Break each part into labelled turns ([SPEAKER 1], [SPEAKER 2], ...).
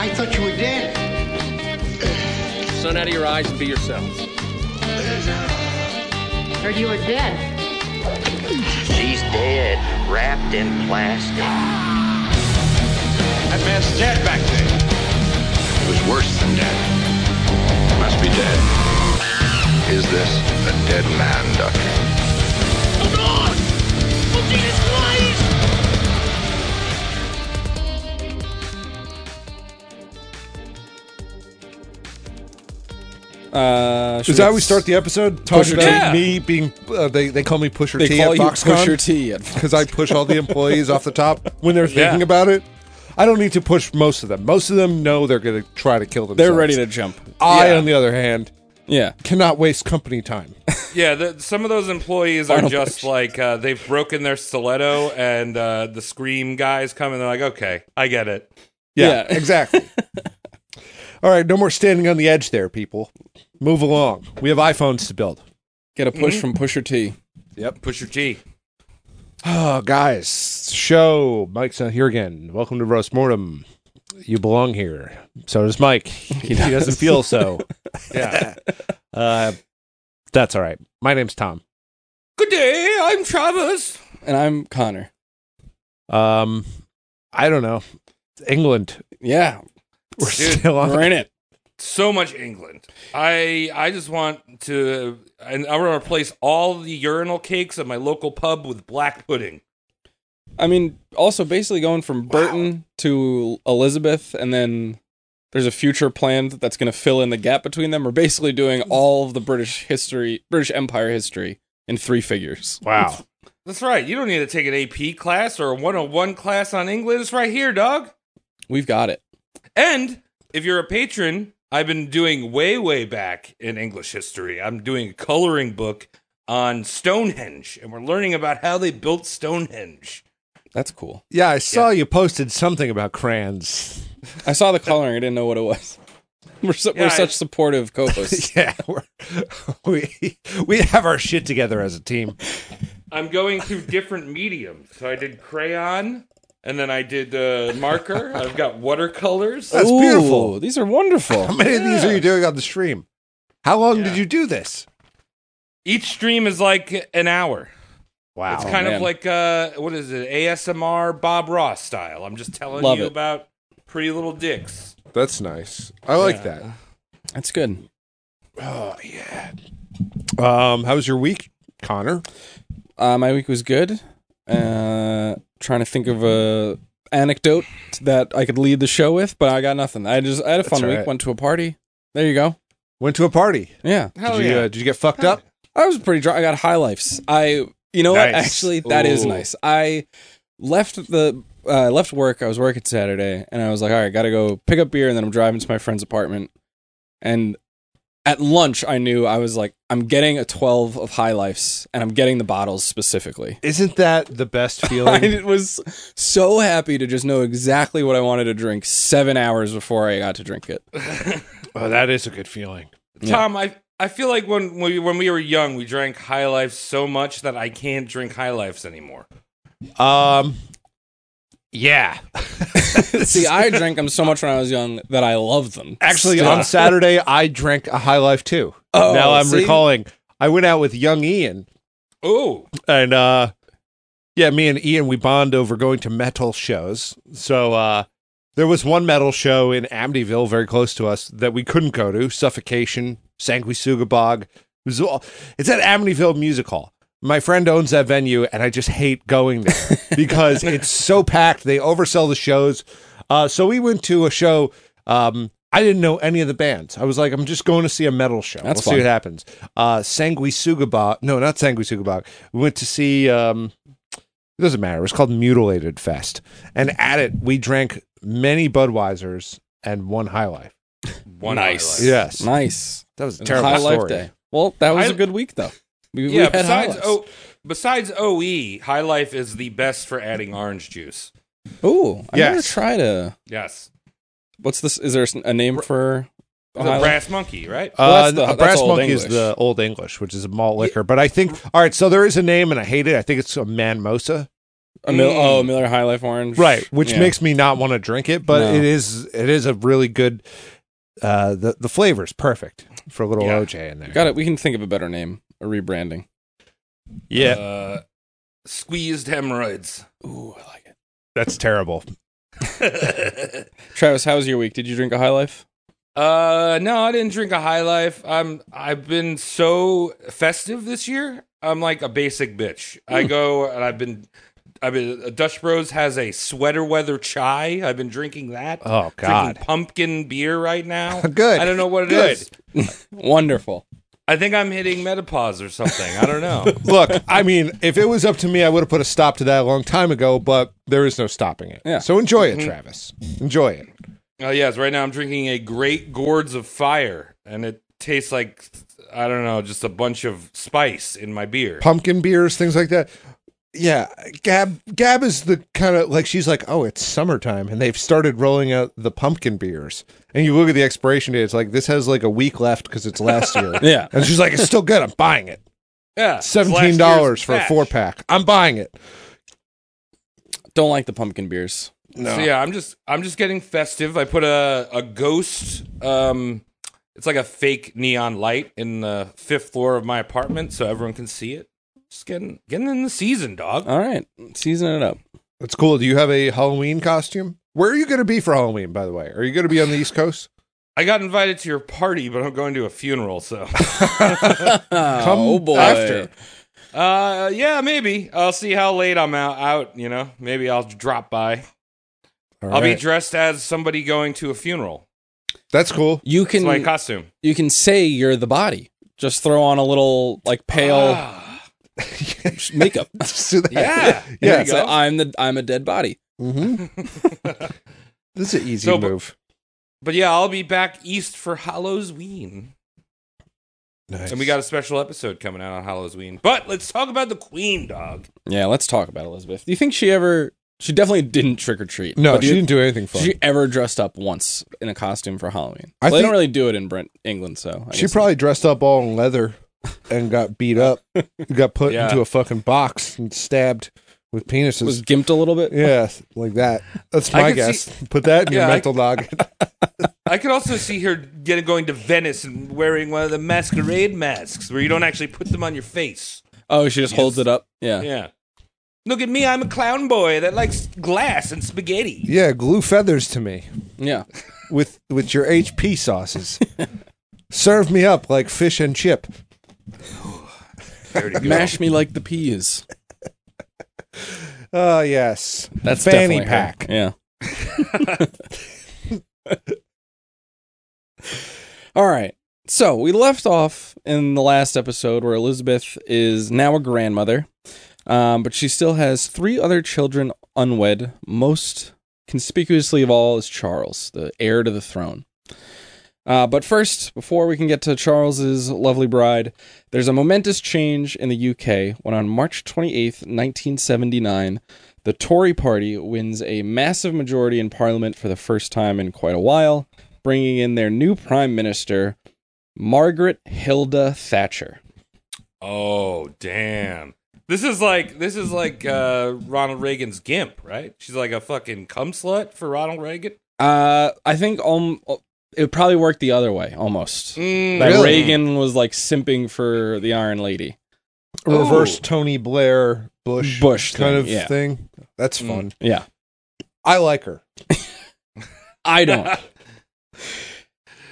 [SPEAKER 1] I thought you were dead.
[SPEAKER 2] Sun out of your eyes and be yourselves.
[SPEAKER 3] Heard you were dead.
[SPEAKER 4] She's dead, wrapped in plastic.
[SPEAKER 5] That man's dead back there. It was worse than dead. Must be dead. Is this a dead man, Doctor?
[SPEAKER 6] Uh,
[SPEAKER 7] Is that how we start the episode? Talking
[SPEAKER 6] Pusher
[SPEAKER 7] about
[SPEAKER 6] T.
[SPEAKER 2] Yeah.
[SPEAKER 7] me being uh, they they call me Pusher
[SPEAKER 6] They
[SPEAKER 7] T
[SPEAKER 6] call
[SPEAKER 7] at
[SPEAKER 6] you
[SPEAKER 7] Foxconn
[SPEAKER 6] Pusher T at
[SPEAKER 7] because I push all the employees off the top when they're thinking
[SPEAKER 2] Yeah.
[SPEAKER 7] about it. I don't need to push most of them. Most of them know they're going to try to kill themselves.
[SPEAKER 6] They're ready to jump.
[SPEAKER 7] I,
[SPEAKER 2] Yeah.
[SPEAKER 7] on the other hand,
[SPEAKER 6] Yeah.
[SPEAKER 7] cannot waste company time.
[SPEAKER 8] Yeah, the, some of those employees are
[SPEAKER 6] Final
[SPEAKER 8] just like uh, they've broken their stiletto, and uh, the scream guys come and they're like, "Okay, I get it."
[SPEAKER 7] Yeah,
[SPEAKER 6] Yeah.
[SPEAKER 7] exactly. All right, no more standing on the edge there, people. Move along. We have iPhones to build.
[SPEAKER 6] Get a push from Pusher T.
[SPEAKER 8] Push your T.
[SPEAKER 7] Oh, guys, show Mike's not here again. Welcome to Roast Mortem. You belong here. So does Mike. He, doesn't feel so. yeah. Uh, that's all right. My name's Tom.
[SPEAKER 8] Good day, I'm Travis.
[SPEAKER 6] And I'm Connor.
[SPEAKER 7] Um, I don't know. England.
[SPEAKER 6] Yeah.
[SPEAKER 7] We're
[SPEAKER 8] Dude,
[SPEAKER 7] still on.
[SPEAKER 6] We're in it.
[SPEAKER 8] So much England. I I just want to, and I want to replace all the urinal cakes at my local pub with black pudding.
[SPEAKER 6] I mean, also basically going from Burton to Elizabeth, and then there's a future planned that's going to fill in the gap between them. We're basically doing all of the British history, British Empire history, in three figures.
[SPEAKER 7] Wow.
[SPEAKER 8] That's right. You don't need to take an AP class or a 101 class on England. It's right here, dog.
[SPEAKER 6] We've got it.
[SPEAKER 8] And if you're a patron, I've been doing way, way back in English history. I'm doing a coloring book on Stonehenge, and we're learning about how they built Stonehenge.
[SPEAKER 6] That's cool.
[SPEAKER 7] Yeah, I saw you posted something about crayons.
[SPEAKER 6] I saw the coloring. I didn't know what it was. We're, su-
[SPEAKER 8] Yeah,
[SPEAKER 6] we're
[SPEAKER 8] I-
[SPEAKER 6] such supportive copos.
[SPEAKER 7] Yeah, we're, we we have our shit together as a team.
[SPEAKER 8] I'm going through different mediums. So I did crayon, and then I did uh, marker. I've got watercolors.
[SPEAKER 7] That's
[SPEAKER 6] Ooh,
[SPEAKER 7] beautiful.
[SPEAKER 6] These are wonderful.
[SPEAKER 7] How many of these are you doing on the stream? How long did you do this?
[SPEAKER 8] Each stream is like an hour.
[SPEAKER 7] Wow,
[SPEAKER 8] It's kind
[SPEAKER 6] Oh, man.
[SPEAKER 8] of like uh, what is it? ASMR Bob Ross style. I'm just telling
[SPEAKER 6] Love
[SPEAKER 8] you
[SPEAKER 6] it.
[SPEAKER 8] about pretty little dicks.
[SPEAKER 7] that's nice. I like
[SPEAKER 6] That's good.
[SPEAKER 7] that. Um, how was your week, Connor?
[SPEAKER 6] Uh, my week was good. Uh, trying to think of a anecdote that I could lead the show with, but I got nothing. I just I had a fun
[SPEAKER 7] all
[SPEAKER 6] week.
[SPEAKER 7] right.
[SPEAKER 6] Went to a party. There you go.
[SPEAKER 7] Went to a party.
[SPEAKER 6] Yeah,
[SPEAKER 8] Hell
[SPEAKER 7] did you
[SPEAKER 8] yeah.
[SPEAKER 7] uh, did you get fucked up?
[SPEAKER 6] I was pretty drunk. I got high lifes. I you know what?
[SPEAKER 7] Nice.
[SPEAKER 6] Actually, that is
[SPEAKER 7] Ooh.
[SPEAKER 6] nice. I left the uh, I left work. I was working Saturday, and I was like, all right, gotta go pick up beer, and then I'm driving to my friend's apartment. And at lunch, I knew I was like, I'm getting a 12 of high lifes, and I'm getting the bottles specifically.
[SPEAKER 7] Isn't that the best feeling?
[SPEAKER 6] I was so happy to just know exactly what I wanted to drink seven hours before I got to drink it.
[SPEAKER 7] oh, that is a good feeling.
[SPEAKER 6] Yeah.
[SPEAKER 8] Tom, I I feel like when when we, when we were young, we drank High Life so much that I can't drink High Lifes anymore.
[SPEAKER 7] Um, yeah.
[SPEAKER 6] See, I drank them so much when I was young that I loved them.
[SPEAKER 7] Actually,
[SPEAKER 6] Still.
[SPEAKER 7] on Saturday, I drank a High Life too.
[SPEAKER 6] Oh,
[SPEAKER 7] now I'm
[SPEAKER 6] see?
[SPEAKER 7] recalling. I went out with young Ian,
[SPEAKER 8] Oh,
[SPEAKER 7] and uh yeah me and ian we bond over going to metal shows so uh there was one metal show in amityville very close to us that we couldn't go to suffocation sanguisugabog it was all, it's at amityville music hall my friend owns that venue and i just hate going there because it's so packed they oversell the shows uh so we went to a show um I didn't know any of the bands. I was like, I'm just going to see a metal show.
[SPEAKER 6] That's
[SPEAKER 7] we'll
[SPEAKER 6] fun.
[SPEAKER 7] see what happens. Uh, Sanguisugabog. No, not Sanguisugabog. We went to see. Um, it doesn't matter. It was called Mutilated Fest, and at it we drank many Budweisers and one High Life.
[SPEAKER 8] one
[SPEAKER 6] Nice.
[SPEAKER 8] High Life.
[SPEAKER 7] Yes,
[SPEAKER 6] nice.
[SPEAKER 7] that was a
[SPEAKER 6] It was
[SPEAKER 7] terrible
[SPEAKER 6] high
[SPEAKER 7] story.
[SPEAKER 6] life day. Well, that
[SPEAKER 8] I-
[SPEAKER 6] was a good week though. We,
[SPEAKER 8] Yeah,
[SPEAKER 6] we had high
[SPEAKER 8] besides
[SPEAKER 6] lives.
[SPEAKER 7] oh,
[SPEAKER 8] o, besides OE, High Life is the best for adding orange juice.
[SPEAKER 6] Ooh, I'm gonna
[SPEAKER 7] Yes.
[SPEAKER 6] try to.
[SPEAKER 8] Yes.
[SPEAKER 6] What's this? Is there a name for?
[SPEAKER 8] The
[SPEAKER 6] a high life?
[SPEAKER 8] brass monkey, right?
[SPEAKER 7] Uh,
[SPEAKER 6] Well, that's the-
[SPEAKER 7] a
[SPEAKER 6] that's
[SPEAKER 7] brass
[SPEAKER 6] Old
[SPEAKER 7] monkey is
[SPEAKER 6] English.
[SPEAKER 7] the Old English, which is a malt liquor. But I think all right. So there is a name, and I hate it. I think it's a man mosa.
[SPEAKER 6] A mil-
[SPEAKER 8] Mm.
[SPEAKER 6] Oh, Miller High Life Orange.
[SPEAKER 7] right which
[SPEAKER 6] Yeah.
[SPEAKER 7] makes me not want to drink it but
[SPEAKER 6] No.
[SPEAKER 7] it is it is a really good uh the the flavor's perfect for a little
[SPEAKER 8] Yeah.
[SPEAKER 7] oj in there
[SPEAKER 6] Got it. We can think of a better name. A rebranding.
[SPEAKER 7] yeah
[SPEAKER 8] Uh, squeezed hemorrhoids.
[SPEAKER 6] Ooh, I like it.
[SPEAKER 7] that's terrible
[SPEAKER 6] Travis, how was your week? Did you drink a High Life?
[SPEAKER 8] Uh, no, I didn't drink a high life. I'm I've been so festive this year. I'm like a basic bitch. I
[SPEAKER 7] Hmm.
[SPEAKER 8] go and I've been I've been Dutch Bros has a sweater weather chai. I've been drinking that.
[SPEAKER 7] oh
[SPEAKER 8] Drinking
[SPEAKER 7] god
[SPEAKER 8] pumpkin beer right now.
[SPEAKER 7] Good.
[SPEAKER 8] I don't know what it is.
[SPEAKER 7] Good.
[SPEAKER 6] Wonderful.
[SPEAKER 8] I think I'm hitting menopause or something. I don't know.
[SPEAKER 7] look i mean if it was up to me i would have put a stop to that a long time ago but there is no stopping it
[SPEAKER 6] Yeah.
[SPEAKER 7] so enjoy
[SPEAKER 8] Mm-hmm.
[SPEAKER 7] it travis enjoy it
[SPEAKER 8] Oh yes, right now I'm drinking a Great Gourds of Fire, and it tastes like I don't know, just a bunch of spice in my beer.
[SPEAKER 7] pumpkin beers things like that yeah gab gab is the kind of like she's like oh it's summertime and they've started rolling out the pumpkin beers and you look at the expiration date it's like this has like a week left because it's last year
[SPEAKER 6] Yeah.
[SPEAKER 7] and she's like it's still good i'm buying it
[SPEAKER 8] Yeah, it's last year's
[SPEAKER 7] $17 for a
[SPEAKER 8] batch.
[SPEAKER 7] four pack i'm buying it
[SPEAKER 6] Don't like the pumpkin beers.
[SPEAKER 7] no
[SPEAKER 8] So yeah, I'm just I'm just getting festive. I put a a ghost. Um, it's like a fake neon light in the fifth floor of my apartment, so everyone can see it. Just getting getting in the season, dog.
[SPEAKER 6] All right. Season it up.
[SPEAKER 7] that's cool do you have a halloween costume where are you going to be for halloween by the way are you going to be on the east coast
[SPEAKER 8] I got invited to your party, but I'm going to a funeral, so
[SPEAKER 6] oh boy.
[SPEAKER 7] after.
[SPEAKER 8] uh, yeah, maybe I'll see how late I'm out. Out, you know, maybe I'll drop by.
[SPEAKER 7] All
[SPEAKER 8] I'll
[SPEAKER 7] right.
[SPEAKER 8] be dressed as somebody going to a funeral.
[SPEAKER 7] that's cool
[SPEAKER 6] You
[SPEAKER 8] It's my
[SPEAKER 6] can
[SPEAKER 8] costume.
[SPEAKER 6] you can say you're the body. Just throw on a little like pale
[SPEAKER 8] Ah,
[SPEAKER 6] makeup.
[SPEAKER 7] Let's do that.
[SPEAKER 8] yeah, there
[SPEAKER 7] Yeah,
[SPEAKER 8] you
[SPEAKER 6] Say,
[SPEAKER 8] go.
[SPEAKER 6] I'm the I'm a dead body.
[SPEAKER 7] Mhm. this is an easy
[SPEAKER 8] So, but-
[SPEAKER 7] move
[SPEAKER 8] but yeah, I'll be back east for Halloween.
[SPEAKER 7] nice.
[SPEAKER 8] And we got a special episode coming out on Halloween. But let's talk about the Queen, dog.
[SPEAKER 6] Yeah, let's talk about Elizabeth. Do you think she ever she definitely didn't trick or treat?
[SPEAKER 7] no
[SPEAKER 6] but do
[SPEAKER 7] she
[SPEAKER 6] you-
[SPEAKER 7] didn't do anything fun
[SPEAKER 6] Did she ever dressed up once in a costume for Halloween?
[SPEAKER 7] I
[SPEAKER 6] Well, they
[SPEAKER 7] think-
[SPEAKER 6] don't really do it in Brent, England, so I
[SPEAKER 7] She
[SPEAKER 6] guess-
[SPEAKER 7] probably dressed up all in leather and got beat up, got put
[SPEAKER 8] Yeah.
[SPEAKER 7] into a fucking box and stabbed with penises.
[SPEAKER 6] was gimped a little bit.
[SPEAKER 7] yeah, like that. That's
[SPEAKER 8] I
[SPEAKER 7] my
[SPEAKER 8] could
[SPEAKER 7] guess. Put that in your
[SPEAKER 8] Yeah, I-
[SPEAKER 7] mental noggin.
[SPEAKER 8] I could also see her getting going to Venice and wearing one of the masquerade masks where you don't actually put them on your face.
[SPEAKER 6] Oh, she just holds it up. Yeah.
[SPEAKER 8] Yeah. Look at me, I'm a clown boy that likes glass and spaghetti.
[SPEAKER 7] Yeah, glue feathers to me
[SPEAKER 6] Yeah.
[SPEAKER 7] with with your HP sauces. Serve me up like fish and chip.
[SPEAKER 6] Mash me like the peas.
[SPEAKER 7] Oh yes,
[SPEAKER 6] That's
[SPEAKER 7] fanny
[SPEAKER 6] definitely her.
[SPEAKER 7] pack.
[SPEAKER 6] Yeah. All right. So we left off in the last episode where Elizabeth is now a grandmother, um, but she still has three other children unwed. Most conspicuously of all is Charles, the heir to the throne. Uh, but first, before we can get to Charles's lovely bride, there's a momentous change in the UK when on March 28th, 1979, the Tory party wins a massive majority in parliament for the first time in quite a while, bringing in their new prime minister, Margaret Hilda Thatcher.
[SPEAKER 8] Oh, damn. This is like this is like uh, Ronald Reagan's gimp, right? She's like a fucking cum slut for Ronald Reagan.
[SPEAKER 6] Uh, I think um, it would probably work the other way almost.
[SPEAKER 8] Mm,
[SPEAKER 6] That
[SPEAKER 7] Really?
[SPEAKER 6] Reagan was like simping for the Iron Lady.
[SPEAKER 7] Reverse
[SPEAKER 8] Ooh.
[SPEAKER 7] Tony Blair Bush
[SPEAKER 6] Bush
[SPEAKER 7] kind
[SPEAKER 6] thing,
[SPEAKER 7] of
[SPEAKER 6] yeah.
[SPEAKER 7] thing. That's
[SPEAKER 8] Mm.
[SPEAKER 7] fun.
[SPEAKER 6] Yeah,
[SPEAKER 7] I like her.
[SPEAKER 6] I don't.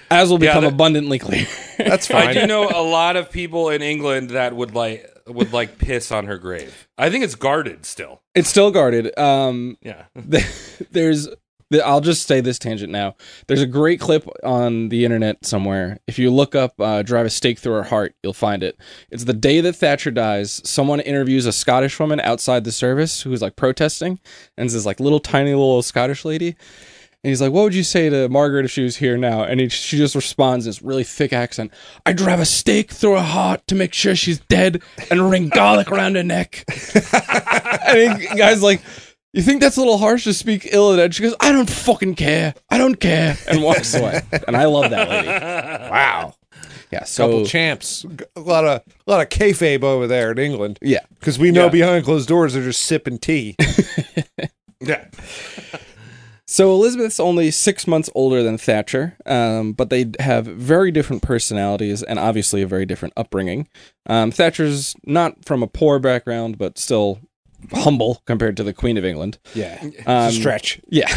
[SPEAKER 6] As will
[SPEAKER 8] Yeah,
[SPEAKER 6] become
[SPEAKER 8] that-
[SPEAKER 6] abundantly clear.
[SPEAKER 7] That's fine.
[SPEAKER 8] I do know a lot of people in England that would like would like piss on her grave. I think it's guarded still.
[SPEAKER 6] it's still guarded. Um,
[SPEAKER 8] Yeah.
[SPEAKER 6] there's the- I'll just say this tangent now. There's a great clip on the internet somewhere. If you look up uh, "Drive a Stake Through Her Heart," you'll find it. It's the day that Thatcher dies. Someone interviews a Scottish woman outside the service who's like protesting, and it's this like little tiny little Scottish lady. And he's like, "What would you say to Margaret if she was here now?" And he, she just responds in this really thick accent, "I drive a stake through her heart to make sure she's dead, and ring garlic around her neck." and the guy's like, "You think that's a little harsh to speak ill of that?" She goes, "I don't fucking care. I don't care," and walks away. And I love that lady.
[SPEAKER 7] Wow.
[SPEAKER 6] Yeah.
[SPEAKER 7] couple
[SPEAKER 6] So
[SPEAKER 7] champs, a lot of a lot of kayfabe over there in England
[SPEAKER 6] yeah.
[SPEAKER 7] because we know
[SPEAKER 8] Yeah.
[SPEAKER 7] behind closed doors they're just sipping tea.
[SPEAKER 8] Yeah.
[SPEAKER 6] So Elizabeth's only six months older than Thatcher, um, but they have very different personalities and obviously a very different upbringing. Um, Thatcher's not from a poor background, but still humble compared to the Queen of England.
[SPEAKER 7] yeah, It's a
[SPEAKER 6] Um,
[SPEAKER 7] stretch.
[SPEAKER 6] Yeah.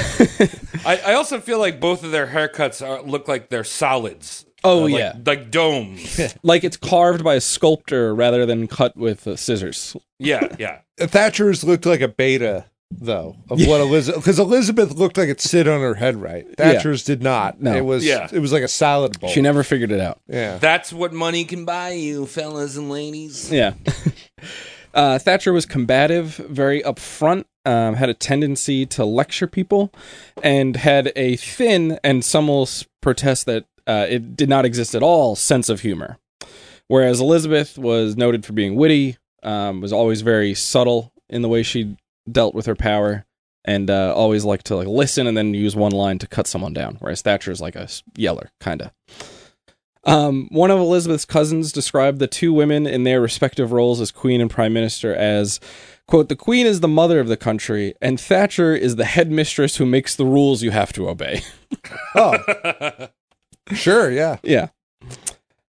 [SPEAKER 8] I, I also feel like both of their haircuts are, look like they're solids.
[SPEAKER 6] oh
[SPEAKER 8] like,
[SPEAKER 6] yeah.
[SPEAKER 8] Like domes.
[SPEAKER 6] Like it's carved by a sculptor rather than cut with uh, scissors.
[SPEAKER 8] yeah, yeah.
[SPEAKER 7] Thatcher's looked like a beta though of what Elizabeth because Elizabeth looked like it sit on her head right. Thatcher's did not.
[SPEAKER 6] No.
[SPEAKER 7] It was
[SPEAKER 8] Yeah.
[SPEAKER 7] it was like a salad bowl.
[SPEAKER 6] She never figured it out.
[SPEAKER 7] yeah.
[SPEAKER 8] That's what money can buy you, fellas and ladies.
[SPEAKER 6] Yeah. uh, Thatcher was combative, very upfront, um, had a tendency to lecture people, and had a thin, and some will s- protest that uh, it did not exist at all, sense of humor. Whereas Elizabeth was noted for being witty, um, was always very subtle in the way she dealt with her power. And uh, always liked to like listen and then use one line to cut someone down. Whereas Thatcher is like a s- yeller, kind of. Um, one of Elizabeth's cousins described the two women in their respective roles as queen and prime minister as, quote, the queen is the mother of the country, and Thatcher is the headmistress who makes the rules you have to obey.
[SPEAKER 7] Oh, sure. Yeah.
[SPEAKER 6] yeah.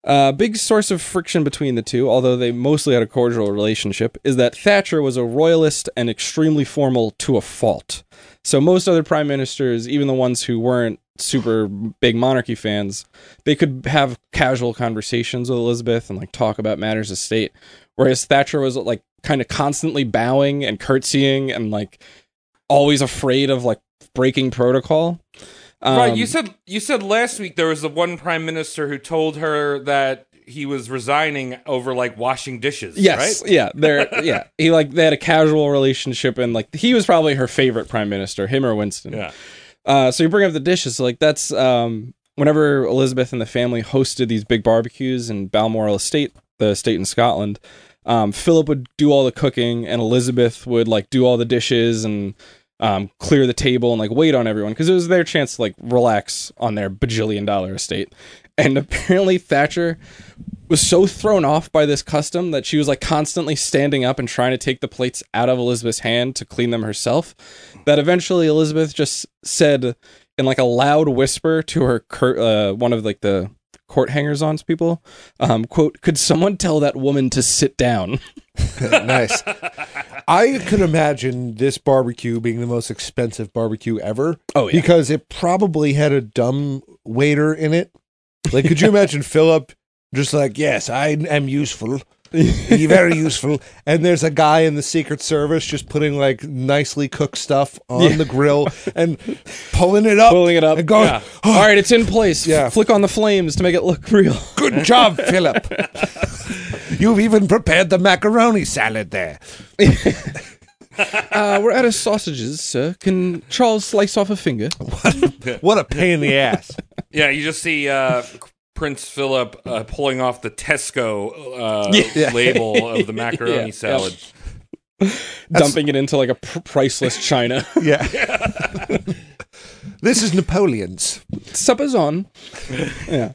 [SPEAKER 6] uh, big source of friction between the two, although they mostly had a cordial relationship, is that Thatcher was a royalist and extremely formal to a fault. So most other prime ministers, even the ones who weren't super big monarchy fans, they could have casual conversations with Elizabeth and like talk about matters of state. Whereas Thatcher was like kind of constantly bowing and curtsying and like always afraid of like breaking protocol.
[SPEAKER 8] right.
[SPEAKER 6] Um,
[SPEAKER 8] You said you said last week there was the one prime minister who told her that he was resigning over like washing dishes.
[SPEAKER 6] Yes,
[SPEAKER 8] Right?
[SPEAKER 6] yeah, they're yeah. He like they had a casual relationship, and like he was probably her favorite prime minister, him or Winston.
[SPEAKER 8] Yeah.
[SPEAKER 6] Uh, so you bring up the dishes, like that's um, whenever Elizabeth and the family hosted these big barbecues in Balmoral Estate, the estate in Scotland. Um, Philip would do all the cooking, and Elizabeth would like do all the dishes and um, clear the table and like wait on everyone because it was their chance to like relax on their bajillion dollar estate. And apparently Thatcher was so thrown off by this custom that she was like constantly standing up and trying to take the plates out of Elizabeth's hand to clean them herself that eventually Elizabeth just said in like a loud whisper to her cur- uh, one of like the court hangers on people um quote could someone tell that woman to sit down
[SPEAKER 7] nice. I could imagine this barbecue being the most expensive barbecue ever.
[SPEAKER 6] Oh, yeah.
[SPEAKER 7] Because it probably had a dumb waiter in it. Like, could you imagine Philip just like, yes, I am useful. Be very useful. And there's a guy in the Secret Service just putting like nicely cooked stuff on the grill and pulling it up.
[SPEAKER 6] Pulling it up,
[SPEAKER 7] And going,
[SPEAKER 6] yeah.
[SPEAKER 7] "Oh,
[SPEAKER 6] all right it's in place
[SPEAKER 7] Yeah.
[SPEAKER 6] flick on the flames to make it look real
[SPEAKER 7] good job, Philip. You've even prepared the macaroni salad there.
[SPEAKER 6] uh we're out of sausages sir can charles slice off a finger
[SPEAKER 7] What a pain in the ass.
[SPEAKER 8] Yeah. You just see uh, Prince Philip uh, pulling off the Tesco uh, label of the macaroni
[SPEAKER 6] Yeah.
[SPEAKER 8] salad.
[SPEAKER 6] dumping it into like a pr- priceless china
[SPEAKER 7] Yeah. this is Napoleon's.
[SPEAKER 6] supper's on. yeah.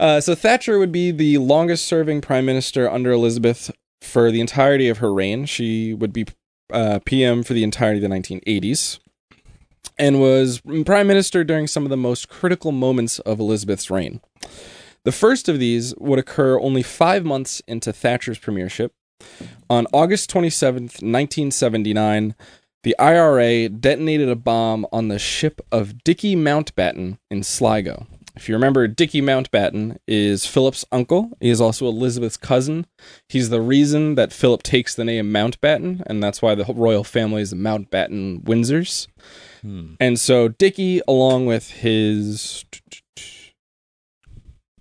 [SPEAKER 6] Uh, so Thatcher would be the longest serving prime minister under Elizabeth for the entirety of her reign. She would be uh, PM for the entirety of the 1980s and was prime minister during some of the most critical moments of Elizabeth's reign. The first of these would occur only five months into Thatcher's premiership. On August 27th, 1979, the IRA detonated a bomb on the ship of Dicky Mountbatten in Sligo. If you remember, Dicky Mountbatten is Philip's uncle. He is also Elizabeth's cousin. He's the reason that Philip takes the name Mountbatten, and that's why the whole royal family is the Mountbatten Windsors. And so Dicky, along with his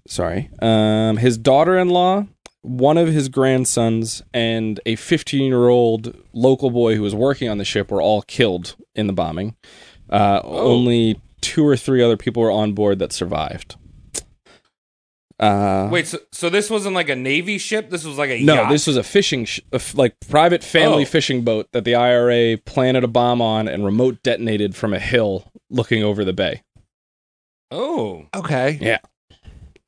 [SPEAKER 6] sorry, um, his daughter-in-law, one of his grandsons, and a 15-year-old local boy who was working on the ship were all killed in the bombing. Uh, Only two or three other people were on board that survived. Uh,
[SPEAKER 8] Wait. So, so this wasn't like a navy ship. This was like a
[SPEAKER 6] no,
[SPEAKER 8] yacht?
[SPEAKER 6] this was a fishing, sh- a f- like private family
[SPEAKER 8] Oh.
[SPEAKER 6] fishing boat that the IRA planted a bomb on and remote detonated from a hill looking over the bay.
[SPEAKER 8] Oh.
[SPEAKER 7] Okay.
[SPEAKER 6] Yeah.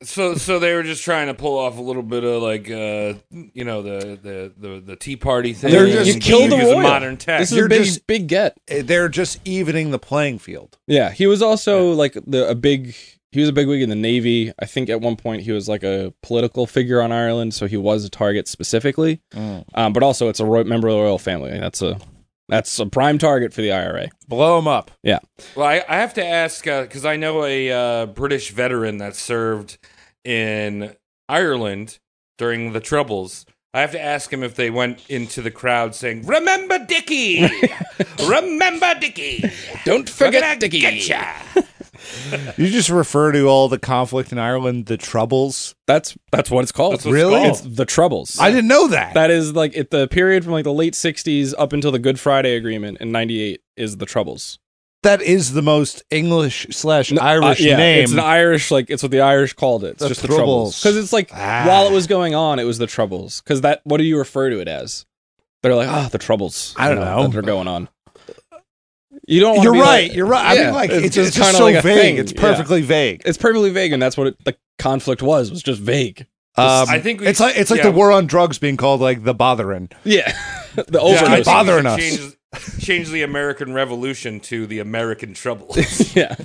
[SPEAKER 8] So so they were just trying to pull off a little bit of like uh you know the the the, the tea party thing.
[SPEAKER 7] They're just-
[SPEAKER 6] you killed the
[SPEAKER 8] Use
[SPEAKER 6] royal.
[SPEAKER 8] modern tech.
[SPEAKER 6] This is
[SPEAKER 7] You're
[SPEAKER 6] a big,
[SPEAKER 7] just-
[SPEAKER 6] big get.
[SPEAKER 7] Eh, They're just evening the playing field.
[SPEAKER 6] Yeah, he was also like the a big. He was a bigwig in the navy. I think at one point he was like a political figure on Ireland, so he was a target specifically.
[SPEAKER 7] Mm.
[SPEAKER 6] Um, but also, it's a ro- member of the royal family. That's a that's a prime target for the IRA.
[SPEAKER 7] Blow them up.
[SPEAKER 6] Yeah,
[SPEAKER 8] Well, I, I have to ask because I know a uh, British veteran that served in Ireland during the Troubles. I have to ask him if they went into the crowd saying, "Remember Dickie, remember Dickie,
[SPEAKER 6] don't
[SPEAKER 8] We're gonna get ya."
[SPEAKER 7] You just refer to all the conflict in Ireland, the troubles.
[SPEAKER 6] That's that's what it's called.
[SPEAKER 8] That's what it's Really? called.
[SPEAKER 6] It's the Troubles.
[SPEAKER 7] I didn't know that.
[SPEAKER 6] that is like at the period from like the late '60s up until the Good Friday Agreement in '98 is the Troubles.
[SPEAKER 7] that is the most English slash
[SPEAKER 6] No,
[SPEAKER 7] Irish
[SPEAKER 6] uh, yeah,
[SPEAKER 7] name.
[SPEAKER 6] It's an Irish like it's what the Irish called it. It's
[SPEAKER 7] The
[SPEAKER 6] just the
[SPEAKER 7] Troubles.
[SPEAKER 6] troubles because it's like
[SPEAKER 7] Ah.
[SPEAKER 6] while it was going on, it was the troubles. Because that what do you refer to it as? They're like ah the troubles.
[SPEAKER 7] I don't
[SPEAKER 6] you
[SPEAKER 7] know.
[SPEAKER 6] that are going on. You don't. wanna
[SPEAKER 7] you're
[SPEAKER 6] be
[SPEAKER 7] right.
[SPEAKER 6] like-
[SPEAKER 7] you're right. I
[SPEAKER 6] Yeah,
[SPEAKER 7] mean, like
[SPEAKER 6] it's
[SPEAKER 7] it's,
[SPEAKER 6] just
[SPEAKER 7] it's just
[SPEAKER 6] kinda
[SPEAKER 7] so
[SPEAKER 6] like a
[SPEAKER 7] vague.
[SPEAKER 6] thing,
[SPEAKER 7] It's
[SPEAKER 6] yeah.
[SPEAKER 7] perfectly vague.
[SPEAKER 6] It's perfectly vague, and that's what it, the conflict was. Was just vague.
[SPEAKER 7] Um,
[SPEAKER 8] I think we-
[SPEAKER 7] it's like it's like
[SPEAKER 8] yeah.
[SPEAKER 7] the war on drugs being called like the bothering.
[SPEAKER 6] Yeah, the
[SPEAKER 8] Yeah, I
[SPEAKER 6] overdose.
[SPEAKER 8] think we
[SPEAKER 7] bothering
[SPEAKER 8] should
[SPEAKER 7] us.
[SPEAKER 8] Change, change the American Revolution to the American Trouble.
[SPEAKER 6] yeah.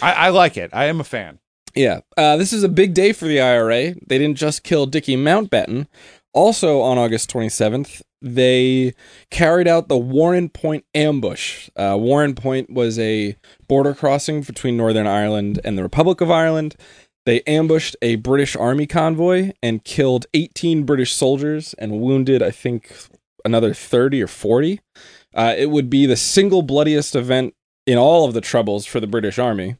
[SPEAKER 7] I, I like it. I am a fan.
[SPEAKER 6] Yeah, uh, this is a big day for the IRA. They didn't just kill Dickie Mountbatten. Also on August 27th, they carried out the Warren Point ambush. Uh, Warren Point was a border crossing between Northern Ireland and the Republic of Ireland. They ambushed a British army convoy and killed 18 British soldiers and wounded, I think, another 30 or 40. Uh, it would be the single bloodiest event in all of the troubles for the British army.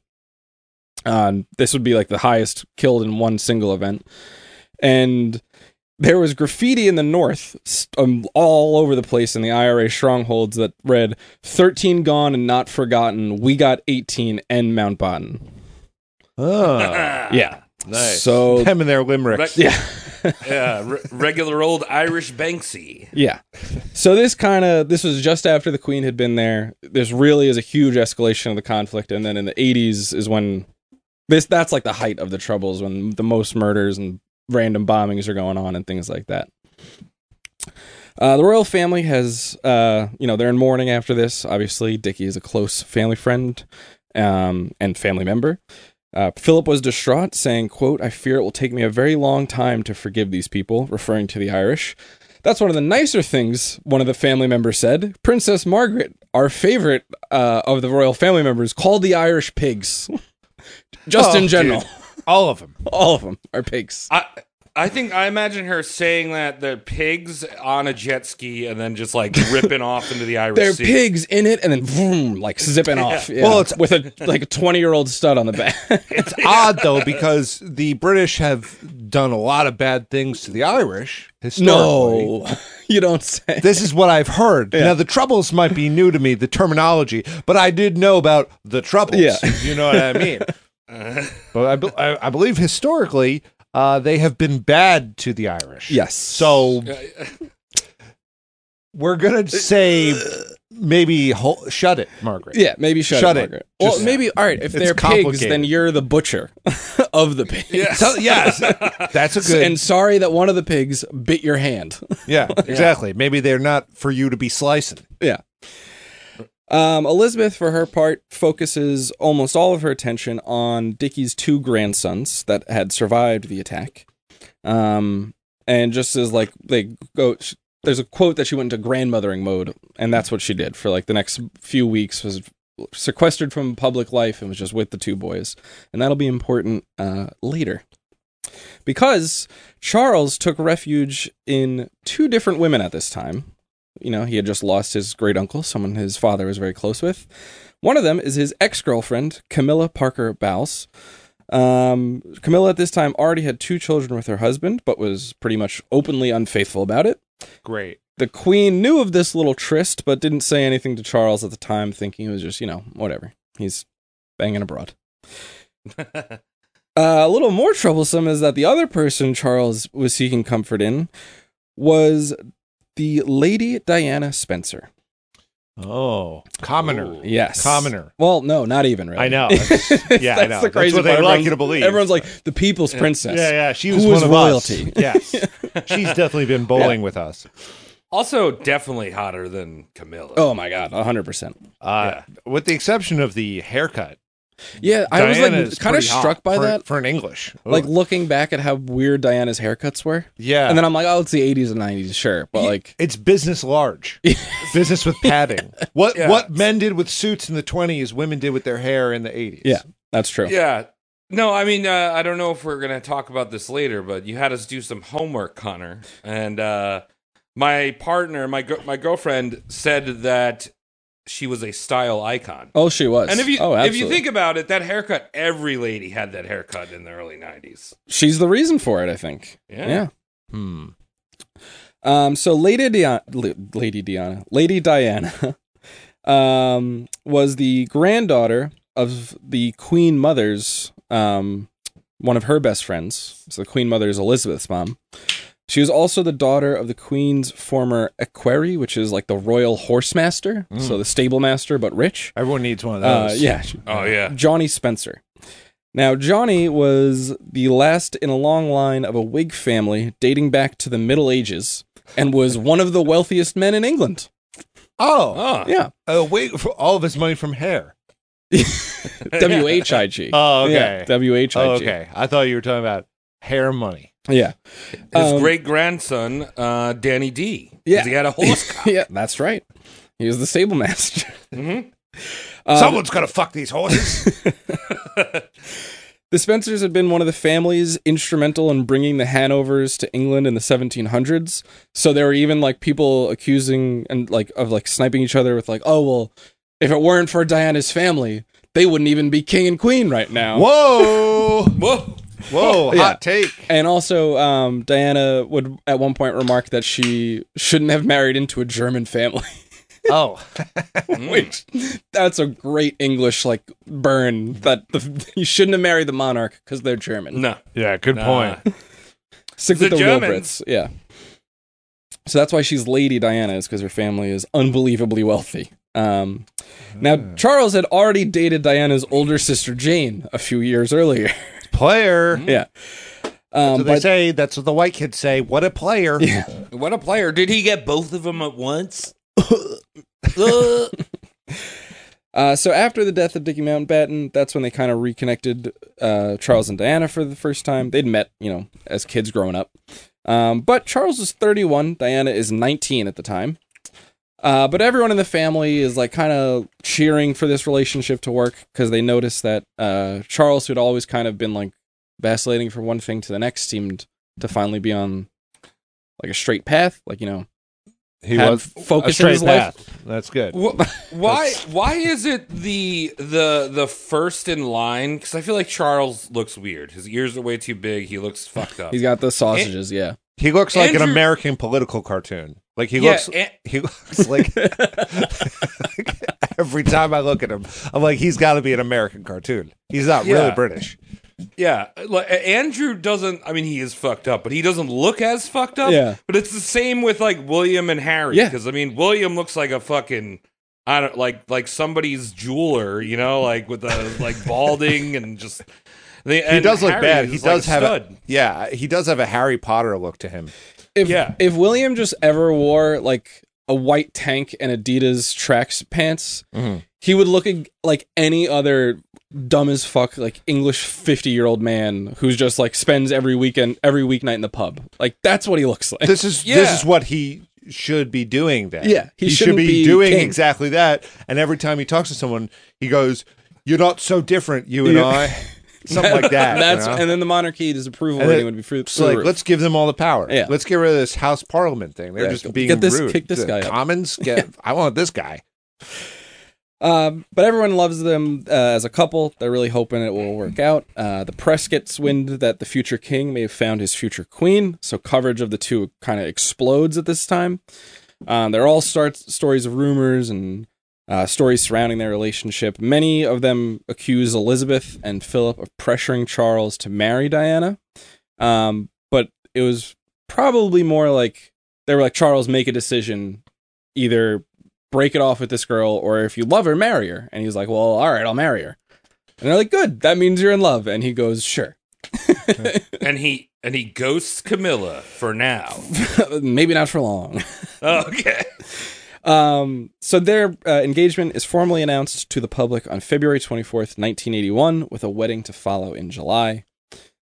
[SPEAKER 6] Um, this would be like the highest killed in one single event. And there was graffiti in the north, s- um, all over the place in the IRA strongholds that read 13 gone and not forgotten. We got 18 and Mountbatten.
[SPEAKER 7] Oh,
[SPEAKER 6] yeah.
[SPEAKER 7] nice.
[SPEAKER 6] So,
[SPEAKER 7] them and their limericks.
[SPEAKER 8] Re-
[SPEAKER 6] yeah.
[SPEAKER 8] yeah, re- regular old Irish Banksy.
[SPEAKER 6] Yeah. So this kind of this was just after the Queen had been there. This really is a huge escalation of the conflict, and then in the 80s is when this that's like the height of the troubles when the most murders and random bombings are going on and things like that. Uh, the royal family has, uh, you know, they're in mourning after this. Obviously, Dickie is a close family friend um, and family member. Uh, Philip was distraught, saying, "quote I fear it will take me a very long time to forgive these people," referring to the Irish. That's one of the nicer things one of the family members said. Princess Margaret, our favorite uh, of the royal family members, called the Irish pigs. Just
[SPEAKER 7] Oh,
[SPEAKER 6] in general,
[SPEAKER 7] All of them.
[SPEAKER 6] all of them are pigs.
[SPEAKER 8] I I think I imagine her saying that the pigs on a jet ski and then just like ripping off into the Irish
[SPEAKER 6] They're
[SPEAKER 8] Sea.
[SPEAKER 6] pigs in it, and then vroom, like zipping off. Yeah.
[SPEAKER 7] Well, it's-
[SPEAKER 6] with a like a twenty-year-old stud on the back.
[SPEAKER 7] It's odd though because the British have done a lot of bad things to the Irish historically.
[SPEAKER 6] no, you don't say.
[SPEAKER 7] This is what I've heard. Now the troubles might be new to me, the terminology, but I did know about the troubles.
[SPEAKER 6] Yeah.
[SPEAKER 7] you know what I mean. but I, be- I, I believe historically uh, they have been bad to the Irish.
[SPEAKER 6] Yes.
[SPEAKER 7] So we're gonna say maybe hol- shut it, Margaret.
[SPEAKER 6] Yeah, maybe shut,
[SPEAKER 7] Shut
[SPEAKER 6] it.
[SPEAKER 7] it.
[SPEAKER 6] Margaret.
[SPEAKER 7] Just-
[SPEAKER 6] well, maybe all right.
[SPEAKER 7] It's
[SPEAKER 6] If they're pigs, then
[SPEAKER 7] complicated.
[SPEAKER 6] you're the butcher of the pigs.
[SPEAKER 7] So- yes, that's a good.
[SPEAKER 6] And sorry that one of the pigs bit your hand.
[SPEAKER 7] yeah, exactly. Maybe they're not for you to be slicing.
[SPEAKER 6] Yeah. Um, Elizabeth, for her part, focuses almost all of her attention on Dickie's two grandsons that had survived the attack. Um, and just as like they go, sh there's a quote that she went into grandmothering mode, and that's what she did for like the next few weeks was sequestered from public life and was just with the two boys, and that'll be important uh, later because Charles took refuge in two different women at this time. You know, he had just lost his great uncle, someone his father was very close with. One of them is his ex girlfriend, Camilla Parker Bowles. Um, Camilla at this time already had two children with her husband, but was pretty much openly unfaithful about it.
[SPEAKER 7] Great.
[SPEAKER 6] The queen knew of this little tryst, but didn't say anything to Charles at the time, thinking it was just, you know, whatever. He's banging abroad. Uh, a little more troublesome is that the other person Charles was seeking comfort in was the Lady Diana Spencer.
[SPEAKER 7] Oh, commoner.
[SPEAKER 6] Yes.
[SPEAKER 7] Commoner.
[SPEAKER 6] Well, no, not even really.
[SPEAKER 7] I know. That's- yeah, I
[SPEAKER 6] That's
[SPEAKER 7] know.
[SPEAKER 6] the crazy
[SPEAKER 7] That's what
[SPEAKER 6] part.
[SPEAKER 7] they like
[SPEAKER 6] Everyone's-
[SPEAKER 7] you to believe.
[SPEAKER 6] Everyone's like the people's princess.
[SPEAKER 7] yeah, yeah. She
[SPEAKER 6] Who
[SPEAKER 7] was
[SPEAKER 6] is
[SPEAKER 7] one of
[SPEAKER 6] royalty?
[SPEAKER 7] us. Yes, she's definitely been bowling with us.
[SPEAKER 8] Also, definitely hotter than Camilla.
[SPEAKER 6] Oh my god, hundred percent.
[SPEAKER 7] Uh, With the exception of the haircut,
[SPEAKER 6] Yeah, I was
[SPEAKER 7] Diana's
[SPEAKER 6] like kind of
[SPEAKER 7] pretty hot
[SPEAKER 6] struck by
[SPEAKER 7] for-
[SPEAKER 6] that.
[SPEAKER 7] for an English. Ooh.
[SPEAKER 6] Like looking back at how weird Diana's haircuts were,
[SPEAKER 7] yeah,
[SPEAKER 6] and then I'm like, oh, it's the '80s and '90s, sure, but
[SPEAKER 7] Ye-
[SPEAKER 6] like,
[SPEAKER 7] it's business large, business with padding. What
[SPEAKER 8] Yeah.
[SPEAKER 7] what men did with suits in the twenties, women did with their hair in the eighties.
[SPEAKER 6] yeah, that's true.
[SPEAKER 8] Yeah. No, I mean, uh, I don't know if we're going to talk about this later, but you had us do some homework, Connor. And uh, my partner, my, gr- my girlfriend, said that she was a style icon.
[SPEAKER 6] Oh, she was.
[SPEAKER 8] And if you
[SPEAKER 6] oh,
[SPEAKER 8] if you
[SPEAKER 6] absolutely.
[SPEAKER 8] think about it, that haircut, every lady had that haircut in the early '90s.
[SPEAKER 6] she's the reason for it, I think.
[SPEAKER 8] Yeah.
[SPEAKER 6] yeah.
[SPEAKER 7] Hmm.
[SPEAKER 6] Um, so Lady Diana, Lady Diana, Lady Diana, um, was the granddaughter of the Queen Mother's, um, one of her best friends. So the Queen Mother is Elizabeth's mom. She was also the daughter of the Queen's former equerry, which is like the royal horse master, so the stable master, but rich.
[SPEAKER 7] Everyone needs one of
[SPEAKER 6] Uh,
[SPEAKER 7] those.
[SPEAKER 6] yeah,
[SPEAKER 8] Oh yeah.
[SPEAKER 6] Johnny Spencer. Now, Johnny was the last in a long line of a Whig family dating back to the Middle Ages and was one of the wealthiest men in England.
[SPEAKER 7] Oh,
[SPEAKER 8] Oh.
[SPEAKER 6] Yeah.
[SPEAKER 7] oh, wait for all of his money from hair.
[SPEAKER 6] W H I G.
[SPEAKER 7] Oh, okay.
[SPEAKER 6] Yeah, W H I G.
[SPEAKER 7] Oh, okay. I thought you were talking about hair money.
[SPEAKER 6] Yeah.
[SPEAKER 8] His
[SPEAKER 6] Um,
[SPEAKER 8] great grandson, uh, Danny D. 'Cause
[SPEAKER 6] Yeah.
[SPEAKER 8] He had a horse. cock.
[SPEAKER 6] Yeah, that's right. He was the stable master.
[SPEAKER 8] Mhm.
[SPEAKER 6] Uh,
[SPEAKER 7] Someone's gonna fuck these horses.
[SPEAKER 6] The Spencers had been one of the families instrumental in bringing the Hanovers to England in the 1700s. So there were even like people accusing and like of like sniping each other with like, oh well, if it weren't for Diana's family, they wouldn't even be king and queen right now.
[SPEAKER 7] Whoa,
[SPEAKER 8] Whoa.
[SPEAKER 7] whoa,
[SPEAKER 6] Yeah.
[SPEAKER 7] hot take.
[SPEAKER 6] And also, um, Diana would at one point remark that she shouldn't have married into a German family.
[SPEAKER 7] Oh,
[SPEAKER 6] Which that's a great English like burn that the, you shouldn't have married the monarch because they're German.
[SPEAKER 8] No.
[SPEAKER 7] yeah, good
[SPEAKER 8] Nah.
[SPEAKER 6] Stick
[SPEAKER 8] The
[SPEAKER 6] with the
[SPEAKER 8] Germans.
[SPEAKER 6] Wilbrits. Yeah. So that's why she's Lady Diana, is because her family is unbelievably wealthy. Um, now, Charles had already dated Diana's older sister Jane a few years earlier.
[SPEAKER 7] Player.
[SPEAKER 6] yeah. Um,
[SPEAKER 7] So they
[SPEAKER 6] but
[SPEAKER 7] say that's what the white kids say. What a player!
[SPEAKER 8] What a player! Did he get both of them at once? Uh,
[SPEAKER 6] uh, so after the death of Dickie Mountbatten, that's when they kind of reconnected uh, Charles and Diana for the first time. They'd met, you know, as kids growing up. Um, but Charles is 31, Diana is 19 at the time. Uh, but everyone in the family is like kind of cheering for this relationship to work because they noticed that uh, Charles, who'd always kind of been like vacillating from one thing to the next, seemed to finally be on like a straight path. Like, you know,
[SPEAKER 7] He
[SPEAKER 6] Had
[SPEAKER 7] was
[SPEAKER 6] focus in
[SPEAKER 7] a straight
[SPEAKER 6] his life.
[SPEAKER 7] path. That's good.
[SPEAKER 8] wh- why? Why is it the the the first in line? Because I feel like Charles looks weird. His ears are way too big. He looks fucked up.
[SPEAKER 6] he's got the sausages. yeah.
[SPEAKER 7] He looks like an
[SPEAKER 8] Andrew-
[SPEAKER 7] American political cartoon. Like he
[SPEAKER 8] Yeah,
[SPEAKER 7] looks,
[SPEAKER 8] and-
[SPEAKER 7] he looks like. every time I look at him, I'm like, he's got to be an American cartoon. He's not really
[SPEAKER 8] Yeah.
[SPEAKER 7] British.
[SPEAKER 8] Yeah, like A- Andrew doesn't. I mean, he is fucked up, but he doesn't look as fucked up.
[SPEAKER 6] Yeah.
[SPEAKER 8] but it's the same with like William and Harry.
[SPEAKER 6] Yeah.
[SPEAKER 8] because I mean, William looks like a fucking. I don't like like somebody's jeweler, you know, like with the like balding and just. They,
[SPEAKER 7] He does look bad. He does have a yeah. He does have a Harry Potter look to him.
[SPEAKER 6] If
[SPEAKER 8] Yeah.
[SPEAKER 6] if William just ever wore like a white tank and Adidas tracks pants, he would look ag- like any other dumb as fuck like English 50-year-old man who's just like spends every weekend every weeknight in the pub. Like that's what he looks like.
[SPEAKER 7] This is this
[SPEAKER 8] Yeah.
[SPEAKER 7] is what he should be doing. Then
[SPEAKER 6] Yeah, he
[SPEAKER 7] he, should
[SPEAKER 6] shouldn't
[SPEAKER 7] be,
[SPEAKER 6] be
[SPEAKER 7] doing
[SPEAKER 6] king.
[SPEAKER 7] exactly that. And every time he talks to someone, he goes, "You're not so different, you and
[SPEAKER 6] Yeah.
[SPEAKER 7] I." Something like that. you
[SPEAKER 6] that's
[SPEAKER 7] know?
[SPEAKER 6] and then the monarchy disapproval
[SPEAKER 7] And
[SPEAKER 6] rating
[SPEAKER 7] it-
[SPEAKER 6] would be through,
[SPEAKER 7] It's
[SPEAKER 6] through the
[SPEAKER 7] like,
[SPEAKER 6] roof.
[SPEAKER 7] let's give them all the power.
[SPEAKER 6] Yeah.
[SPEAKER 7] Let's get rid of this House Parliament thing. They're
[SPEAKER 6] Yeah,
[SPEAKER 7] just
[SPEAKER 6] get
[SPEAKER 7] being
[SPEAKER 6] this-
[SPEAKER 7] rude.
[SPEAKER 6] kick this
[SPEAKER 7] The
[SPEAKER 6] guy up.
[SPEAKER 7] Commons, get, I want this guy.
[SPEAKER 6] Um, but everyone loves them uh, as a couple. They're really hoping it will work out. Uh, the press gets wind that the future king may have found his future queen, so coverage of the two kind of explodes at this time. Um, they're all start- stories of rumors and uh, stories surrounding their relationship. Many of them accuse Elizabeth and Philip of pressuring Charles to marry Diana. Um, but it was probably more like they were like, Charles, make a decision, either break it off with this girl, or if you love her, marry her. And he's like, well, all right, I'll marry her. And they're like, good, that means you're in love. And he goes, sure.
[SPEAKER 8] and he and he ghosts Camilla for now.
[SPEAKER 6] Maybe not for long.
[SPEAKER 8] okay.
[SPEAKER 6] Um, so their uh, engagement is formally announced to the public on February 24th, 1981, with a wedding to follow in July.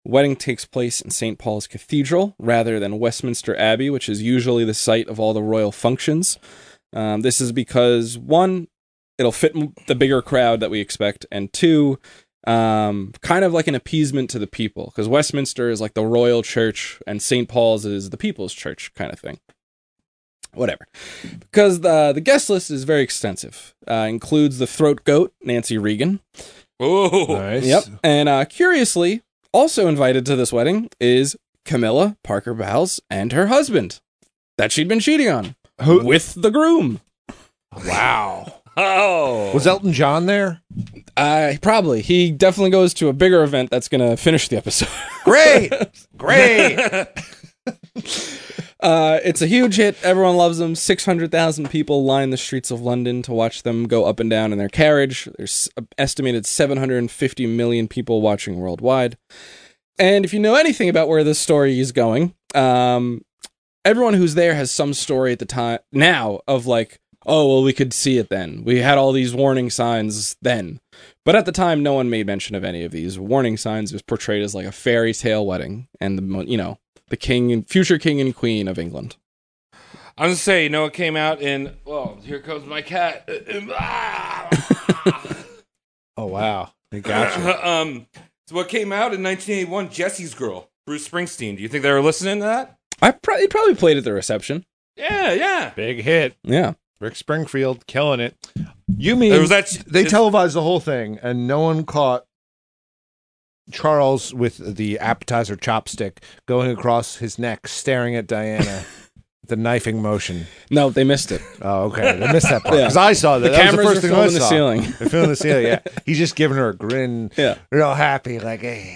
[SPEAKER 6] Wedding takes place in St. Paul's Cathedral rather than Westminster Abbey, which is usually the site of all the royal functions. Um, this is because one, it'll fit m- the bigger crowd that we expect, and two, um, kind of like an appeasement to the people, because Westminster is like the royal church and St. Paul's is the people's church kind of thing. Whatever because the the guest list is very extensive. Uh, includes the throat goat Nancy Regan.
[SPEAKER 8] Oh,
[SPEAKER 7] Nice.
[SPEAKER 6] Yep, and uh, curiously, also invited to this wedding is Camilla Parker Bowles and her husband that she'd been cheating on
[SPEAKER 7] Who-
[SPEAKER 6] with the groom.
[SPEAKER 7] Wow.
[SPEAKER 8] oh,
[SPEAKER 7] Was Elton John there?
[SPEAKER 6] Uh, probably he definitely goes to a bigger event that's gonna finish the episode.
[SPEAKER 7] Great. Great.
[SPEAKER 6] Uh, it's a huge hit. Everyone loves them. 600,000 people line the streets of London to watch them go up and down in their carriage. There's a- estimated 750 million people watching worldwide. And if you know anything about where this story is going, um, everyone who's there has some story at the time now of like, oh, well, we could see it then. We had all these warning signs then. But at the time, no one made mention of any of these warning signs. It was portrayed as like a fairy tale wedding, and the mo- you know the king and future king and queen of England.
[SPEAKER 8] I'm gonna say, you know, it came out in. Oh, here comes my cat. Ah.
[SPEAKER 7] Oh wow. They got you.
[SPEAKER 8] um, so what came out in 1981? Jesse's Girl, Bruce Springsteen. Do you think they were listening to that?
[SPEAKER 6] I pro- it probably played at the reception.
[SPEAKER 8] Yeah, yeah.
[SPEAKER 7] Big hit.
[SPEAKER 6] Yeah,
[SPEAKER 7] Rick Springfield killing it. You mean
[SPEAKER 8] There was that.
[SPEAKER 7] they televised the whole thing and no one caught Charles with the appetizer chopstick going across his neck, staring at Diana. the knifing motion.
[SPEAKER 6] no, they missed it.
[SPEAKER 7] Oh, okay. I missed that part
[SPEAKER 6] Yeah.
[SPEAKER 7] because I saw that.
[SPEAKER 6] The
[SPEAKER 7] that was the
[SPEAKER 6] cameras
[SPEAKER 7] first
[SPEAKER 6] are
[SPEAKER 7] thing I
[SPEAKER 6] filming the
[SPEAKER 7] saw.
[SPEAKER 6] ceiling.
[SPEAKER 7] They're filming the ceiling. Yeah, he's just giving her a grin.
[SPEAKER 6] Yeah.
[SPEAKER 7] real happy, like. eh.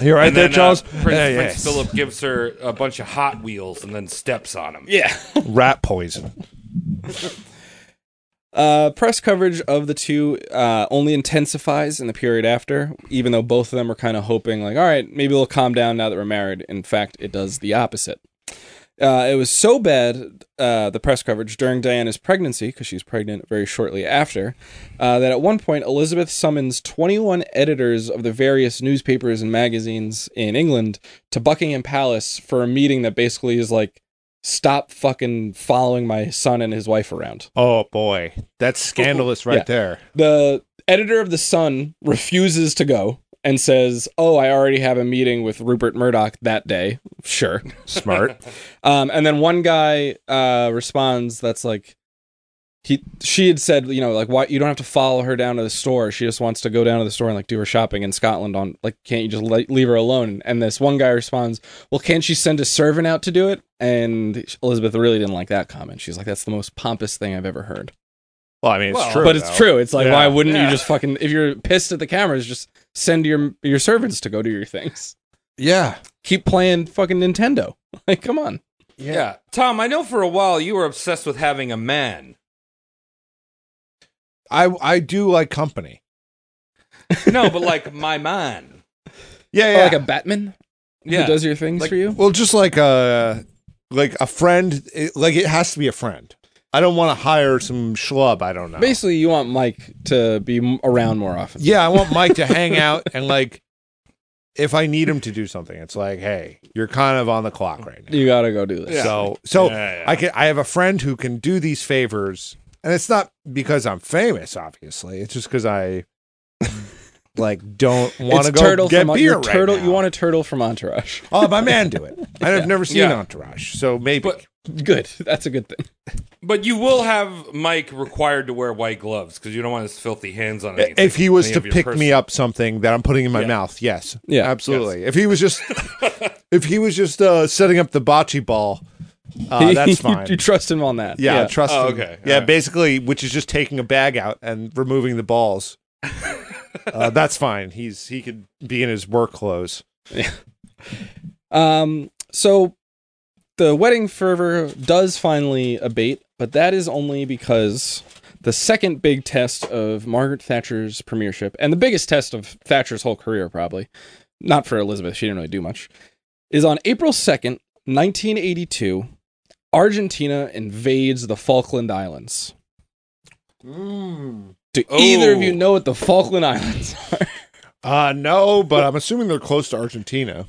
[SPEAKER 7] You're right
[SPEAKER 8] And
[SPEAKER 7] there,
[SPEAKER 8] then, uh,
[SPEAKER 7] Charles.
[SPEAKER 8] Prince,
[SPEAKER 7] Yeah,
[SPEAKER 8] Prince
[SPEAKER 7] yes.
[SPEAKER 8] Philip gives her a bunch of Hot Wheels and then steps on them.
[SPEAKER 6] Yeah.
[SPEAKER 7] Rat poison.
[SPEAKER 6] Uh, press coverage of the two uh, only intensifies in the period after, even though both of them are kind of hoping, like, all right, maybe they'll calm down now that we're married. In fact, it does the opposite. Uh, it was so bad, uh, the press coverage during Diana's pregnancy, because she's pregnant very shortly after, uh, that at one point Elizabeth summons 21 editors of the various newspapers and magazines in England to Buckingham Palace for a meeting that basically is like, stop fucking following my son and his wife around
[SPEAKER 7] Oh boy, that's scandalous right
[SPEAKER 6] Yeah.
[SPEAKER 7] there.
[SPEAKER 6] the editor of the Sun refuses to go and says, "Oh, I already have a meeting with Rupert Murdoch that day." Sure.
[SPEAKER 7] Smart.
[SPEAKER 6] Um, and then one guy uh, responds, "That's like." He, she had said, you know, like, why you don't have to follow her down to the store. She just wants to go down to the store and like do her shopping in Scotland. On like, can't you just le- leave her alone? And this one guy responds, well, can't she send a servant out to do it? And Elizabeth really didn't like that comment. She's like, that's the most pompous thing I've ever heard.
[SPEAKER 7] Well, I mean, it's
[SPEAKER 8] Well,
[SPEAKER 7] true.
[SPEAKER 6] But it's
[SPEAKER 7] though.
[SPEAKER 6] true. It's like,
[SPEAKER 7] Yeah.
[SPEAKER 6] why wouldn't
[SPEAKER 8] Yeah.
[SPEAKER 6] you just fucking if you're pissed at the cameras, just send your your servants to go do your things.
[SPEAKER 7] Yeah.
[SPEAKER 6] Keep playing fucking Nintendo. Like, come on.
[SPEAKER 8] Yeah. Tom, I know for a while you were obsessed with having a man.
[SPEAKER 7] I I do like company.
[SPEAKER 8] No, but like my man.
[SPEAKER 7] Yeah,
[SPEAKER 6] Or Like a Batman
[SPEAKER 8] Yeah.
[SPEAKER 6] who does your things
[SPEAKER 8] Like-
[SPEAKER 6] for you.
[SPEAKER 7] well, just like a like a friend. It, like it has to be a friend. I don't want to hire some schlub. I don't know.
[SPEAKER 6] Basically, you want Mike to be m- around more often.
[SPEAKER 7] Yeah, I want Mike to hang out and like if I need him to do something, it's like, hey, you're kind of on the clock right now.
[SPEAKER 6] You gotta go do this.
[SPEAKER 7] So so
[SPEAKER 8] Yeah, yeah.
[SPEAKER 7] I can I have a friend who can do these favors, and it's not because I'm famous, obviously. It's just because I like don't want to
[SPEAKER 6] it's
[SPEAKER 7] go
[SPEAKER 6] turtle
[SPEAKER 7] get
[SPEAKER 6] from Mon-
[SPEAKER 7] beer
[SPEAKER 6] you're
[SPEAKER 7] right
[SPEAKER 6] turtle.
[SPEAKER 7] now.
[SPEAKER 6] You want a turtle from Entourage?
[SPEAKER 7] Oh, my man do it. And I've never seen
[SPEAKER 8] Yeah.
[SPEAKER 7] Entourage, so maybe.
[SPEAKER 8] But-
[SPEAKER 6] Good. That's a good thing.
[SPEAKER 8] But you will have Mike required to wear white gloves because you don't want his filthy hands on anything.
[SPEAKER 7] if he was
[SPEAKER 8] any
[SPEAKER 7] to
[SPEAKER 8] of your
[SPEAKER 7] pick
[SPEAKER 8] person-
[SPEAKER 7] me up something that I'm putting in my
[SPEAKER 8] Yeah.
[SPEAKER 7] mouth, yes,
[SPEAKER 6] Yeah.
[SPEAKER 7] absolutely. If he was just, if he was just uh, setting up the bocce ball, uh,
[SPEAKER 6] You-
[SPEAKER 7] that's fine.
[SPEAKER 6] you trust him on that.
[SPEAKER 7] yeah, trust.
[SPEAKER 8] Oh,
[SPEAKER 7] him.
[SPEAKER 8] okay.
[SPEAKER 7] Yeah,
[SPEAKER 8] Alright.
[SPEAKER 7] basically, which is just taking a bag out and removing the balls. uh, that's fine. He's he could be in his work clothes.
[SPEAKER 6] Um, so the wedding fervor does finally abate, but that is only because the second big test of Margaret Thatcher's premiership, and the biggest test of Thatcher's whole career, probably, not for Elizabeth, she didn't really do much, is on April 2nd, 1982, Argentina invades the Falkland Islands. Do either of
[SPEAKER 8] Oh.
[SPEAKER 6] you know what the Falkland Islands are?
[SPEAKER 7] Uh, no, but I'm assuming they're close to Argentina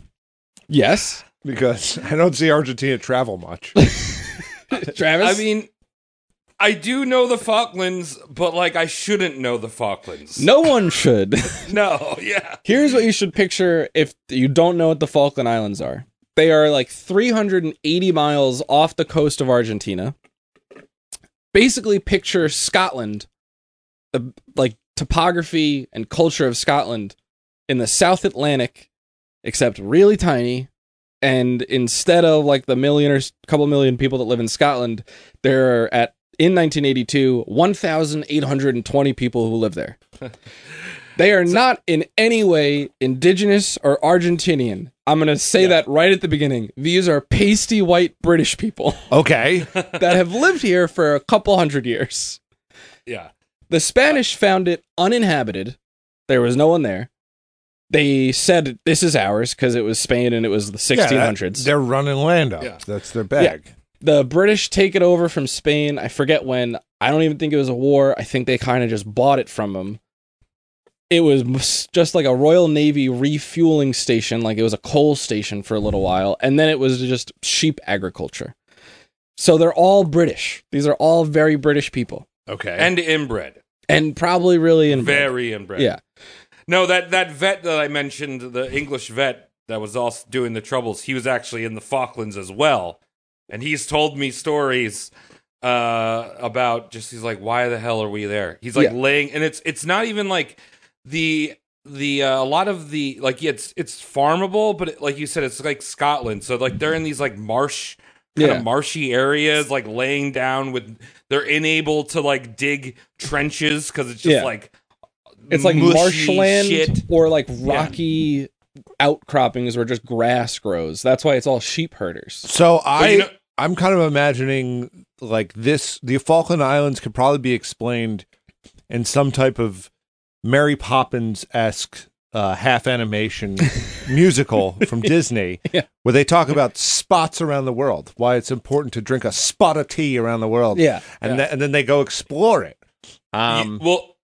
[SPEAKER 6] yes.
[SPEAKER 7] because I don't see Argentina travel much.
[SPEAKER 6] Travis?
[SPEAKER 8] I mean, I do know the Falklands, but like I shouldn't know the Falklands.
[SPEAKER 6] no one should.
[SPEAKER 8] no, yeah.
[SPEAKER 6] Here's what you should picture if you don't know what the Falkland Islands are. They are like 380 miles off the coast of Argentina. Basically, picture Scotland, the like topography and culture of Scotland in the South Atlantic, except really tiny. And instead of like the million or s- couple million people that live in Scotland, there are at in 1982 1,820 people who live there. They are not in any way indigenous or Argentinian. I'm going to say that right at the beginning. These are pasty white British people
[SPEAKER 7] Okay.
[SPEAKER 6] that have lived here for a couple hundred years.
[SPEAKER 8] Yeah.
[SPEAKER 6] The Spanish found it uninhabited. There was no one there. They said this is ours because it was Spain and it was the
[SPEAKER 7] Yeah, that-
[SPEAKER 6] 1600s.
[SPEAKER 7] they're running land up.
[SPEAKER 8] Yeah.
[SPEAKER 7] That's their bag.
[SPEAKER 6] the British take it over from Spain. I forget when. I don't even think it was a war. I think they kind of just bought it from them. It was mus- just like a Royal Navy refueling station, like it was a coal station for a little while, and then it was just sheep agriculture. So they're all British. These are all very British people,
[SPEAKER 7] Okay.
[SPEAKER 8] And inbred.
[SPEAKER 6] and probably really in
[SPEAKER 8] Very inbred.
[SPEAKER 6] yeah.
[SPEAKER 8] No, that that vet that I mentioned, the English vet that was also doing the troubles, he was actually in the Falklands as well, and he's told me stories uh, about just he's like, why the hell are we there? He's like
[SPEAKER 6] Yeah.
[SPEAKER 8] laying, and it's it's not even like the the uh, a lot of the like yeah, it's it's farmable, but it, like you said, it's like Scotland, so like they're in these like marsh. Kind
[SPEAKER 6] Yeah.
[SPEAKER 8] of marshy areas, like laying down with, they're unable to like dig trenches because it's just
[SPEAKER 6] Yeah.
[SPEAKER 8] like
[SPEAKER 6] It's like
[SPEAKER 8] mushy
[SPEAKER 6] marshland
[SPEAKER 8] shit.
[SPEAKER 6] or like rocky outcroppings where just grass grows. That's why it's all sheep herders.
[SPEAKER 7] so I,
[SPEAKER 8] you know-
[SPEAKER 7] I'm kind of imagining like this. The Falkland Islands could probably be explained in some type of Mary Poppins esque uh, half animation musical from Disney, where they talk about spots around the world, why it's important to drink a spot of tea around the world.
[SPEAKER 6] Yeah.
[SPEAKER 7] and tha- and then they go explore it.
[SPEAKER 8] Y-
[SPEAKER 7] Um,
[SPEAKER 8] well,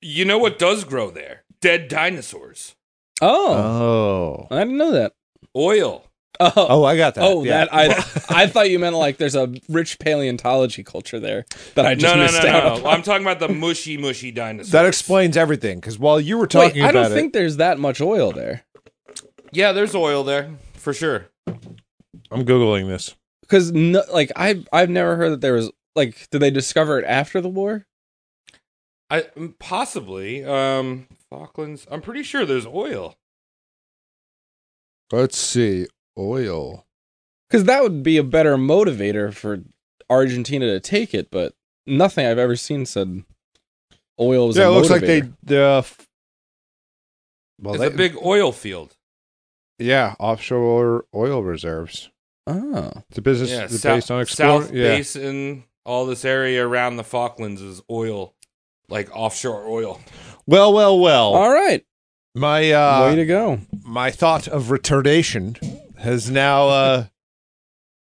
[SPEAKER 8] you know what does grow there? Dead dinosaurs,
[SPEAKER 6] Oh,
[SPEAKER 7] oh,
[SPEAKER 6] I didn't know that.
[SPEAKER 8] oil.
[SPEAKER 6] Oh,
[SPEAKER 7] oh, I got that.
[SPEAKER 6] Oh,
[SPEAKER 7] yeah.
[SPEAKER 6] that I I thought you meant like there's a rich paleontology culture there that
[SPEAKER 8] No,
[SPEAKER 6] I just
[SPEAKER 8] no,
[SPEAKER 6] missed
[SPEAKER 8] no, no,
[SPEAKER 6] out
[SPEAKER 8] no.
[SPEAKER 6] on.
[SPEAKER 8] I'm talking about the mushy, mushy dinosaurs.
[SPEAKER 7] that explains everything. Because while you were
[SPEAKER 6] Wait,
[SPEAKER 7] talking
[SPEAKER 6] I
[SPEAKER 7] about
[SPEAKER 6] don't
[SPEAKER 7] it,
[SPEAKER 6] think there's that much oil there
[SPEAKER 8] yeah, there's oil there for sure.
[SPEAKER 7] I'm googling this.
[SPEAKER 6] because no, like I I've never heard that there was like did they discover it after the war?
[SPEAKER 8] I mm, possibly um Falklands. I'm pretty sure there's oil.
[SPEAKER 7] Let's see. Oil.
[SPEAKER 6] Because that would be a better motivator for Argentina to take it, but nothing I've ever seen said oil was.
[SPEAKER 7] yeah,
[SPEAKER 6] a
[SPEAKER 7] it looks like they
[SPEAKER 6] motivator.
[SPEAKER 7] the uh, f- well,
[SPEAKER 8] It's
[SPEAKER 7] they,
[SPEAKER 8] a big oil field.
[SPEAKER 7] yeah offshore oil reserves.
[SPEAKER 6] Oh,
[SPEAKER 7] The business
[SPEAKER 8] Yeah,
[SPEAKER 7] is
[SPEAKER 8] South,
[SPEAKER 7] based on exploring.
[SPEAKER 8] South
[SPEAKER 7] yeah,
[SPEAKER 8] Basin, all this area around the Falklands is oil, like offshore oil.
[SPEAKER 7] well, well, well.
[SPEAKER 6] all right,
[SPEAKER 7] My
[SPEAKER 6] way
[SPEAKER 7] uh,
[SPEAKER 6] to go.
[SPEAKER 7] my thought of retardation has now uh,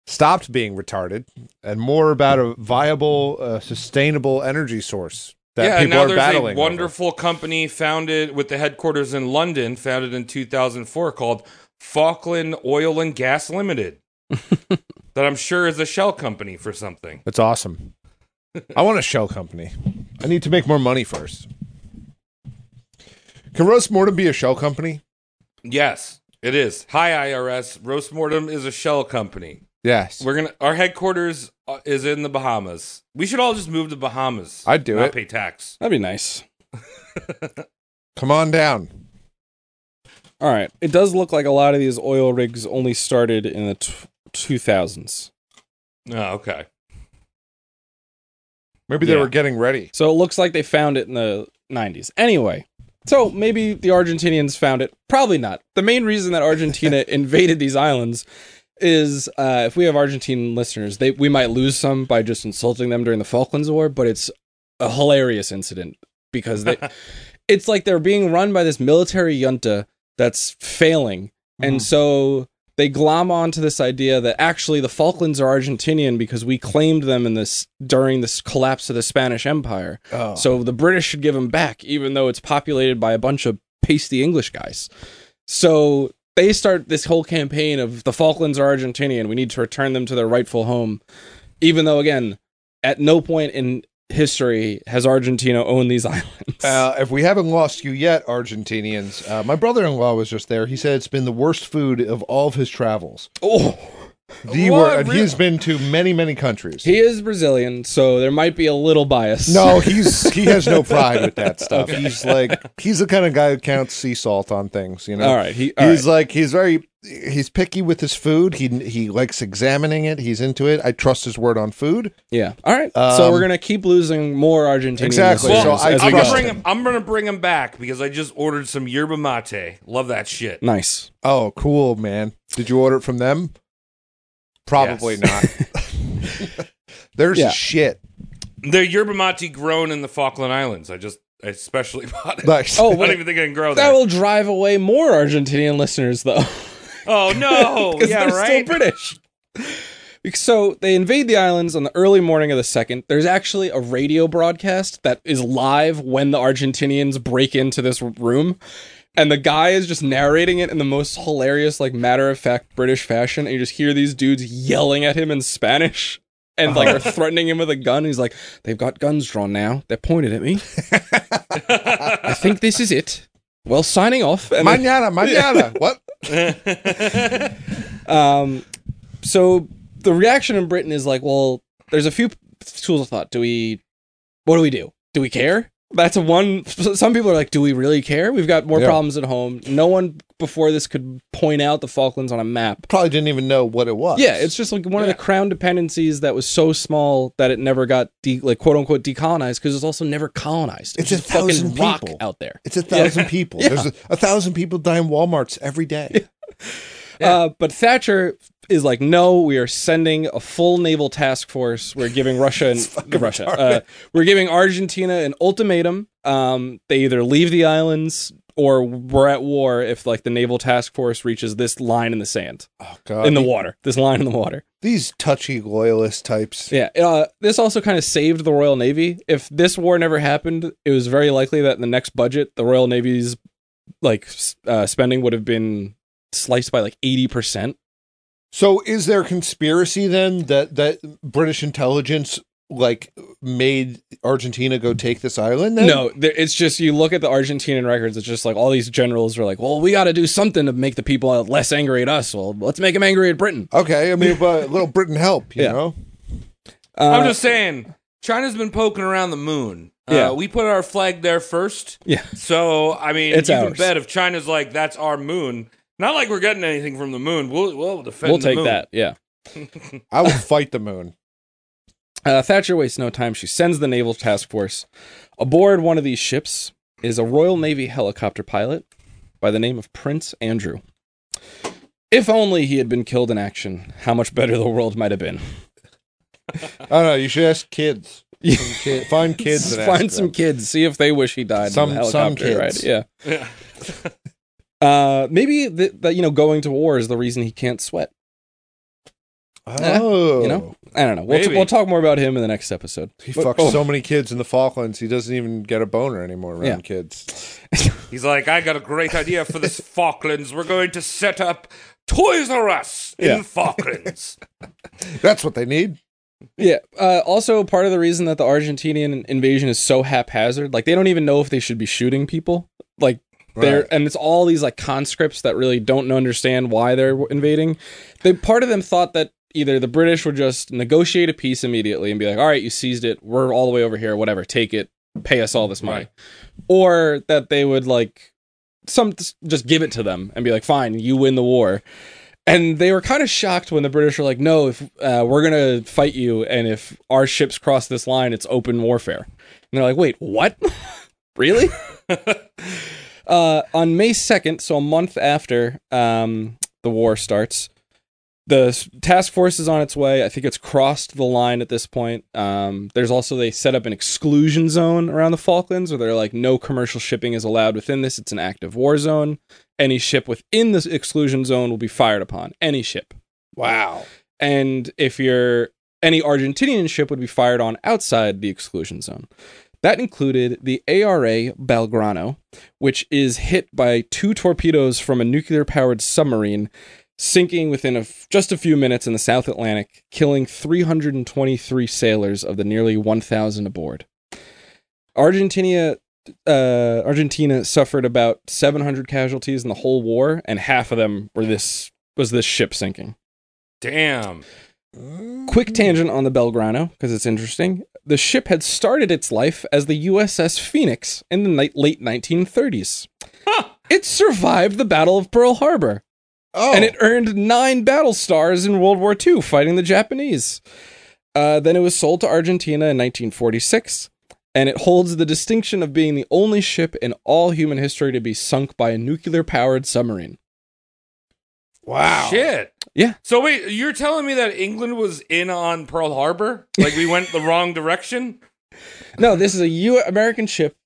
[SPEAKER 7] stopped being retarded, and more about a viable, uh, sustainable energy source that
[SPEAKER 8] yeah, and
[SPEAKER 7] people
[SPEAKER 8] now
[SPEAKER 7] are
[SPEAKER 8] there's
[SPEAKER 7] battling.
[SPEAKER 8] a
[SPEAKER 7] over.
[SPEAKER 8] wonderful company founded with the headquarters in London, founded in 2004, called Falkland Oil and Gas Limited, that I'm sure is a shell company for something.
[SPEAKER 7] That's awesome. I want a shell company. I need to make more money first. Can Roast Mortem be a shell company?
[SPEAKER 8] Yes, it is. Hi, IRS. Roast Mortem is a shell company.
[SPEAKER 7] Yes.
[SPEAKER 8] We're gonna. Our headquarters uh, is in the Bahamas. We should all just move to Bahamas.
[SPEAKER 7] I'd do
[SPEAKER 8] not
[SPEAKER 7] it.
[SPEAKER 8] Pay tax.
[SPEAKER 6] That'd be nice.
[SPEAKER 7] Come on down.
[SPEAKER 6] All right. It does look like a lot of these oil rigs only started in the tw 2000s.
[SPEAKER 8] Oh, okay.
[SPEAKER 7] Maybe they
[SPEAKER 6] Yeah.
[SPEAKER 7] were getting ready.
[SPEAKER 6] So it looks like they found it in the 90s. Anyway, so maybe the Argentinians found it. Probably not. The main reason that Argentina invaded these islands is uh, if we have Argentine listeners, they we might lose some by just insulting them during the Falklands War, but it's a hilarious incident because they, it's like they're being run by this military junta that's failing, and so they glom onto this idea that actually the Falklands are Argentinian because we claimed them in this during this collapse of the Spanish Empire.
[SPEAKER 7] Oh.
[SPEAKER 6] So the British should give them back, even though it's populated by a bunch of pasty English guys. So they start this whole campaign of the Falklands are Argentinian. We need to return them to their rightful home, even though again, at no point in history has Argentina owned these islands.
[SPEAKER 7] Uh, if we haven't lost you yet, Argentinians, uh, my brother in law was just there. He said it's been the worst food of all of his travels.
[SPEAKER 6] oh,
[SPEAKER 7] The
[SPEAKER 8] What?
[SPEAKER 7] wor- and he's been to many, many countries.
[SPEAKER 6] he is Brazilian, so there might be a little bias.
[SPEAKER 7] no, he's he has no pride with that stuff. He's like he's the kind of guy who counts sea salt on things. You know,
[SPEAKER 6] all right, he, all
[SPEAKER 7] he's
[SPEAKER 6] right.
[SPEAKER 7] like he's very he's picky with his food. He he likes examining it. He's into it. I trust his word on food.
[SPEAKER 6] yeah, all right. so
[SPEAKER 7] Um,
[SPEAKER 6] we're gonna keep losing more Argentinians.
[SPEAKER 7] Exactly,
[SPEAKER 6] listeners
[SPEAKER 7] so
[SPEAKER 8] Well,
[SPEAKER 7] I
[SPEAKER 6] as
[SPEAKER 8] I'm,
[SPEAKER 6] we
[SPEAKER 8] gonna
[SPEAKER 7] trust
[SPEAKER 6] go.
[SPEAKER 8] bring him, I'm gonna bring him back because I just ordered some yerba mate. Love that shit.
[SPEAKER 6] Nice.
[SPEAKER 7] Oh, cool, man. Did you order it from them? Probably not. There's
[SPEAKER 6] Yeah.
[SPEAKER 7] shit.
[SPEAKER 8] The yerba mate grown in the Falkland Islands. I just I especially bought it.
[SPEAKER 7] Like,
[SPEAKER 6] Oh,
[SPEAKER 8] I don't
[SPEAKER 6] wait.
[SPEAKER 8] even think I can grow
[SPEAKER 6] That
[SPEAKER 8] that.
[SPEAKER 6] will drive away more Argentinian listeners, though.
[SPEAKER 8] oh no!
[SPEAKER 6] because
[SPEAKER 8] yeah,
[SPEAKER 6] they're
[SPEAKER 8] right.
[SPEAKER 6] still British. So they invade the islands on the early morning of the second. There's actually a radio broadcast that is live when the Argentinians break into this room, and the guy is just narrating it in the most hilarious, like matter of fact British fashion, and you just hear these dudes yelling at him in Spanish. And like
[SPEAKER 8] Uh-huh.
[SPEAKER 6] are threatening him with a gun. He's like, "They've got guns drawn now. They're pointed at me. I think this is it." Well, signing off. And then-
[SPEAKER 7] Mañana, mañana. what?
[SPEAKER 6] um, so the reaction in Britain is like, well, there's a few schools of thought. Do we, what do we do? Do we care? That's a one. s- Some people are like, do we really care? We've got more
[SPEAKER 7] Yeah.
[SPEAKER 6] problems at home. No one before this could point out the Falklands on a map.
[SPEAKER 7] Probably didn't even know what it was.
[SPEAKER 6] Yeah, it's just like one of the crown dependencies that was so small that it never got de- like quote unquote decolonized because it's also never colonized.
[SPEAKER 7] It's a
[SPEAKER 6] just fucking
[SPEAKER 7] thousand
[SPEAKER 6] rock
[SPEAKER 7] people.
[SPEAKER 6] out there.
[SPEAKER 7] It's a thousand people. There's a, a thousand people die in Walmarts every day.
[SPEAKER 6] Uh, but Thatcher is like, no, we are sending a full naval task force. We're giving Russia and Russia. Uh, we're giving Argentina an ultimatum. Um, they either leave the islands or we're at war if like the naval task force reaches this line in the sand
[SPEAKER 7] Oh god.
[SPEAKER 6] in the water. This line in the water.
[SPEAKER 7] These touchy loyalist types.
[SPEAKER 6] Yeah. Uh, this also kind of saved the Royal Navy. If this war never happened, it was very likely that in the next budget, the Royal Navy's like s- uh, spending would have been sliced by like eighty percent.
[SPEAKER 7] So is there a conspiracy then that that British intelligence like made Argentina go take this island then?
[SPEAKER 6] No, there, it's just you look at the Argentinian records. It's just like all these generals were like, "Well, we got to do something to make the people less angry at us. Well, let's make them angry at Britain."
[SPEAKER 7] Okay, I mean, but little Britain help, you
[SPEAKER 6] Yeah.
[SPEAKER 7] know.
[SPEAKER 8] I'm
[SPEAKER 6] Uh,
[SPEAKER 8] just saying, China's been poking around the moon.
[SPEAKER 6] Yeah.
[SPEAKER 8] Uh, we put our flag there first.
[SPEAKER 6] Yeah.
[SPEAKER 8] So I mean,
[SPEAKER 6] It's
[SPEAKER 8] you
[SPEAKER 6] ours.
[SPEAKER 8] can bet if China's like, that's our moon. Not like we're getting anything from the moon. We'll we'll defend.
[SPEAKER 6] we'll
[SPEAKER 8] the
[SPEAKER 6] take
[SPEAKER 8] moon.
[SPEAKER 6] that. Yeah.
[SPEAKER 7] I will fight the moon.
[SPEAKER 6] Uh, Thatcher wastes no time. She sends the naval task force. Aboard one of these ships is a Royal Navy helicopter pilot by the name of Prince Andrew. If only he had been killed in action, how much better the world might have been.
[SPEAKER 7] I don't know. You should ask kids.
[SPEAKER 6] Yeah.
[SPEAKER 7] Some kid- find kids. and
[SPEAKER 6] find
[SPEAKER 7] ask
[SPEAKER 6] some
[SPEAKER 7] them.
[SPEAKER 6] kids, see if they wish he died.
[SPEAKER 7] Some-
[SPEAKER 6] in the
[SPEAKER 7] some
[SPEAKER 6] helicopter,
[SPEAKER 7] kids.
[SPEAKER 6] right? Yeah. uh, maybe that that, you know going to war is the reason he can't sweat.
[SPEAKER 7] Oh,
[SPEAKER 6] You know, I don't know. We'll, t-
[SPEAKER 8] Maybe.
[SPEAKER 6] we'll talk more about him in the next episode.
[SPEAKER 7] He
[SPEAKER 6] But-
[SPEAKER 7] fucks
[SPEAKER 6] oh,
[SPEAKER 7] so many kids in the Falklands. He doesn't even get a boner anymore around
[SPEAKER 6] Yeah.
[SPEAKER 7] kids.
[SPEAKER 8] He's like, I got a great idea for this Falklands. We're going to set up Toys R Us in
[SPEAKER 6] Yeah.
[SPEAKER 8] Falklands.
[SPEAKER 7] That's what they need.
[SPEAKER 6] yeah. Uh, also, part of the reason that the Argentinian invasion is so haphazard, like they don't even know if they should be shooting people. Like they're
[SPEAKER 7] Right.
[SPEAKER 6] and it's all these like conscripts that really don't understand why they're invading. They part of them thought that either the British would just negotiate a peace immediately and be like, "All right, you seized it. We're all the way over here. Whatever, take it. Pay us all this money,"
[SPEAKER 8] Right.
[SPEAKER 6] or that they would like some just give it to them and be like, "Fine, you win the war." And they were kind of shocked when the British were like, "No, if uh, we're gonna fight you, and if our ships cross this line, it's open warfare." And they're like, "Wait, what? really?" uh, on May 2nd, so a month after um, the war starts, the s- task force is on its way. I think it's crossed the line at this point. Um, there's also they set up an exclusion zone around the Falklands where they're like no commercial shipping is allowed within this. It's an active war zone. Any ship within this exclusion zone will be fired upon. Any ship.
[SPEAKER 7] Wow.
[SPEAKER 6] and if you're any Argentinian ship would be fired on outside the exclusion zone. That included the ARA Belgrano, which is hit by two torpedoes from a nuclear powered submarine, sinking within a f just a few minutes in the South Atlantic, killing 323 sailors of the nearly 1,000 aboard. Argentina. Uh, Argentina suffered about 700 casualties in the whole war, and half of them were this was this ship sinking.
[SPEAKER 8] Damn.
[SPEAKER 6] Quick tangent on the Belgrano because it's interesting. The ship had started its life as the USS Phoenix in the ni- late 1930s. It survived the Battle of Pearl Harbor
[SPEAKER 7] Oh,
[SPEAKER 6] and it earned nine battle stars in World War II fighting the Japanese. Uh, then it was sold to Argentina in 1946, and it holds the distinction of being the only ship in all human history to be sunk by a nuclear powered submarine.
[SPEAKER 7] wow.
[SPEAKER 8] Shit.
[SPEAKER 6] Yeah.
[SPEAKER 8] So wait, you're telling me that England was in on Pearl Harbor? Like we went the wrong direction?
[SPEAKER 6] No, this is a U- American ship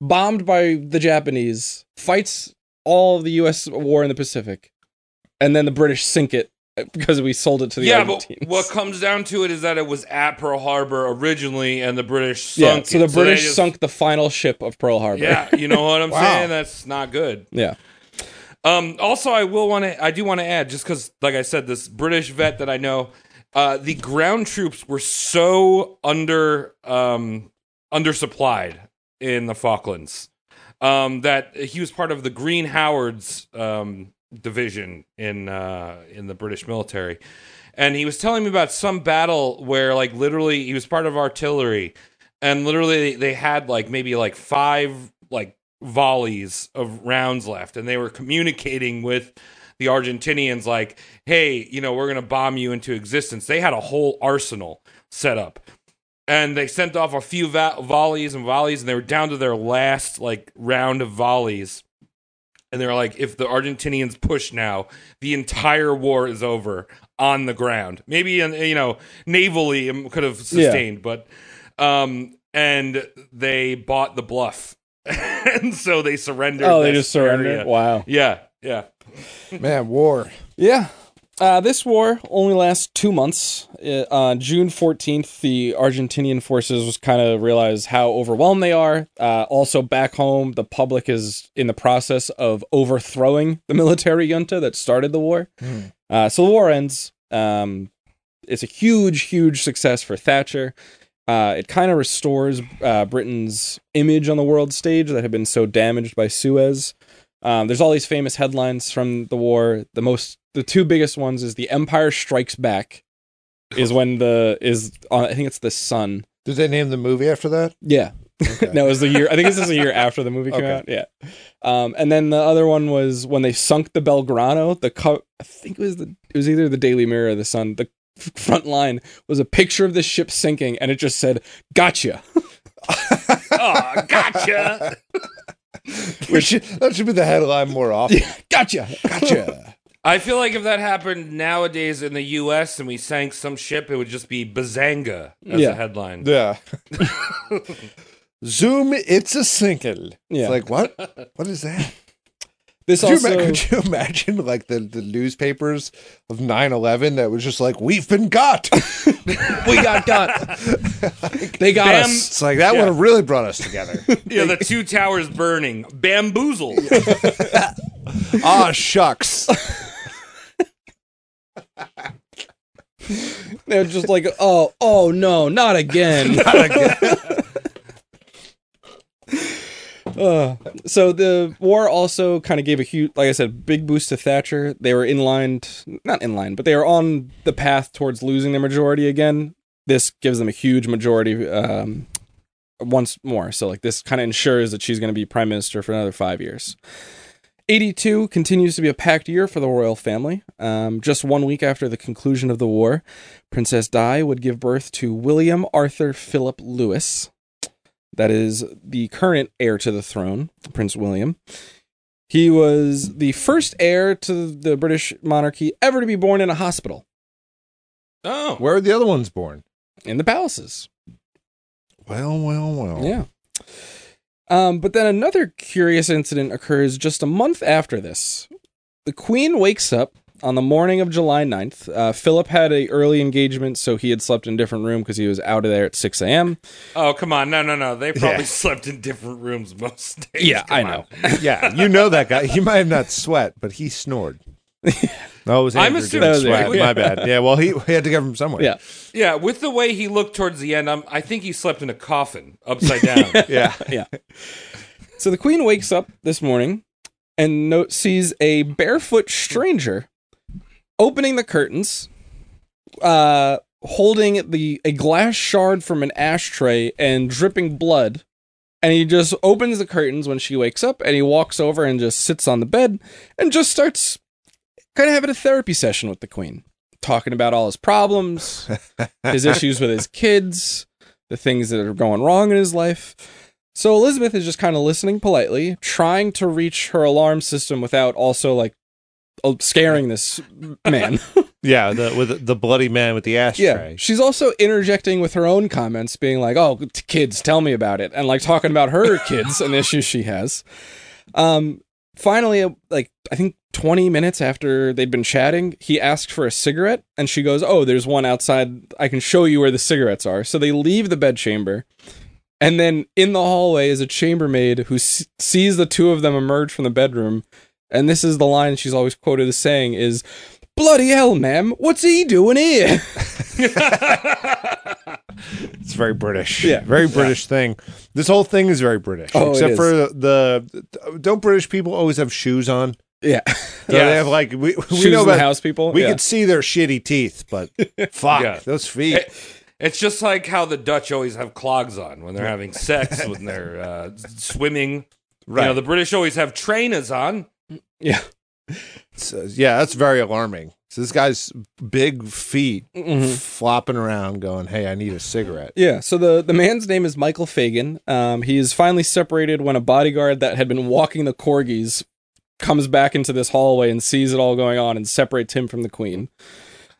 [SPEAKER 6] bombed by the Japanese, fights all of the U.S. war in the Pacific, and then the British sink it uh, because we sold it to the
[SPEAKER 8] yeah, but
[SPEAKER 6] Argentines.
[SPEAKER 8] what comes down to it is that it was at Pearl Harbor originally, and the British
[SPEAKER 6] yeah,
[SPEAKER 8] sunk.
[SPEAKER 6] so
[SPEAKER 8] it.
[SPEAKER 6] the
[SPEAKER 8] they
[SPEAKER 6] British
[SPEAKER 8] just-
[SPEAKER 6] sunk the final ship of Pearl Harbor.
[SPEAKER 8] Yeah, you know what I'm
[SPEAKER 7] Wow.
[SPEAKER 8] saying? That's not good.
[SPEAKER 6] yeah.
[SPEAKER 8] Um, also, I will want to. I do want to add, just because, like I said, this British vet that I know, uh, the ground troops were so under um, undersupplied in the Falklands um, that he was part of the Green Howards um, division in uh, in the British military, and he was telling me about some battle where, like, literally, he was part of artillery, and literally they had like maybe like five like volleys of rounds left and they were communicating with the argentinians like hey you know we're going to bomb you into existence they had a whole arsenal set up and they sent off a few va- volleys and volleys and they were down to their last like round of volleys and they were like if the argentinians push now the entire war is over on the ground maybe in, you know navally it could have sustained but um and they bought the bluff and so they surrendered
[SPEAKER 6] Oh, they
[SPEAKER 8] this
[SPEAKER 6] just surrendered.
[SPEAKER 8] area.
[SPEAKER 6] Wow.
[SPEAKER 8] yeah yeah
[SPEAKER 7] Man, war.
[SPEAKER 6] Yeah. Uh, this war only lasts two months. Uh, on June 14th, the Argentinian forces was kind of realized how overwhelmed they are. Uh, also, back home, the public is in the process of overthrowing the military junta that started the war. Uh, so the war ends. Um, it's a huge, huge success for Thatcher. Uh, it kind of restores uh, Britain's image on the world stage that had been so damaged by Suez. Um, there's all these famous headlines from the war. The most, the two biggest ones is "The Empire Strikes Back," is when the is on, I think it's the Sun.
[SPEAKER 7] Did they name the movie after that?
[SPEAKER 6] Yeah, no, it was the year. I think this is a year after the movie came
[SPEAKER 7] Okay.
[SPEAKER 6] out. Yeah, um, and then the other one was when they sunk the Belgrano. The co- I think it was the it was either the Daily Mirror or the Sun. The f- front line was a picture of the ship sinking, and it just said "Gotcha."
[SPEAKER 8] oh gotcha
[SPEAKER 7] Which that should be the headline more often.
[SPEAKER 6] gotcha.
[SPEAKER 7] Gotcha.
[SPEAKER 8] i feel like if that happened nowadays in the us and we sank some ship it would just be bazanga as
[SPEAKER 6] Yeah.
[SPEAKER 8] a headline
[SPEAKER 7] yeah. Zoom, it's a sinking. It's
[SPEAKER 6] Yeah.
[SPEAKER 7] like what? What is that?
[SPEAKER 6] This
[SPEAKER 7] Could you,
[SPEAKER 6] also
[SPEAKER 7] ima- could you imagine like the, the newspapers of 9-11 that was just like, we've been got.
[SPEAKER 6] we got got. they got
[SPEAKER 8] Bam-
[SPEAKER 6] us.
[SPEAKER 7] It's like that would have really brought us together.
[SPEAKER 8] yeah the two towers burning bamboozled
[SPEAKER 7] Ah shucks.
[SPEAKER 6] They're just like, oh, oh no, not again. Uh, so the war also kind of gave a huge, like I said, big boost to Thatcher. They were in line, t- not in line, but they were on the path towards losing their majority again. This gives them a huge majority um, once more. So like this kind of ensures that she's going to be prime minister for another five years. 82 continues to be a packed year for the royal family. Um, just one week after the conclusion of the war, Princess Di would give birth to William Arthur Philip Lewis. That is the current heir to the throne, Prince William. He was the first heir to the British monarchy ever to be born in a hospital
[SPEAKER 8] Oh,
[SPEAKER 7] Where are the other ones born?
[SPEAKER 6] in the palaces.
[SPEAKER 7] Well, well, well.
[SPEAKER 6] Yeah. Um, but then another curious incident occurs just a month after this. The Queen wakes up on the morning of July 9th. Uh, Philip had a early engagement, so he had slept in a different room because he was out of there at 6 a.m.
[SPEAKER 8] oh, come on, no, no, no. They probably
[SPEAKER 7] Yeah.
[SPEAKER 8] slept in different rooms most days.
[SPEAKER 6] I
[SPEAKER 8] Come on.
[SPEAKER 6] know.
[SPEAKER 7] yeah, you know that guy. He might have not sweat, but he snored. No, it was
[SPEAKER 8] I'm
[SPEAKER 7] Andrew didn't
[SPEAKER 8] assuming-
[SPEAKER 6] That
[SPEAKER 7] sweat.
[SPEAKER 6] was
[SPEAKER 7] My bad. Yeah, well, he, he had to get from somewhere.
[SPEAKER 6] Yeah.
[SPEAKER 8] Yeah, with the way he looked towards the end, I'm, I think he slept in a coffin upside down.
[SPEAKER 7] Yeah.
[SPEAKER 6] yeah. So the queen wakes up this morning and no- sees a barefoot stranger opening the curtains, uh, holding the a glass shard from an ashtray and dripping blood. And he just opens the curtains when she wakes up, and he walks over and just sits on the bed and just starts kind of having a therapy session with the queen, talking about all his problems, his issues with his kids, the things that are going wrong in his life. So Elizabeth is just kind of listening politely, trying to reach her alarm system without also like oh, scaring this man.
[SPEAKER 7] Yeah, the, with the bloody man with the
[SPEAKER 6] yeah.
[SPEAKER 7] ashtray.
[SPEAKER 6] She's also interjecting with her own comments, being like, oh, t- kids, tell me about it. And like talking about her kids and issues she has. Um, finally, uh, like, I think 20 minutes after they'd been chatting, he asked for a cigarette. And she goes, oh, there's one outside. I can show you where the cigarettes are. So they leave the bedchamber. And then in the hallway is a chambermaid who s- sees the two of them emerge from the bedroom. And this is the line she's always quoted as saying is, Bloody hell, ma'am, what's he doing here?
[SPEAKER 7] It's very British.
[SPEAKER 6] Yeah.
[SPEAKER 7] Very British thing. This whole thing is very British.
[SPEAKER 6] Oh, it
[SPEAKER 7] except
[SPEAKER 6] is.
[SPEAKER 7] for the, the- Don't British people always have shoes on?
[SPEAKER 6] Yeah.
[SPEAKER 7] Yeah.
[SPEAKER 8] Yes.
[SPEAKER 7] They have like. We, we
[SPEAKER 6] Shoes
[SPEAKER 7] know
[SPEAKER 6] in the
[SPEAKER 7] about.
[SPEAKER 6] house people.
[SPEAKER 7] We
[SPEAKER 6] yeah. Eh,
[SPEAKER 7] could see their shitty teeth, but fuck,
[SPEAKER 8] Yeah.
[SPEAKER 7] those feet.
[SPEAKER 8] It- it's just like how the Dutch always have clogs on when they're having sex, when they're uh, swimming. You know,
[SPEAKER 7] Right.
[SPEAKER 8] the British always have trainers on.
[SPEAKER 6] Yeah.
[SPEAKER 7] So, yeah, that's very alarming. So this guy's big feet
[SPEAKER 6] Mm-hmm.
[SPEAKER 7] flopping around, going, "Hey, I need a cigarette."
[SPEAKER 6] Yeah. So the, the man's name is Michael Fagan. Um, he is finally separated when a bodyguard that had been walking the corgis comes back into this hallway and sees it all going on and separates him from the queen.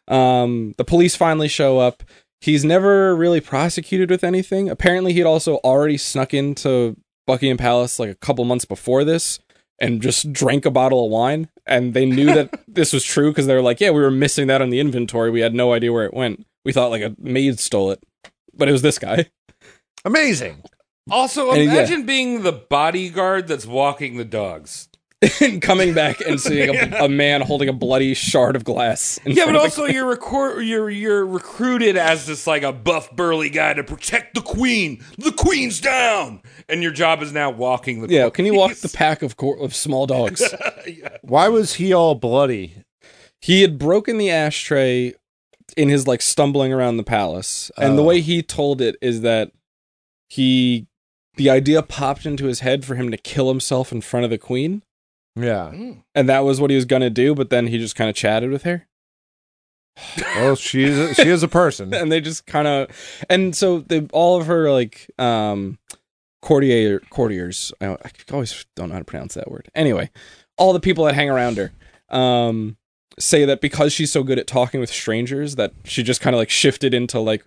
[SPEAKER 6] Um, the police finally show up. He's never really prosecuted with anything. Apparently, he'd also already snuck into Buckingham Palace like a couple months before this and just drank a bottle of wine. And they knew that this was true because they were like, yeah, we were missing that on the inventory. We had no idea where it went. We thought like a maid stole it, but it was this guy.
[SPEAKER 7] Amazing.
[SPEAKER 8] Also,
[SPEAKER 6] And, yeah.
[SPEAKER 8] imagine being the bodyguard that's walking the dogs.
[SPEAKER 6] and coming back and seeing a, a man holding a bloody shard of glass. in
[SPEAKER 8] Yeah, but
[SPEAKER 6] front of the
[SPEAKER 8] also you're record you're you're recruited as this like a buff burly guy to protect the queen. The queen's down, and your job is now walking the.
[SPEAKER 6] Yeah, can you walk
[SPEAKER 8] corgis.
[SPEAKER 6] the pack of cor- of small dogs?
[SPEAKER 7] Why was he all bloody?
[SPEAKER 6] he had broken the ashtray in his like stumbling around the palace, and the
[SPEAKER 7] Oh.
[SPEAKER 8] Uh.
[SPEAKER 6] way he told it is that he the idea popped into his head for him to kill himself in front of the queen,
[SPEAKER 7] Yeah.
[SPEAKER 6] and that was what he was gonna do. But then he just kind of chatted with her,
[SPEAKER 7] Well, she's a, she is a person.
[SPEAKER 6] and they just kind of and so they, all of her like um courtier courtiers I, I always don't know how to pronounce that word anyway all the people that hang around her um say that because she's so good at talking with strangers that she just kind of like shifted into like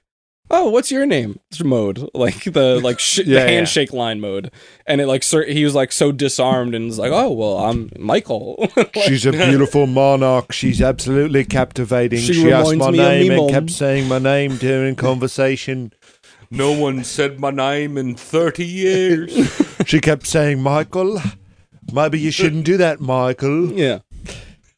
[SPEAKER 6] oh what's your name mode like the like sh-
[SPEAKER 7] Yeah,
[SPEAKER 6] the
[SPEAKER 7] yeah.
[SPEAKER 6] handshake line mode and it like sir he was like so disarmed and was like oh well i'm michael
[SPEAKER 7] She's a beautiful monarch. She's absolutely captivating.
[SPEAKER 6] She reminds me of me mum.
[SPEAKER 7] saying my name during conversation.
[SPEAKER 8] No one said my name in thirty years.
[SPEAKER 7] She kept saying, "Michael, maybe you shouldn't do that, Michael."
[SPEAKER 6] yeah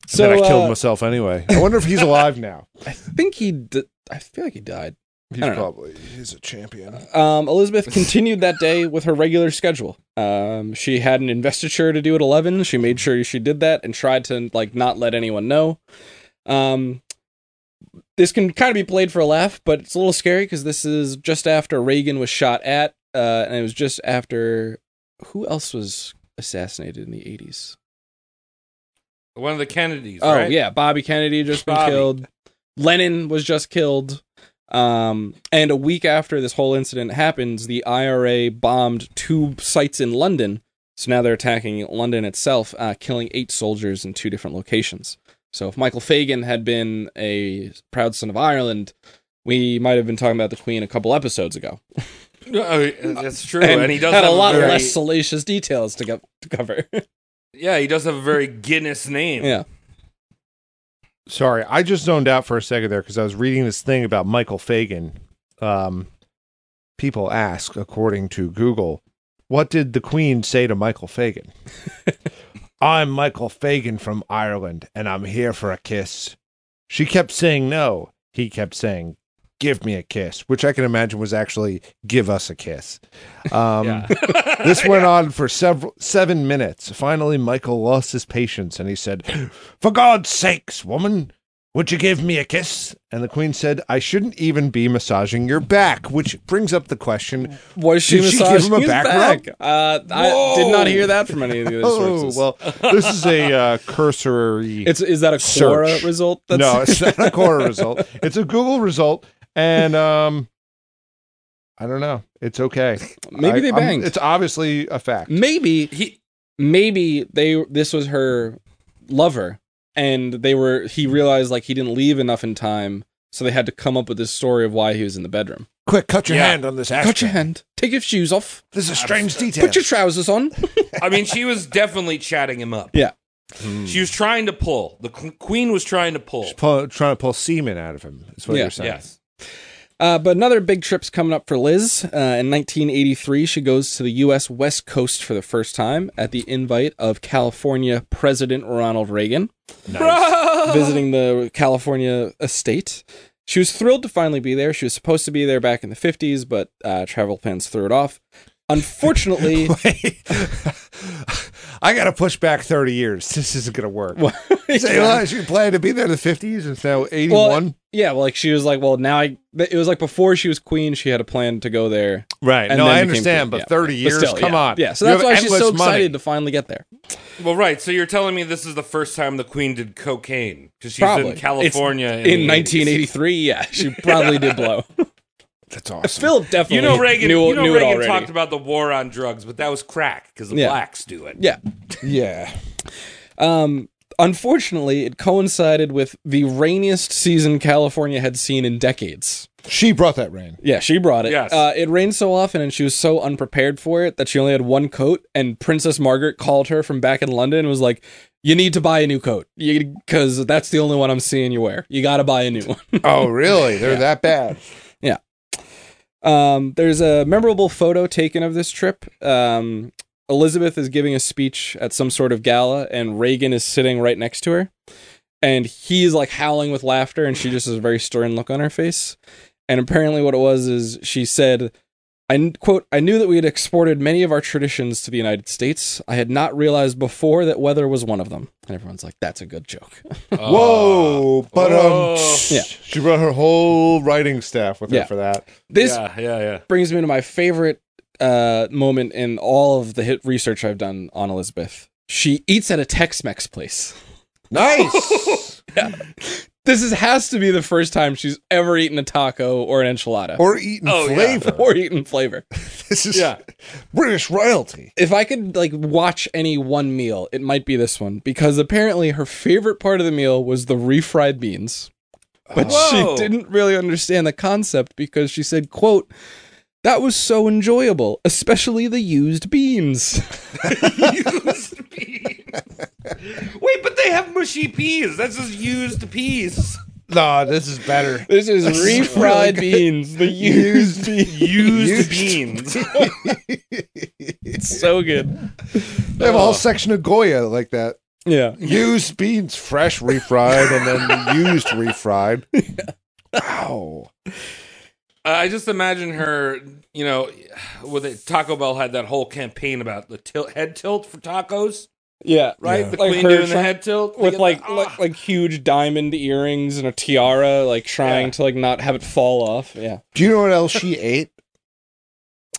[SPEAKER 7] So I killed
[SPEAKER 6] uh,
[SPEAKER 7] myself anyway. I wonder if he's alive now.
[SPEAKER 6] i think he di- i feel like he died
[SPEAKER 7] He's
[SPEAKER 6] don't know.
[SPEAKER 7] probably he's a champion.
[SPEAKER 6] Um, Elizabeth continued that day with her regular schedule. Um, she had an investiture to do at eleven. She made sure she did that and tried to like not let anyone know. Um, this can kind of be played for a laugh, but it's a little scary because this is just after Reagan was shot at, uh, and it was just after who else was assassinated in the eighties?
[SPEAKER 8] One of the Kennedys.
[SPEAKER 6] Oh
[SPEAKER 8] right?
[SPEAKER 6] yeah, Bobby Kennedy had just been
[SPEAKER 8] Bobby.
[SPEAKER 6] killed. Lenin was just killed. Um, and a week after this whole incident happens, the IRA bombed two sites in London So now they're attacking London itself, uh, killing eight soldiers in two different locations. So if Michael Fagan had been a proud son of Ireland, we might have been talking about the Queen a couple episodes ago.
[SPEAKER 8] Uh, that's true.
[SPEAKER 6] And
[SPEAKER 8] And, he does
[SPEAKER 6] had a
[SPEAKER 8] have
[SPEAKER 6] lot
[SPEAKER 8] very,
[SPEAKER 6] less salacious details to, go- to cover.
[SPEAKER 8] Yeah, he does have a very Guinness name.
[SPEAKER 6] yeah.
[SPEAKER 7] Sorry, I just zoned out for a second there because I was reading this thing about Michael Fagan. Um, people ask, according to Google, what did the Queen say to Michael Fagan? I'm Michael Fagan from Ireland, and I'm here for a kiss. She kept saying no. He kept saying, "Give me a kiss," which I can imagine was actually "Give us a kiss." Um, This went on for several seven minutes. Finally, Michael lost his patience and he said, "For God's sakes, woman, would you give me a kiss?" And the queen said, "I shouldn't even be massaging your back," which brings up the question:
[SPEAKER 6] Was she
[SPEAKER 7] Did she give
[SPEAKER 6] massaging
[SPEAKER 7] him a
[SPEAKER 6] his
[SPEAKER 7] back
[SPEAKER 6] back? Uh, I did not hear that from any of the other
[SPEAKER 7] Oh,
[SPEAKER 6] sources.
[SPEAKER 7] well, this is a uh, cursory.
[SPEAKER 6] it's is that a
[SPEAKER 7] Search.
[SPEAKER 6] Quora result?
[SPEAKER 7] no, it's not a Quora result. It's a Google result, and um, I don't know. It's okay.
[SPEAKER 6] maybe
[SPEAKER 7] I-
[SPEAKER 6] they
[SPEAKER 7] I'm-
[SPEAKER 6] banged.
[SPEAKER 7] It's obviously a fact.
[SPEAKER 6] maybe
[SPEAKER 8] He
[SPEAKER 6] maybe they this was her lover and they were he realized like he didn't leave enough in time so they had to come up with this story of why he was in the bedroom
[SPEAKER 7] Quick, cut your
[SPEAKER 8] Yeah.
[SPEAKER 7] hand on this.
[SPEAKER 6] cut
[SPEAKER 7] ashtray.
[SPEAKER 6] your hand take your shoes off
[SPEAKER 7] This is a strange detail.
[SPEAKER 6] put your trousers on
[SPEAKER 8] I mean, she was definitely chatting him up.
[SPEAKER 6] yeah
[SPEAKER 8] She was trying to pull. The qu- queen was trying to pull.
[SPEAKER 7] Just pull, trying to pull semen out of him. Is what
[SPEAKER 6] Yeah.
[SPEAKER 7] you're saying.
[SPEAKER 8] Yes.
[SPEAKER 6] uh, but another big trip's coming up for liz uh, in 1983 she goes to the us west coast for the first time at the invite of california president ronald reagan visiting the California estate. She was thrilled to finally be there. She was supposed to be there back in the 50s, but uh, travel plans threw it off. Unfortunately,
[SPEAKER 7] Wait. I got to push back 30 years. This isn't going to work. Say, well, she planned to be there in the 50s. It's now 81.
[SPEAKER 6] well, yeah, well, like she was like, well, now I. It was like before she was queen, she had a plan to go there.
[SPEAKER 7] right.
[SPEAKER 6] and
[SPEAKER 7] No,
[SPEAKER 6] then
[SPEAKER 7] I
[SPEAKER 6] became
[SPEAKER 7] understand,
[SPEAKER 6] queen.
[SPEAKER 7] but
[SPEAKER 6] Yeah.
[SPEAKER 7] 30 years,
[SPEAKER 6] still,
[SPEAKER 7] come
[SPEAKER 6] yeah.
[SPEAKER 7] on.
[SPEAKER 6] Yeah, so
[SPEAKER 7] You
[SPEAKER 6] that's
[SPEAKER 7] have
[SPEAKER 6] why she's so
[SPEAKER 7] endless money.
[SPEAKER 6] excited to finally get there.
[SPEAKER 8] Well, right. So you're telling me this is the first time the queen did cocaine because she's
[SPEAKER 6] Probably
[SPEAKER 8] in California
[SPEAKER 6] It's-
[SPEAKER 8] in,
[SPEAKER 6] in 1983. Yeah, she probably did blow.
[SPEAKER 7] That's awesome.
[SPEAKER 6] Philip definitely.
[SPEAKER 8] You know Reagan.
[SPEAKER 6] knew,
[SPEAKER 8] you know
[SPEAKER 6] knew it
[SPEAKER 8] Reagan
[SPEAKER 6] already.
[SPEAKER 8] talked about the war on drugs, but that was crack because the
[SPEAKER 6] Yeah.
[SPEAKER 8] blacks do it.
[SPEAKER 6] yeah,
[SPEAKER 7] yeah.
[SPEAKER 6] Um, unfortunately, it coincided with the rainiest season California had seen in decades.
[SPEAKER 7] She brought that rain.
[SPEAKER 6] Yeah, she brought it.
[SPEAKER 8] Yes.
[SPEAKER 6] Uh, it rained so often and she was so unprepared for it that she only had one coat. And Princess Margaret called her from back in London and was like, You need to buy a new coat because that's the only one I'm seeing you wear. You got to buy a new one.
[SPEAKER 7] Oh, really? They're that bad.
[SPEAKER 6] Um, there's a memorable photo taken of this trip. Um, Elizabeth is giving a speech at some sort of gala, and Reagan is sitting right next to her. And he's like howling with laughter, and she just has a very stern look on her face. And apparently, what it was is she said, I kn- quote, I knew that we had exported many of our traditions to the United States. I had not realized before that weather was one of them. And everyone's like, that's a good joke.
[SPEAKER 8] Uh,
[SPEAKER 7] Whoa. But um,
[SPEAKER 8] Whoa.
[SPEAKER 6] Oh. Yeah.
[SPEAKER 7] she brought her whole writing staff with
[SPEAKER 6] Yeah.
[SPEAKER 7] her for that.
[SPEAKER 6] This
[SPEAKER 8] yeah, yeah, yeah.
[SPEAKER 6] brings me to my favorite uh, moment in all of the hit research I've done on Elizabeth. She eats at a Tex-Mex place.
[SPEAKER 7] Nice.
[SPEAKER 6] This is, has to be the first time she's ever eaten a taco or an enchilada
[SPEAKER 7] or eating
[SPEAKER 8] Oh, yeah.
[SPEAKER 7] flavor.
[SPEAKER 6] or eaten flavor.
[SPEAKER 7] This is
[SPEAKER 8] Yeah.
[SPEAKER 7] British royalty.
[SPEAKER 6] If I could like watch any one meal, it might be this one because apparently her favorite part of the meal was the refried beans. But
[SPEAKER 8] Whoa.
[SPEAKER 6] she didn't really understand the concept because she said, quote, that was so enjoyable, especially the used beans.
[SPEAKER 8] used peas. Wait, but they have mushy peas. That's just used peas.
[SPEAKER 7] No, this is better.
[SPEAKER 6] This is
[SPEAKER 7] is really
[SPEAKER 6] refried
[SPEAKER 7] good.
[SPEAKER 6] beans. The used beans.
[SPEAKER 8] Used, beans.
[SPEAKER 6] so good.
[SPEAKER 7] They have a
[SPEAKER 8] Oh.
[SPEAKER 7] whole section of Goya like that.
[SPEAKER 6] Yeah.
[SPEAKER 7] Used beans, fresh refried, and then used refried. Wow.
[SPEAKER 8] Uh, I just imagine her, you know, with it, Taco Bell had that whole campaign about the til- head tilt for tacos,
[SPEAKER 6] Yeah.
[SPEAKER 8] right? The
[SPEAKER 6] Like
[SPEAKER 8] queen
[SPEAKER 6] her
[SPEAKER 8] doing the
[SPEAKER 6] trying-
[SPEAKER 8] head tilt
[SPEAKER 6] With
[SPEAKER 8] Thinking,
[SPEAKER 6] like,
[SPEAKER 8] ah.
[SPEAKER 6] like like huge diamond earrings and a tiara, like trying
[SPEAKER 8] Yeah.
[SPEAKER 6] to like not have it fall off. Yeah.
[SPEAKER 7] Do you know what else she ate?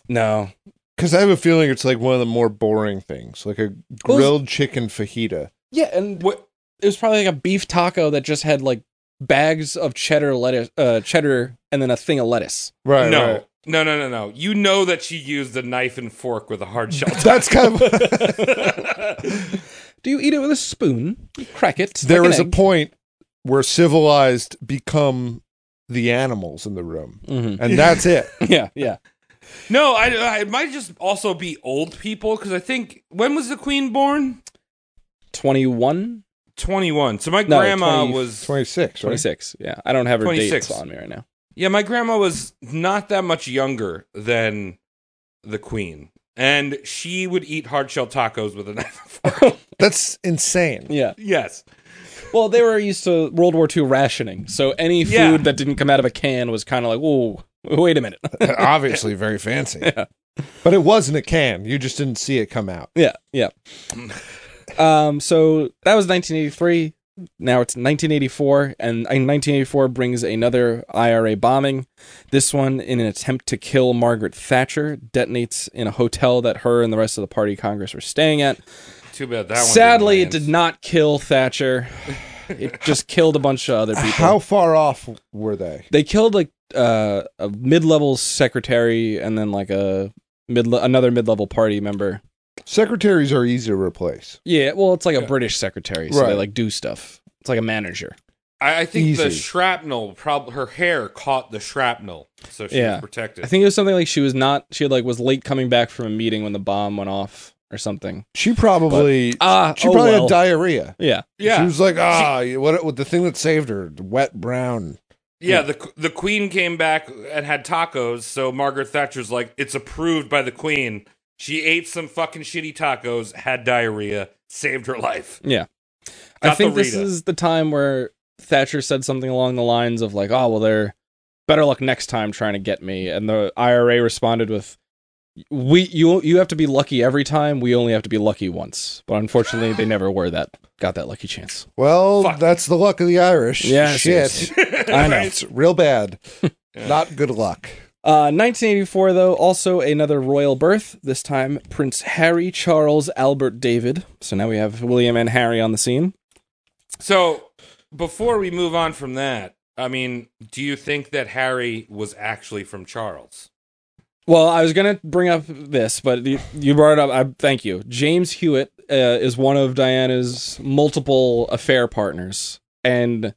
[SPEAKER 6] No.
[SPEAKER 7] Because I have a feeling it's like one of the more boring things, like a
[SPEAKER 6] was-
[SPEAKER 7] grilled chicken fajita.
[SPEAKER 6] Yeah, and
[SPEAKER 8] What-
[SPEAKER 6] it was probably like a beef taco that just had like bags of cheddar lettuce, uh, cheddar, and then a thing of lettuce.
[SPEAKER 7] Right.
[SPEAKER 8] no, No, no, no, no. You know that she used a knife and fork with a hard shell.
[SPEAKER 7] That's kind of.
[SPEAKER 6] Do you eat it with a spoon? You crack it.
[SPEAKER 7] There
[SPEAKER 6] like
[SPEAKER 7] is
[SPEAKER 6] an
[SPEAKER 7] a point where civilized become the animals in the room, and that's it.
[SPEAKER 6] egg. Mm-hmm. Yeah, yeah.
[SPEAKER 8] no, I, I it might just also be old people because I think when was the queen born?
[SPEAKER 6] Twenty-one,
[SPEAKER 8] Twenty one. So my
[SPEAKER 6] No,
[SPEAKER 8] grandma
[SPEAKER 6] 20
[SPEAKER 8] was
[SPEAKER 7] Twenty six, right?
[SPEAKER 6] twenty-six. Yeah, I don't have her
[SPEAKER 8] 26.
[SPEAKER 6] dates on me right now.
[SPEAKER 8] yeah, my grandma was not that much younger than the queen, and she would eat hard shell tacos with a knife and fork.
[SPEAKER 7] That's insane.
[SPEAKER 6] Yeah.
[SPEAKER 8] yes.
[SPEAKER 6] Well, they were used to World War II rationing, so any food
[SPEAKER 8] Yeah.
[SPEAKER 6] that didn't come out of a can was kind of like, whoa, wait a minute.
[SPEAKER 7] Obviously, very fancy. But it wasn't a can. You just didn't see it come out.
[SPEAKER 6] yeah, yeah. Um, so that was 1983. Now it's 1984, and in 1984 brings another IRA bombing. This one, in an attempt to kill Margaret Thatcher, detonates in a hotel that her and the rest of the party Congress were staying at.
[SPEAKER 8] Too bad that one.
[SPEAKER 6] Sadly, it
[SPEAKER 8] didn't
[SPEAKER 6] did not kill Thatcher. It just killed a bunch of other people.
[SPEAKER 7] How far off were they?
[SPEAKER 6] they killed like uh, a mid-level secretary and then like a mid another mid-level party member.
[SPEAKER 7] Secretaries are easy to replace.
[SPEAKER 6] Yeah, well, it's like a British secretary, so they
[SPEAKER 7] Right.
[SPEAKER 6] like do stuff. It's like a manager.
[SPEAKER 8] I, I think the
[SPEAKER 7] Easy.
[SPEAKER 8] shrapnel. Probably her hair caught the shrapnel, so she
[SPEAKER 6] Yeah.
[SPEAKER 8] was protected.
[SPEAKER 6] I think it was something like she was not. She had like was late coming back from a meeting when the bomb went off or something.
[SPEAKER 7] She probably
[SPEAKER 6] Ah,
[SPEAKER 7] she
[SPEAKER 6] oh
[SPEAKER 7] probably
[SPEAKER 6] well.
[SPEAKER 7] had diarrhea.
[SPEAKER 6] Yeah,
[SPEAKER 8] yeah,
[SPEAKER 7] She was like, ah, what, what the thing that saved her, the wet brown.
[SPEAKER 8] Yeah, the the queen came back and had tacos. So Margaret Thatcher's like, it's approved by the queen. She ate some fucking shitty tacos, had diarrhea, saved her life.
[SPEAKER 6] yeah. I
[SPEAKER 8] Got
[SPEAKER 6] think
[SPEAKER 8] the
[SPEAKER 6] this
[SPEAKER 8] Rita.
[SPEAKER 6] is the time where Thatcher said something along the lines of like, "Oh well, they're better luck next time trying to get me," and the IRA responded with. We you you have to be lucky every time. We only have to be lucky once. But unfortunately, they never were that got that lucky chance.
[SPEAKER 7] Well,
[SPEAKER 8] Fuck.
[SPEAKER 7] that's the luck of the Irish.
[SPEAKER 6] Yes,
[SPEAKER 7] Shit.
[SPEAKER 6] I know.
[SPEAKER 7] It's real bad. Not good luck.
[SPEAKER 6] Uh, 1984, though, also another royal birth, this time Prince Harry Charles Albert David. So now we have William and Harry on the scene.
[SPEAKER 8] So before we move on from that, I mean, do you think that Harry was actually from Charles?
[SPEAKER 6] Well, I was going to bring up this, but you, you brought it up. I, thank you. James Hewitt uh, is one of Diana's multiple affair partners. And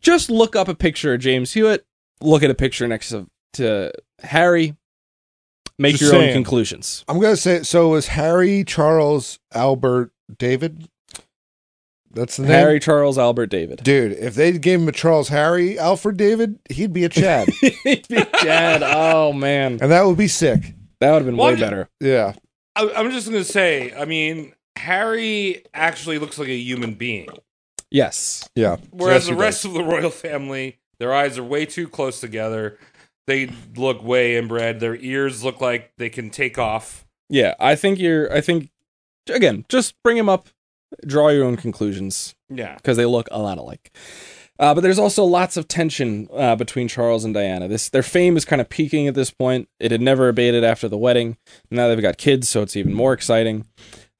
[SPEAKER 6] just look up a picture of James Hewitt, look at a picture next to, to Harry, make
[SPEAKER 7] Just
[SPEAKER 6] your own
[SPEAKER 7] saying.
[SPEAKER 6] conclusions.
[SPEAKER 7] I'm going to say so was Harry Charles Albert David? That's the name.
[SPEAKER 6] Harry Charles Albert David.
[SPEAKER 7] Dude, if they gave him a Charles Harry Alfred David, he'd be a Chad.
[SPEAKER 6] Dad, oh man.
[SPEAKER 7] and that would be sick.
[SPEAKER 6] That would have been
[SPEAKER 8] Well,
[SPEAKER 6] way
[SPEAKER 8] I'm just-
[SPEAKER 6] better.
[SPEAKER 7] Yeah.
[SPEAKER 8] I, I'm just gonna say, I mean, Harry actually looks like a human being,
[SPEAKER 6] Yes.
[SPEAKER 7] Yeah.
[SPEAKER 8] whereas
[SPEAKER 7] Yes,
[SPEAKER 8] the
[SPEAKER 7] he
[SPEAKER 8] rest of the royal family, their eyes are way too close together. They look way inbred. Their ears look like they can take off.
[SPEAKER 6] Yeah, I think you're. I think again, just bring him up, draw your own conclusions
[SPEAKER 8] Yeah.
[SPEAKER 6] because they look a lot alike. Uh, but there's also lots of tension uh, between Charles and Diana. This their fame is kind of peaking at this point. It had never abated after the wedding. Now they've got kids, so it's even more exciting.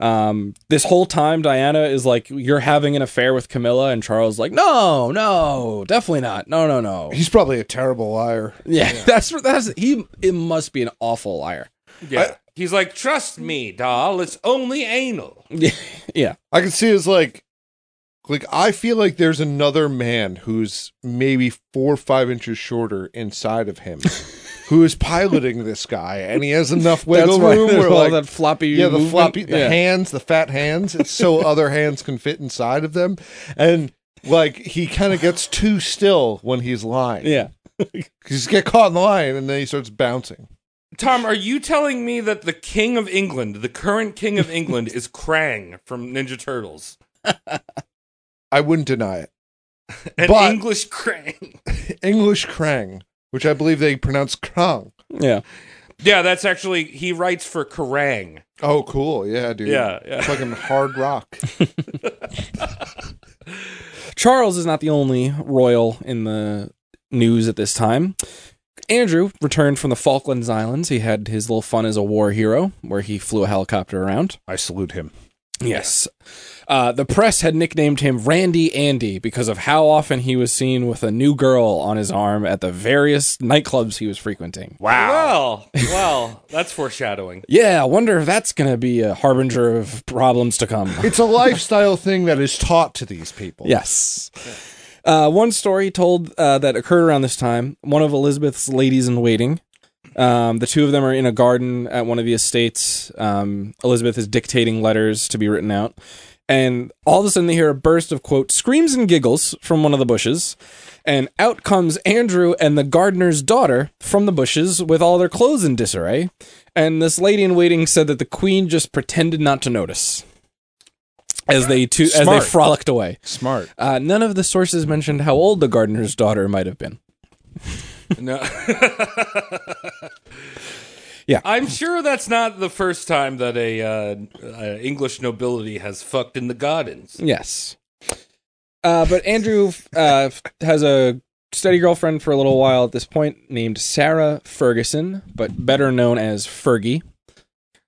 [SPEAKER 6] Um, this whole time, Diana is like, "You're having an affair with Camilla," and Charles is like, "No, no, definitely not. No, no, no."
[SPEAKER 7] does. He's probably a terrible liar.
[SPEAKER 6] Yeah, that's that's he. It must be an awful liar.
[SPEAKER 8] Yeah. He's like, trust me, doll. It's only anal.
[SPEAKER 6] yeah,
[SPEAKER 7] I can see it's like, like I feel like there's another man who's maybe four or five inches shorter inside of him, who is piloting this guy, and he has enough wiggle
[SPEAKER 6] why
[SPEAKER 7] room
[SPEAKER 6] there's
[SPEAKER 7] where
[SPEAKER 6] all
[SPEAKER 7] like
[SPEAKER 6] that floppy.
[SPEAKER 7] yeah, the
[SPEAKER 6] movement.
[SPEAKER 7] floppy, the
[SPEAKER 6] Yeah.
[SPEAKER 7] hands, the fat hands, it's so other hands can fit inside of them, and like he kind of gets too still when he's lying.
[SPEAKER 6] Yeah.
[SPEAKER 7] he's get caught in the line, and then he starts bouncing.
[SPEAKER 8] Tom, are you telling me that the King of England, the current King of England, is Krang from Ninja Turtles?
[SPEAKER 7] I wouldn't deny it.
[SPEAKER 8] An
[SPEAKER 7] But-
[SPEAKER 8] English Krang.
[SPEAKER 7] English Krang, which I believe they pronounce Krang.
[SPEAKER 6] yeah.
[SPEAKER 8] yeah, that's actually, he writes for Kerrang.
[SPEAKER 7] Oh, cool. Yeah, dude.
[SPEAKER 8] Yeah, yeah.
[SPEAKER 7] Fucking hard rock.
[SPEAKER 6] Charles is not the only royal in the news at this time. Andrew returned from the Falklands Islands. He had his little fun as a war hero, where he flew a helicopter around.
[SPEAKER 7] I salute him.
[SPEAKER 6] Yes. Uh, the press had nicknamed him Randy Andy because of how often he was seen with a new girl on his arm at the various nightclubs he was frequenting.
[SPEAKER 8] Well, well, that's foreshadowing.
[SPEAKER 6] Yeah, I wonder if that's going to be a harbinger of problems to come.
[SPEAKER 7] It's a lifestyle thing that is taught to these people.
[SPEAKER 6] Yes. Uh, one story told uh, that occurred around this time. One of Elizabeth's ladies in waiting. Um, the two of them are in a garden at one of the estates. Um, Elizabeth is dictating letters to be written out, and all of a sudden they hear a burst of quote screams and giggles from one of the bushes, and out comes Andrew and the gardener's daughter from the bushes with all their clothes in disarray. And this lady in waiting said that the queen just pretended not to notice as they two as they
[SPEAKER 7] Smart.
[SPEAKER 6] frolicked away.
[SPEAKER 7] Smart.
[SPEAKER 6] Uh, none of the sources mentioned how old the gardener's daughter might have been.
[SPEAKER 8] No.
[SPEAKER 6] Yeah.
[SPEAKER 8] I'm sure that's not the first time that a uh, uh, English nobility has fucked in the gardens.
[SPEAKER 6] Yes. Uh, but Andrew uh, has a steady girlfriend for a little while at this point named Sarah Ferguson, but better known as Fergie.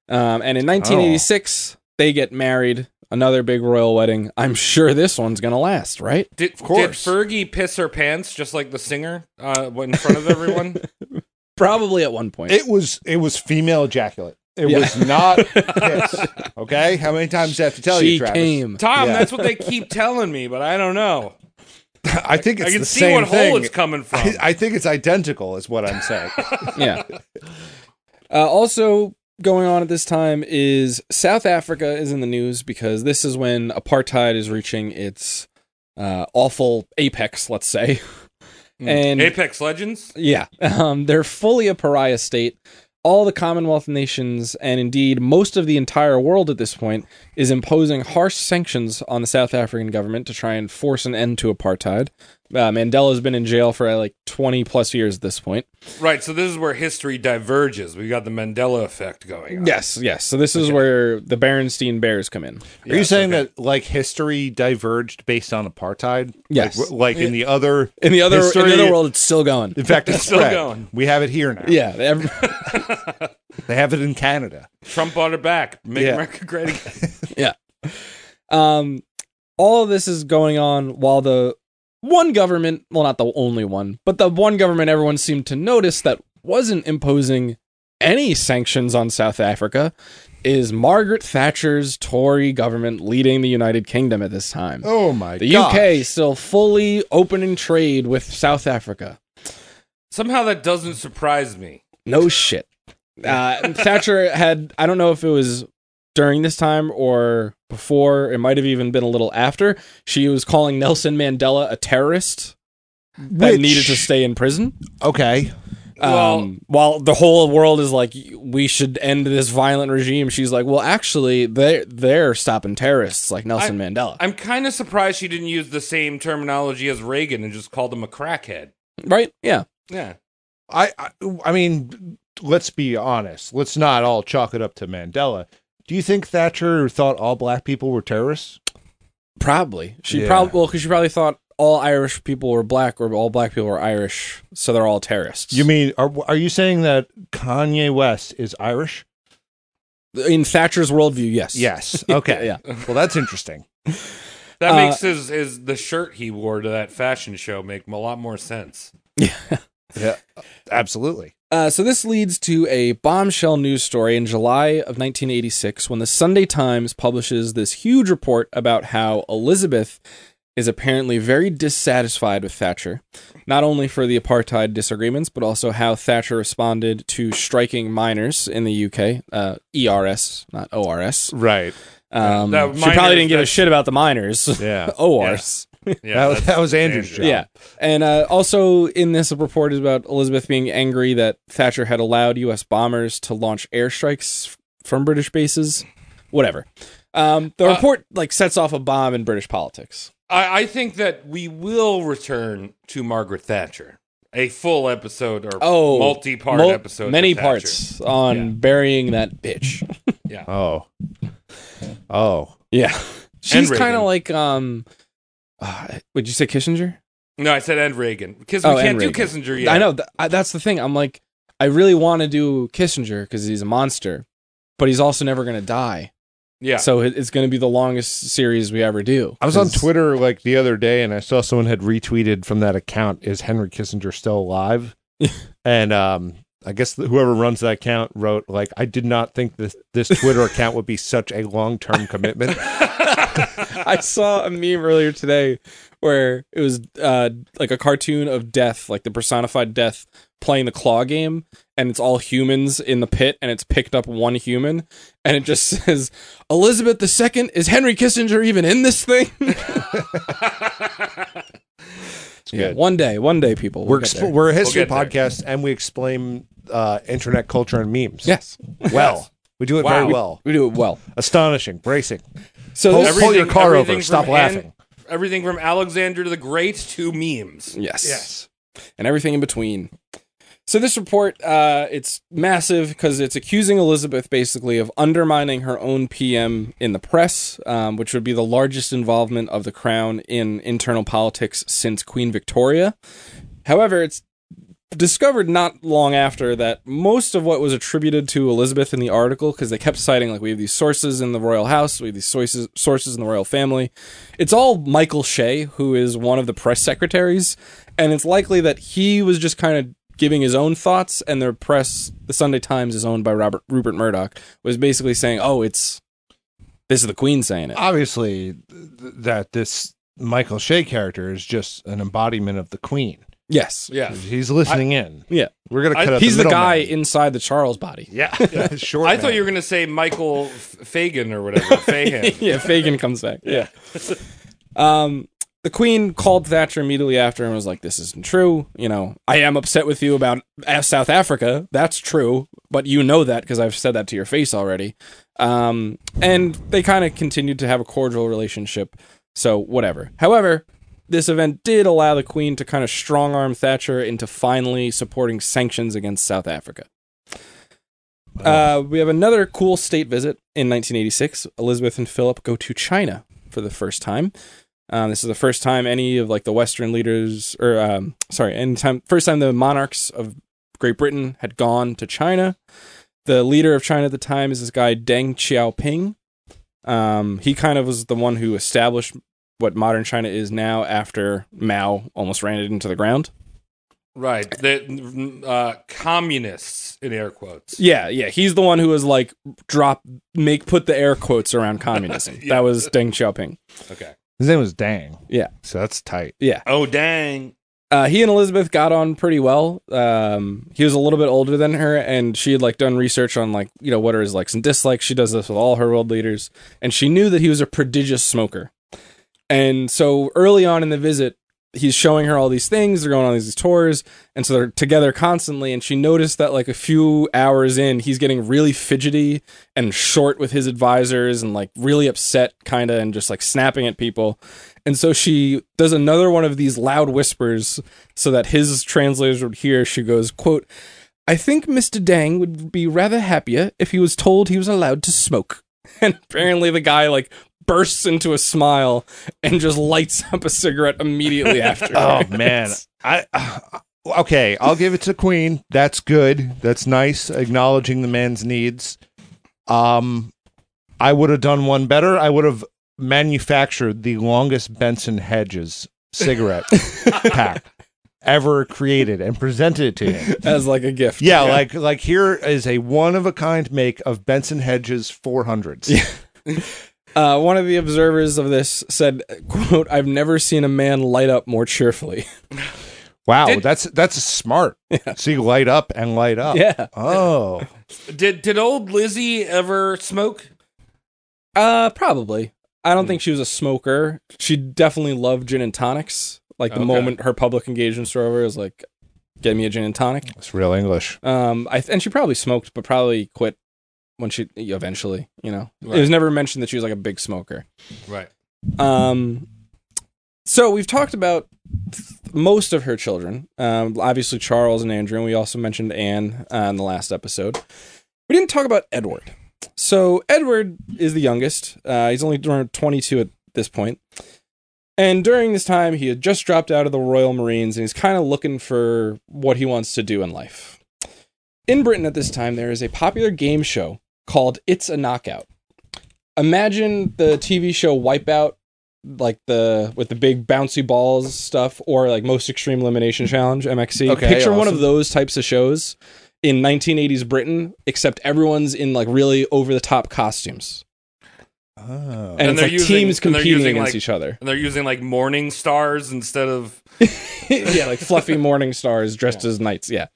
[SPEAKER 6] Um, and in 1986, they get married. Another big royal wedding. I'm sure this one's going to last, right?
[SPEAKER 8] Did,
[SPEAKER 7] course.
[SPEAKER 8] did Fergie piss her pants just like the singer uh, in front of everyone?
[SPEAKER 6] Probably at one point.
[SPEAKER 7] It was it was female ejaculate. It
[SPEAKER 6] Yeah.
[SPEAKER 7] was not piss. Okay? How many times do I have to tell
[SPEAKER 6] she
[SPEAKER 7] you, Travis?
[SPEAKER 6] came.
[SPEAKER 8] Tom,
[SPEAKER 7] Yeah.
[SPEAKER 8] that's what they keep telling me, but I don't know.
[SPEAKER 7] I think it's
[SPEAKER 8] I can
[SPEAKER 7] the
[SPEAKER 8] see
[SPEAKER 7] same
[SPEAKER 8] what
[SPEAKER 7] thing.
[SPEAKER 8] hole it's coming from.
[SPEAKER 7] I, I think it's identical, is what I'm saying.
[SPEAKER 6] yeah. Uh, also going on at this time is South Africa is in the news because this is when apartheid is reaching its uh, awful apex, let's say. And
[SPEAKER 8] Apex Legends?
[SPEAKER 6] yeah, um, they're fully a pariah state. All the Commonwealth nations, and indeed most of the entire world at this point, is imposing harsh sanctions on the South African government to try and force an end to apartheid. Uh, Mandela's been in jail for uh, like 20 plus years at this point.
[SPEAKER 8] Right, so this is where history diverges. We got the Mandela effect going on.
[SPEAKER 6] Yes, yes. So this is where the Berenstein Bears come in.
[SPEAKER 7] Are you saying that like history diverged based on apartheid?
[SPEAKER 6] Yes.
[SPEAKER 7] Like, w- like in the other
[SPEAKER 6] In the other in
[SPEAKER 7] history-
[SPEAKER 6] the other world, it's still going.
[SPEAKER 7] In fact, it's
[SPEAKER 8] Still
[SPEAKER 7] spread.
[SPEAKER 8] going.
[SPEAKER 7] We have it here now.
[SPEAKER 6] Yeah, every-
[SPEAKER 7] They have it in Canada.
[SPEAKER 8] Trump bought her back. Make
[SPEAKER 7] Yeah.
[SPEAKER 8] America great again.
[SPEAKER 6] yeah. Um, all of this is going on while the one government, well, not the only one, but the one government everyone seemed to notice that wasn't imposing any sanctions on South Africa is Margaret Thatcher's Tory government leading the United Kingdom at this time.
[SPEAKER 7] Oh my
[SPEAKER 6] the UK still fully open in trade with South Africa.
[SPEAKER 8] Somehow that doesn't surprise me.
[SPEAKER 6] No shit. Uh, Thatcher had, I don't know if it was during this time or before, it might have even been a little after. She was calling Nelson Mandela a terrorist that
[SPEAKER 7] Which-
[SPEAKER 6] needed to stay in prison.
[SPEAKER 7] Okay.
[SPEAKER 8] Well-
[SPEAKER 6] um, while the whole world is like, we should end this violent regime, she's like, well, actually, they're, they're stopping terrorists like Nelson Mandela.
[SPEAKER 8] I'm kind of surprised she didn't use the same terminology as Reagan and just called him a crackhead.
[SPEAKER 6] right? Yeah.
[SPEAKER 8] Yeah.
[SPEAKER 7] I, I I mean, let's be honest. Let's not all chalk it up to Mandela. Do you think Thatcher thought all black people were terrorists?
[SPEAKER 6] Probably. She
[SPEAKER 7] Yeah.
[SPEAKER 6] probably, well, because she probably thought all Irish people were black or all black people were Irish, so they're all terrorists.
[SPEAKER 7] You mean are are you saying that Kanye West is Irish?
[SPEAKER 6] in Thatcher's worldview, yes.
[SPEAKER 7] Yes. Okay.
[SPEAKER 6] Yeah.
[SPEAKER 7] Well, that's interesting.
[SPEAKER 8] That
[SPEAKER 6] Uh,
[SPEAKER 8] makes his, his the shirt he wore to that fashion show make a lot more sense.
[SPEAKER 7] yeah. Absolutely.
[SPEAKER 6] Uh, so this leads to a bombshell news story in July of 1986 when the Sunday Times publishes this huge report about how Elizabeth is apparently very dissatisfied with Thatcher, not only for the apartheid disagreements, but also how Thatcher responded to striking minors in the UK, uh, ERS, not ORS.
[SPEAKER 7] Right.
[SPEAKER 6] Um,
[SPEAKER 8] That
[SPEAKER 6] she
[SPEAKER 8] minors,
[SPEAKER 6] probably didn't give a
[SPEAKER 8] that's-
[SPEAKER 6] shit about the minors.
[SPEAKER 7] Yeah.
[SPEAKER 6] ORS.
[SPEAKER 7] That
[SPEAKER 8] Yeah,
[SPEAKER 7] was-
[SPEAKER 8] that's
[SPEAKER 7] that was Andrew's job.
[SPEAKER 6] Yeah. And uh, also in this report is about Elizabeth being angry that Thatcher had allowed U.S. bombers to launch airstrikes f- from British bases. Whatever. Um, the
[SPEAKER 8] Uh,
[SPEAKER 6] report like sets off a bomb in British politics.
[SPEAKER 8] I, I think that we will return to Margaret Thatcher. A full episode or
[SPEAKER 6] Oh,
[SPEAKER 8] multi-part
[SPEAKER 6] mul-
[SPEAKER 8] episode. to
[SPEAKER 6] many
[SPEAKER 8] Thatcher.
[SPEAKER 6] parts on
[SPEAKER 8] Yeah.
[SPEAKER 6] burying that bitch.
[SPEAKER 7] Oh. Oh.
[SPEAKER 6] Yeah, she's
[SPEAKER 8] Reagan.
[SPEAKER 6] kind of like um, uh, would you say Kissinger?
[SPEAKER 8] No, I said and Reagan because we
[SPEAKER 6] Oh,
[SPEAKER 8] can't
[SPEAKER 6] and
[SPEAKER 8] do
[SPEAKER 6] Reagan.
[SPEAKER 8] Kissinger yet.
[SPEAKER 6] I know th- I, that's the thing. I'm like, I really want to do Kissinger because he's a monster, but he's also never gonna die.
[SPEAKER 8] Yeah.
[SPEAKER 6] So it- it's going to be the longest series we ever do.
[SPEAKER 7] I was on
[SPEAKER 6] 'Cause-
[SPEAKER 7] Twitter like the other day and I saw someone had retweeted from that account, is Henry Kissinger still alive? and um, I guess whoever runs that account wrote like, I did not think this, this Twitter account would be such a long-term commitment.
[SPEAKER 6] I saw a meme earlier today where it was uh, like a cartoon of death, like the personified death playing the claw game, and it's all humans in the pit, and it's picked up one human, and it just says, Elizabeth II, is Henry Kissinger even in this thing?
[SPEAKER 7] good.
[SPEAKER 6] One day, one day, people. We'll
[SPEAKER 7] We're,
[SPEAKER 6] get
[SPEAKER 7] exp-
[SPEAKER 6] there.
[SPEAKER 7] we're a history
[SPEAKER 8] get there.
[SPEAKER 7] podcast and we explain uh, internet culture and memes.
[SPEAKER 6] yes,
[SPEAKER 7] Well, we do it
[SPEAKER 8] Wow.
[SPEAKER 7] very well.
[SPEAKER 6] we do it well.
[SPEAKER 7] Astonishing, bracing.
[SPEAKER 6] So
[SPEAKER 7] Pull,
[SPEAKER 6] this-
[SPEAKER 7] pull your
[SPEAKER 8] Everything-
[SPEAKER 7] car
[SPEAKER 8] everything
[SPEAKER 7] over.
[SPEAKER 8] from
[SPEAKER 7] Stop
[SPEAKER 8] Hen-
[SPEAKER 7] laughing.
[SPEAKER 8] Everything from Alexander the Great to memes.
[SPEAKER 6] Yes.
[SPEAKER 7] Yes.
[SPEAKER 6] And everything in between. So this report, uh, it's massive because it's accusing Elizabeth basically of undermining her own PM in the press, um, which would be the largest involvement of the crown in internal politics since Queen Victoria. However, it's discovered not long after that most of what was attributed to Elizabeth in the article, because they kept citing like we have these sources in the royal house, we have these sources sources in the royal family. It's all Michael Shea, who is one of the press secretaries, and it's likely that he was just kind of giving his own thoughts, and their press, the Sunday Times, is owned by Robert Rupert Murdoch, was basically saying, "Oh, it's this is the Queen saying it."
[SPEAKER 7] Obviously, th- that this Michael Shea character is just an embodiment of the queen.
[SPEAKER 6] yes,
[SPEAKER 8] Yeah.
[SPEAKER 7] He's listening in.
[SPEAKER 6] yeah.
[SPEAKER 7] We're gonna
[SPEAKER 8] I-
[SPEAKER 7] cut out.
[SPEAKER 6] He's the,
[SPEAKER 7] middle
[SPEAKER 6] guy
[SPEAKER 7] man.
[SPEAKER 6] inside the Charles body.
[SPEAKER 7] yeah, sure.
[SPEAKER 8] I thought you were going to say Michael F- Fagan or whatever. Fahan.
[SPEAKER 6] yeah, Fagin comes back. Yeah. Um, the Queen called Thatcher immediately after and was like, "This isn't true. You know, I am upset with you about Af- South Africa. That's true, but you know that because I've said that to your face already." Um, and they kind of continued to have a cordial relationship. So whatever. However, this event did allow the Queen to kind of strong arm Thatcher into finally supporting sanctions against South Africa. Uh, we have another cool state visit in 1986. Elizabeth and Philip go to China for the first time. Um, this is the first time any of like the Western leaders, or um, sorry, any time first time the monarchs of Great Britain had gone to China. The leader of China at the time is this guy Deng Xiaoping. Um, he kind of was the one who established what modern China is now after Mao almost ran it into the ground.
[SPEAKER 8] right. The uh, communists in air quotes.
[SPEAKER 6] Yeah, yeah, he's the one who was like drop make put the air quotes around communism. That was Deng Xiaoping.
[SPEAKER 8] Okay.
[SPEAKER 7] His name was Dang.
[SPEAKER 6] Yeah.
[SPEAKER 7] so that's tight.
[SPEAKER 6] Yeah,
[SPEAKER 8] Oh dang.
[SPEAKER 6] uh, he and Elizabeth got on pretty well. Um, he was a little bit older than her, and she had like done research on like you know what are his likes and dislikes. She does this with all her world leaders, and she knew that he was a prodigious smoker. And so early on in the visit, he's showing her all these things. They're going on these tours, and so they're together constantly. And she noticed that like a few hours in, he's getting really fidgety and short with his advisors, and like really upset, kind of, and just like snapping at people. And so she does another one of these loud whispers so that his translators would hear. She goes, quote, I think Mr. Dang would be rather happier if he was told he was allowed to smoke. And apparently the guy like bursts into a smile and just lights up a cigarette immediately after.
[SPEAKER 7] Oh man, I. uh, okay, I'll give it to Queen. That's good. That's nice. Acknowledging the man's needs. Um, I would have done one better. I would have manufactured the longest Benson Hedges cigarette pack ever created and presented it to him.
[SPEAKER 6] As like a gift.
[SPEAKER 7] Yeah, like like here is a one of a kind make of Benson Hedges 400s.
[SPEAKER 6] Uh, one of the observers of this said, quote, I've never seen a man light up more cheerfully.
[SPEAKER 7] Wow, that's that's smart. See, light up and light up.
[SPEAKER 6] Yeah.
[SPEAKER 7] Oh,
[SPEAKER 8] Did did old Lizzie ever smoke?
[SPEAKER 6] Uh, probably. I don't think she was a smoker. She definitely loved gin and tonics. Like the
[SPEAKER 8] Okay.
[SPEAKER 6] moment her public engagements were over, it was like, "Get me a gin and tonic."
[SPEAKER 7] it's real English.
[SPEAKER 6] Um, I th- and she probably smoked, but probably quit when she eventually. You know,
[SPEAKER 8] Right.
[SPEAKER 6] it was never mentioned that she was like a big smoker.
[SPEAKER 8] Right.
[SPEAKER 6] Um, so we've talked about th- most of her children. Um, obviously Charles and Andrew, and we also mentioned Anne uh, in the last episode. We didn't talk about Edward. So Edward is the youngest. Uh, he's only around 22 at this point. And during this time, he had just dropped out of the Royal Marines and he's kind of looking for what he wants to do in life. In Britain at this time, there is a popular game show called It's a Knockout. imagine the TV show Wipeout, like the with the big bouncy balls stuff, or like Most Extreme Elimination Challenge (MXC).
[SPEAKER 7] Okay,
[SPEAKER 6] Picture one
[SPEAKER 7] awesome.
[SPEAKER 6] of those types of shows in 1980s Britain, except everyone's in like really over the top costumes,
[SPEAKER 7] Oh.
[SPEAKER 6] and,
[SPEAKER 8] And
[SPEAKER 6] it's
[SPEAKER 8] they're
[SPEAKER 6] like
[SPEAKER 8] using-
[SPEAKER 6] teams
[SPEAKER 8] and they're
[SPEAKER 6] competing
[SPEAKER 8] using,
[SPEAKER 6] against
[SPEAKER 8] like-
[SPEAKER 6] each other.
[SPEAKER 8] And they're using like morning stars instead of
[SPEAKER 6] yeah, like fluffy morning stars dressed as knights. Yeah.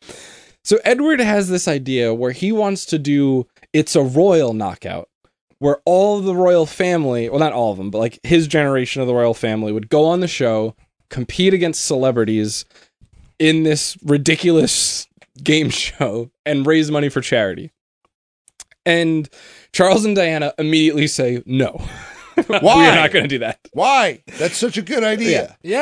[SPEAKER 6] So Edward has this idea where he wants to do it's a royal knockout where all of the royal family, well not all of them, but like his generation of the royal family would go on the show, compete against celebrities in this ridiculous game show and raise money for charity. And Charles and Diana immediately say no. We're not going to do that.
[SPEAKER 7] Why? That's such a good idea.
[SPEAKER 8] yeah.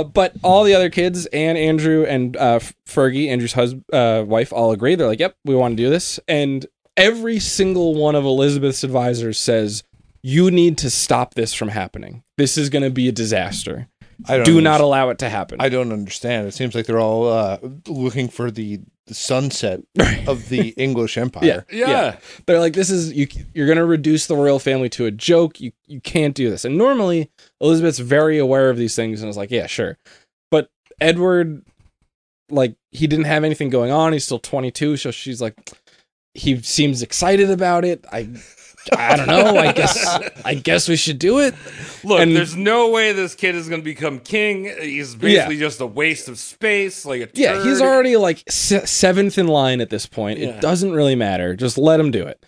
[SPEAKER 6] Uh, but all the other kids and Andrew and uh, F- Fergie, Andrew's hus- uh, wife, all agree. They're like, "Yep, we want to do this." And every single one of Elizabeth's advisors says, "You need to stop this from happening. This is going to be a disaster.
[SPEAKER 7] I don't
[SPEAKER 6] Do
[SPEAKER 7] understand.
[SPEAKER 6] not allow it to happen."
[SPEAKER 7] I don't understand. It seems like they're all uh, looking for the sunset of the English Empire.
[SPEAKER 6] yeah,
[SPEAKER 8] yeah.
[SPEAKER 6] They're like, "This is you. You're going to reduce the royal family to a joke. You you can't do this." And normally Elizabeth's very aware of these things and is like, "Yeah, sure." But Edward like he didn't have anything going on. He's still 22, so she's like, he seems excited about it. I, I don't know. I guess, I guess we should do it.
[SPEAKER 8] Look,
[SPEAKER 6] and-
[SPEAKER 8] there's no way this kid is going to become king. He's basically just a waste of space, like a
[SPEAKER 6] Yeah, he's
[SPEAKER 8] turd.
[SPEAKER 6] already like se- seventh in line at this point.
[SPEAKER 8] Yeah.
[SPEAKER 6] It doesn't really matter. Just let him do it.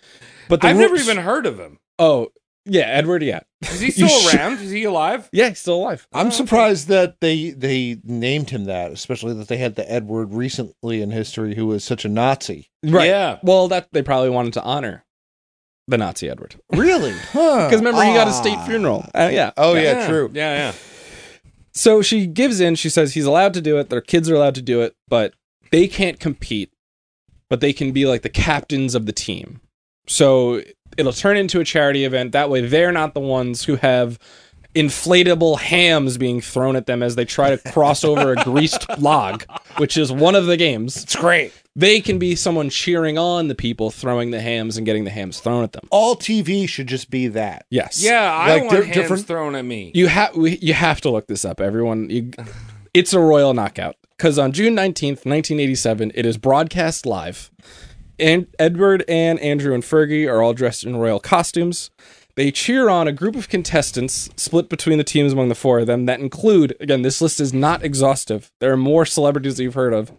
[SPEAKER 6] But the
[SPEAKER 8] I've never
[SPEAKER 6] rules-
[SPEAKER 8] even heard of him.
[SPEAKER 6] Oh yeah, Edward. Yeah,
[SPEAKER 8] Is he
[SPEAKER 6] You
[SPEAKER 8] still
[SPEAKER 6] should-
[SPEAKER 8] around? Is he alive?
[SPEAKER 6] yeah, he's still alive.
[SPEAKER 7] I'm surprised that they they named him that, especially that they had the Edward recently in history who was such a Nazi.
[SPEAKER 6] Right.
[SPEAKER 8] Yeah.
[SPEAKER 6] Well, that they probably wanted to honor the Nazi Edward
[SPEAKER 7] Really? Huh.
[SPEAKER 6] because remember he got a
[SPEAKER 7] Ah.
[SPEAKER 6] state funeral. Uh, yeah.
[SPEAKER 7] Oh yeah, true.
[SPEAKER 8] Yeah, yeah.
[SPEAKER 6] So she gives in. She says he's allowed to do it. Their kids are allowed to do it, but they can't compete. But they can be like the captains of the team. So it'll turn into a charity event. That way, they're not the ones who have inflatable hams being thrown at them as they try to cross over a greased log, which is one of the games.
[SPEAKER 7] It's great.
[SPEAKER 6] They can be someone cheering on the people throwing the hams and getting the hams thrown at them.
[SPEAKER 7] All TV should just be that.
[SPEAKER 6] Yes.
[SPEAKER 8] Yeah, I
[SPEAKER 7] Like,
[SPEAKER 8] want
[SPEAKER 7] they're
[SPEAKER 8] hands
[SPEAKER 7] different-
[SPEAKER 8] thrown at me.
[SPEAKER 6] You have you have to look this up, everyone. You, it's a royal knockout because on June nineteenth, nineteen eighty-seven, it is broadcast live. And Edward, Anne, Andrew, and Fergie are all dressed in royal costumes. They cheer on a group of contestants split between the teams among the four of them that include, again, this list is not exhaustive. There are more celebrities that you've heard of,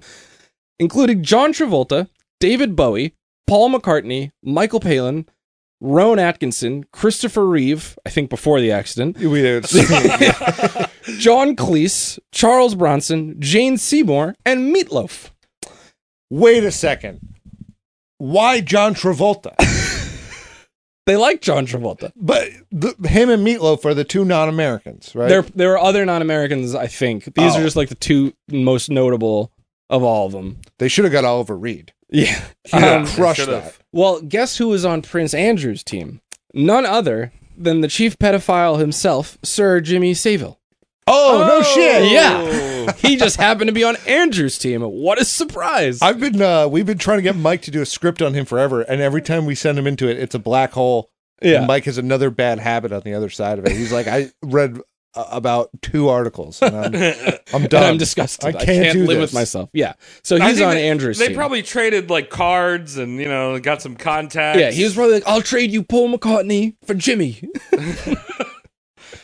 [SPEAKER 6] including John Travolta, David Bowie, Paul McCartney, Michael Palin, Roan Atkinson, Christopher Reeve, I think before the accident,
[SPEAKER 7] We did.
[SPEAKER 6] John Cleese, Charles Bronson, Jane Seymour, and Meatloaf.
[SPEAKER 7] Wait a second. Why John Travolta?
[SPEAKER 6] They like John Travolta.
[SPEAKER 7] But the, him and Meatloaf are the two non-Americans, right?
[SPEAKER 6] There, there are other non-Americans. I think these
[SPEAKER 7] Oh.
[SPEAKER 6] are just like the two most notable of all of them.
[SPEAKER 7] they should have got Oliver Reed.
[SPEAKER 6] Yeah.
[SPEAKER 7] He
[SPEAKER 6] Um,
[SPEAKER 7] would crushed
[SPEAKER 8] should've.
[SPEAKER 7] that.
[SPEAKER 6] well, guess who was on Prince Andrew's team? None other than the chief pedophile himself, Sir Jimmy Savile.
[SPEAKER 7] Oh, no shit!
[SPEAKER 6] Yeah. he just happened to be on Andrew's team. What a surprise!
[SPEAKER 7] I've been uh, we've been trying to get Mike to do a script on him forever, and every time we send him into it, it's a black hole.
[SPEAKER 6] Yeah.
[SPEAKER 7] And Mike has another bad habit on the other side of it. He's like, I read uh, about two articles, and I'm, I'm
[SPEAKER 6] And
[SPEAKER 7] done.
[SPEAKER 6] I'm disgusted. I can't,
[SPEAKER 7] do
[SPEAKER 6] live
[SPEAKER 7] this.
[SPEAKER 6] with myself. Yeah. So
[SPEAKER 8] I
[SPEAKER 6] he's
[SPEAKER 8] think
[SPEAKER 6] on
[SPEAKER 8] they-
[SPEAKER 6] Andrew's
[SPEAKER 8] They
[SPEAKER 6] team.
[SPEAKER 8] probably traded like cards and you know got some contacts.
[SPEAKER 6] Yeah, he was probably like, "I'll trade you Paul McCartney for Jimmy."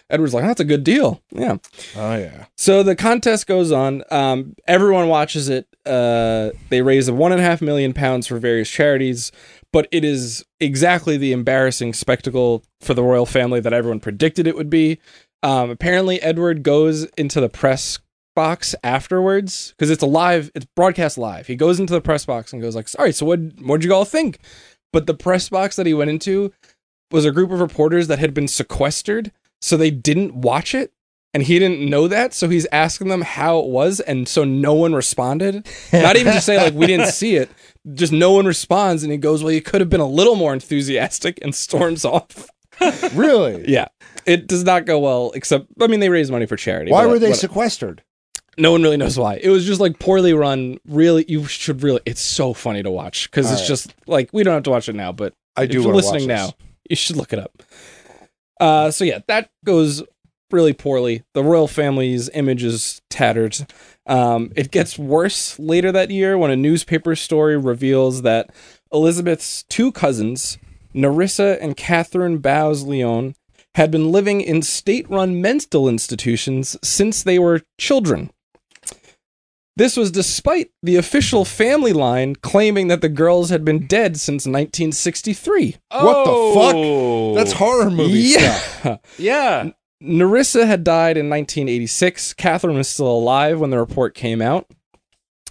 [SPEAKER 6] Edward's like, "That's a good deal." Yeah.
[SPEAKER 7] Oh yeah,
[SPEAKER 6] So the contest goes on. Um, everyone watches it. Uh, they raise one and a half million pounds for various charities, but it is exactly the embarrassing spectacle for the royal family that everyone predicted it would be. Um, apparently, Edward goes into the press box afterwards because it's a live, it's broadcast live. He goes into the press box and goes like, "All right, so what? What'd you all think?" But the press box that he went into was a group of reporters that had been sequestered, so they didn't watch it and he didn't know that, so he's asking them how it was, and so no one responded. Not even to say like we didn't see it, just no one responds, and he goes, "Well, you could have been a little more enthusiastic," and storms off.
[SPEAKER 7] really?
[SPEAKER 6] Yeah, it does not go well. Except, I mean, they raise money for charity.
[SPEAKER 7] Why
[SPEAKER 6] but
[SPEAKER 7] were they
[SPEAKER 6] what-
[SPEAKER 7] sequestered?
[SPEAKER 6] no one really knows why. It was just like poorly run. Really, you should really. It's so funny to watch because it's
[SPEAKER 7] Alright.
[SPEAKER 6] just like we don't have to watch it now, but
[SPEAKER 7] I
[SPEAKER 6] if
[SPEAKER 7] do.
[SPEAKER 6] you're
[SPEAKER 7] wanna watch this.
[SPEAKER 6] listening now. you should look it up. Uh, so yeah, that goes really poorly. The royal family's image is tattered. Um, it gets worse later that year when a newspaper story reveals that Elizabeth's two cousins, Narissa and Catherine Bowes Leon, had been living in state run mental institutions since they were children. This was despite the official family line claiming that the girls had been dead since 1963.
[SPEAKER 7] What
[SPEAKER 8] Oh.
[SPEAKER 7] the fuck? That's horror movie
[SPEAKER 6] yeah.
[SPEAKER 7] stuff.
[SPEAKER 8] Yeah.
[SPEAKER 6] Narissa had died in 1986. Catherine was still alive when the report came out.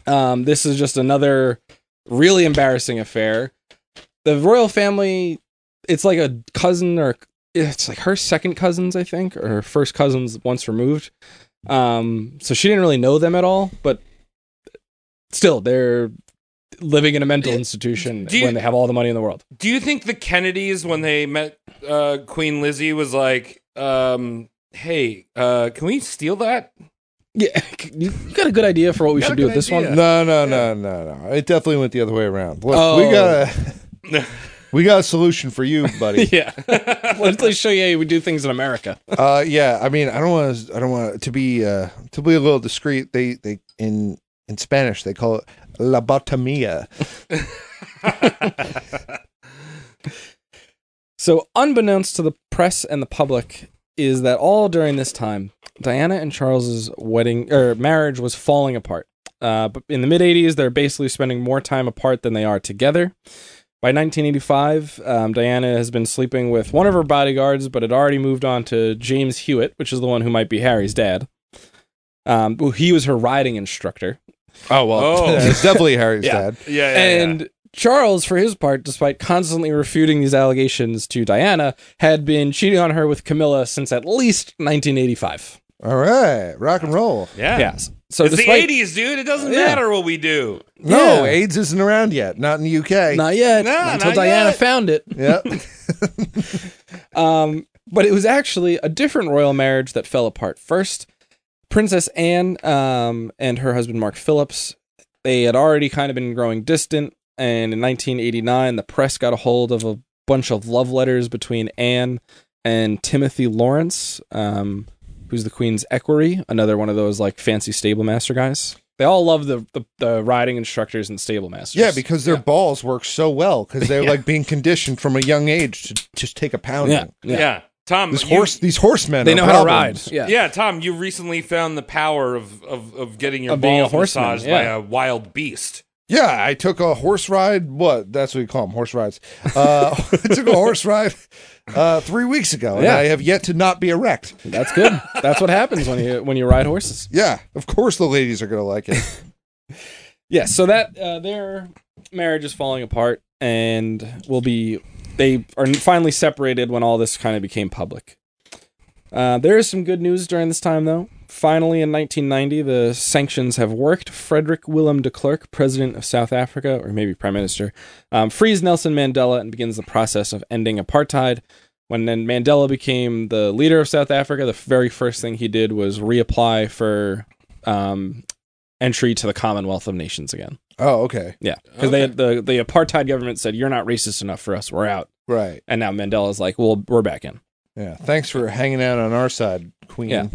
[SPEAKER 6] Um, this is just another really embarrassing affair. The royal family, it's like a cousin or it's like her second cousins, I think, or her first cousins once removed. Um, so she didn't really know them at all, but still, they're living in a mental institution
[SPEAKER 8] do you-
[SPEAKER 6] when they have all the money in the world.
[SPEAKER 8] Do you think the Kennedys, when they met uh, Queen Lizzie, was like, um, "Hey, uh, can we steal that?"
[SPEAKER 6] Yeah, you you got a good idea for what we
[SPEAKER 8] Got a
[SPEAKER 6] should do
[SPEAKER 8] good
[SPEAKER 6] with this one?
[SPEAKER 8] idea.
[SPEAKER 7] No, no, no, no, no. It definitely went the other way around. Look,
[SPEAKER 6] Oh.
[SPEAKER 7] we got a we got a solution for you, buddy.
[SPEAKER 6] Yeah.
[SPEAKER 8] Oh,
[SPEAKER 6] Let's let's show you how we do things in America.
[SPEAKER 7] uh, yeah. I mean, I don't want to. I don't want to be uh, to be a little discreet. They they in in Spanish they call it lobotomia.
[SPEAKER 6] So, unbeknownst to the press and the public, is that all during this time, Diana and Charles's wedding or marriage was falling apart. Uh, but in the mid 80s, they're basically spending more time apart than they are together. By 1985, um, Diana has been sleeping with one of her bodyguards, but had already moved on to James Hewitt, which is the one who might be Harry's dad. Um, well, he was her riding instructor.
[SPEAKER 7] Oh well,
[SPEAKER 8] Oh.
[SPEAKER 7] it's definitely Harry's
[SPEAKER 6] Yeah.
[SPEAKER 7] dad.
[SPEAKER 8] Yeah, yeah,
[SPEAKER 6] And Charles, for his part, despite constantly refuting these allegations to Diana, had been cheating on her with Camilla since at least 1985.
[SPEAKER 7] All right, rock and roll.
[SPEAKER 8] yeah.
[SPEAKER 6] Yes. So
[SPEAKER 8] it's
[SPEAKER 6] despite
[SPEAKER 8] the '80s, dude. It doesn't
[SPEAKER 6] Yeah.
[SPEAKER 8] matter what we do.
[SPEAKER 7] No,
[SPEAKER 6] Yeah.
[SPEAKER 7] AIDS isn't around yet. Not in the UK.
[SPEAKER 6] not yet
[SPEAKER 8] No,
[SPEAKER 6] until
[SPEAKER 8] not
[SPEAKER 6] Diana
[SPEAKER 8] yet.
[SPEAKER 6] found it.
[SPEAKER 7] yeah.
[SPEAKER 6] Um, but it was actually a different royal marriage that fell apart first. Princess Anne um, and her husband Mark Phillips, they had already kind of been growing distant. And in 1989, the press got a hold of a bunch of love letters between Anne and Timothy Lawrence, um, who's the Queen's equerry, another one of those like fancy stable master guys. They all love the, the, the riding instructors and stable masters.
[SPEAKER 7] Yeah, because their balls work so well because they're like being conditioned from a young age to just take a pounding.
[SPEAKER 6] yeah, yeah.
[SPEAKER 8] Yeah, Tom.
[SPEAKER 7] This
[SPEAKER 8] you-
[SPEAKER 7] horse, these horsemen,
[SPEAKER 6] they
[SPEAKER 7] are
[SPEAKER 6] know how to ride.
[SPEAKER 7] problems.
[SPEAKER 6] Yeah.
[SPEAKER 8] Yeah, Tom, you recently found the power of of, of getting your
[SPEAKER 6] Of being a
[SPEAKER 8] balls
[SPEAKER 6] horseman,
[SPEAKER 8] massaged by
[SPEAKER 6] yeah.
[SPEAKER 8] a wild beast.
[SPEAKER 7] Yeah, I took a horse ride. What? That's what you call them, horse rides. Uh, I took a horse ride uh, three weeks ago, and
[SPEAKER 6] Yeah.
[SPEAKER 7] I have yet to not be erect.
[SPEAKER 6] That's good. That's what happens when you when you ride horses.
[SPEAKER 7] Yeah, of course the ladies are gonna like it.
[SPEAKER 6] Yes, so that uh, their marriage is falling apart and will be they are finally separated when all this kind of became public. Uh, there is some good news during this time, though. Finally, in 1990, the sanctions have worked. Frederick Willem de Klerk, president of South Africa, or maybe prime minister, um, frees Nelson Mandela and begins the process of ending apartheid. When then Mandela became the leader of South Africa, the very first thing he did was reapply for um, entry to the Commonwealth of Nations again.
[SPEAKER 7] Oh, okay,
[SPEAKER 6] Yeah, because they the the apartheid government said you're not racist enough for us, we're out.
[SPEAKER 7] right.
[SPEAKER 6] And now Mandela's like, well, we're back in.
[SPEAKER 7] Yeah, thanks for hanging out on our side, Queen.
[SPEAKER 6] Yeah.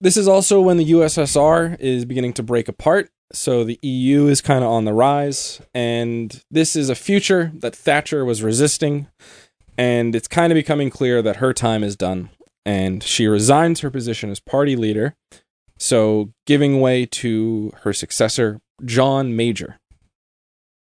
[SPEAKER 6] This is also when the USSR is beginning to break apart. So the EU is kind of on the rise, and this is a future that Thatcher was resisting, and it's kind of becoming clear that her time is done, and she resigns her position as party leader, so giving way to her successor John Major,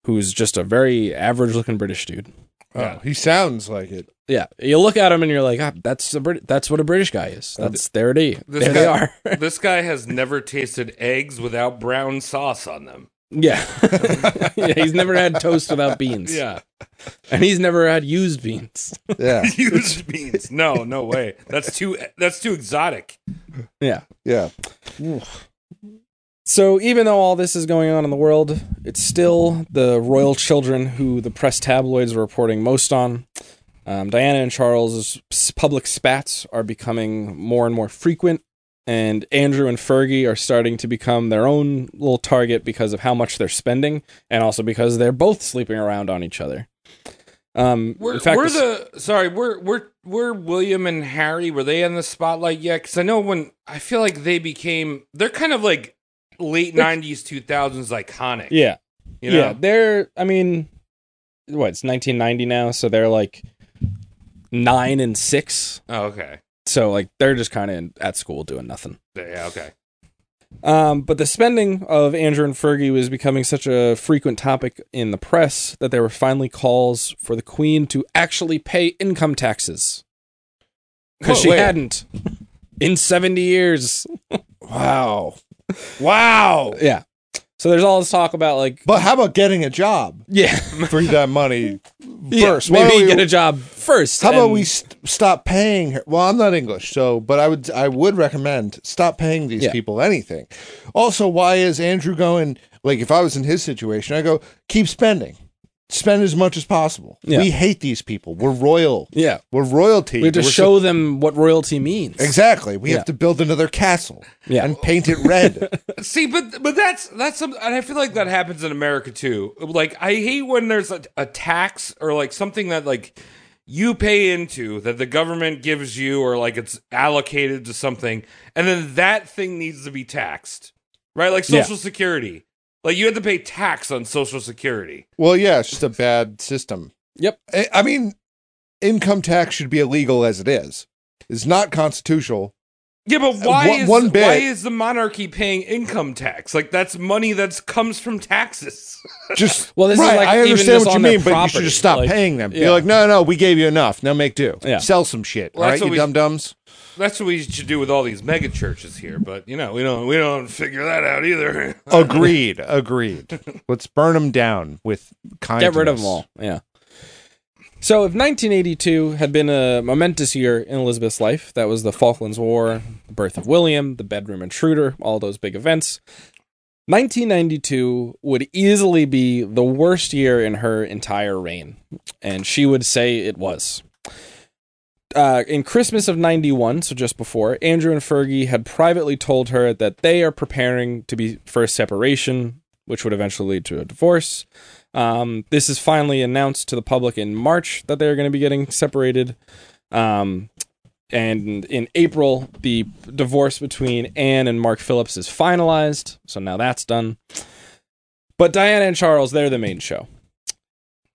[SPEAKER 6] who's just a very average-looking British dude.
[SPEAKER 7] Oh, he sounds like it.
[SPEAKER 6] Yeah, you look at him and you're like, ah, that's a Brit- that's what a British guy is. That's there it is.
[SPEAKER 8] This
[SPEAKER 6] There they
[SPEAKER 8] guy-
[SPEAKER 6] are.
[SPEAKER 8] this guy has never tasted eggs without brown sauce on them.
[SPEAKER 6] yeah. yeah, he's never had toast without beans.
[SPEAKER 8] Yeah,
[SPEAKER 6] and he's never had used beans.
[SPEAKER 7] Yeah,
[SPEAKER 8] huge beans. No, no way. That's too. That's too exotic.
[SPEAKER 6] Yeah.
[SPEAKER 7] yeah.
[SPEAKER 6] So even though all this is going on in the world, it's still the royal children who the press tabloids are reporting most on. Um, Diana and Charles' s- public spats are becoming more and more frequent, and Andrew and Fergie are starting to become their own little target because of how much they're spending, and also because they're both sleeping around on each other. Um,
[SPEAKER 8] Were,
[SPEAKER 6] in fact,
[SPEAKER 8] were
[SPEAKER 6] this-
[SPEAKER 8] the sorry, were were were William and Harry were they in the spotlight yet? Because I know when I feel like they became they're kind of like late nineties, two thousands iconic.
[SPEAKER 6] yeah,
[SPEAKER 8] you know?
[SPEAKER 6] yeah, they're. I mean, what? It's 1990 now, so they're like nine and six.
[SPEAKER 8] Oh, okay.
[SPEAKER 6] So like they're just kind of at school doing nothing.
[SPEAKER 8] Yeah. Okay.
[SPEAKER 6] Um, but the spending of Andrew and Fergie was becoming such a frequent topic in the press that there were finally calls for the Queen to actually pay income taxes because
[SPEAKER 9] Whoa,
[SPEAKER 6] she
[SPEAKER 9] wait.
[SPEAKER 6] hadn't in 70 years.
[SPEAKER 9] Wow. Wow.
[SPEAKER 6] Yeah. So there's all this talk about like,
[SPEAKER 9] But how about getting a job
[SPEAKER 6] yeah,
[SPEAKER 9] for that money first? Why
[SPEAKER 6] maybe
[SPEAKER 9] don't
[SPEAKER 6] get
[SPEAKER 9] we-
[SPEAKER 6] a job first.
[SPEAKER 9] How about
[SPEAKER 6] and-
[SPEAKER 9] we st- stop paying her? Well, I'm not English, so but I would I would recommend stop paying these
[SPEAKER 6] Yeah.
[SPEAKER 9] people anything. Also, why is Andrew going? Like, if I was in his situation, I go keep spending, spend as much as possible.
[SPEAKER 6] Yeah.
[SPEAKER 9] We hate these people. We're royal.
[SPEAKER 6] Yeah.
[SPEAKER 9] We're royalty.
[SPEAKER 6] We have to
[SPEAKER 9] We're
[SPEAKER 6] show them what royalty means.
[SPEAKER 9] exactly. We
[SPEAKER 6] Yeah.
[SPEAKER 9] have to build another castle
[SPEAKER 6] Yeah.
[SPEAKER 9] and paint it red.
[SPEAKER 8] See, but but that's that's some, and I feel like that happens in America too. Like I hate when there's a, a tax or like something that like you pay into that the government gives you or like it's allocated to something, and then that thing needs to be taxed, right? Like
[SPEAKER 6] Yeah.
[SPEAKER 8] Social Security, like you have to pay tax on Social Security.
[SPEAKER 9] well, yeah, it's just a bad system.
[SPEAKER 6] Yep.
[SPEAKER 9] I, I mean, income tax should be illegal as it is. It's not constitutional.
[SPEAKER 8] Yeah, but why
[SPEAKER 9] Uh, one-
[SPEAKER 8] is
[SPEAKER 9] one bit-
[SPEAKER 8] why is the monarchy paying income tax? Like that's money that's comes from taxes.
[SPEAKER 9] just
[SPEAKER 6] Well, this is
[SPEAKER 9] right,
[SPEAKER 6] like
[SPEAKER 9] I
[SPEAKER 6] even
[SPEAKER 9] understand
[SPEAKER 6] just
[SPEAKER 9] what you
[SPEAKER 6] on their
[SPEAKER 9] mean, but you should
[SPEAKER 6] property,
[SPEAKER 9] just stop
[SPEAKER 6] like-
[SPEAKER 9] paying them.
[SPEAKER 6] yeah.
[SPEAKER 9] You're like, no, no, we gave you enough. Now make do.
[SPEAKER 6] Yeah.
[SPEAKER 9] Sell some shit,
[SPEAKER 8] Well,
[SPEAKER 9] all right,
[SPEAKER 8] that's
[SPEAKER 9] you
[SPEAKER 8] what we-
[SPEAKER 9] dum dums.
[SPEAKER 8] That's what we should do with all these mega churches here, but you know we don't we don't figure that out either.
[SPEAKER 9] Agreed, agreed. Let's burn them down with kindness.
[SPEAKER 6] Get rid of them all. Yeah. So, if 1982 had been a momentous year in Elizabeth's life, that was the Falklands War, the birth of William, the bedroom intruder, all those big events. 1992 would easily be the worst year in her entire reign, and she would say it was. Uh, in Christmas of 91, so just before, Andrew and Fergie had privately told her that they are preparing to be for a separation, which would eventually lead to a divorce. Um, this is finally announced to the public in March that they're going to be getting separated. Um, and in April, the divorce between Anne and Mark Phillips is finalized. So now that's done. But Diana and Charles, they're the main show.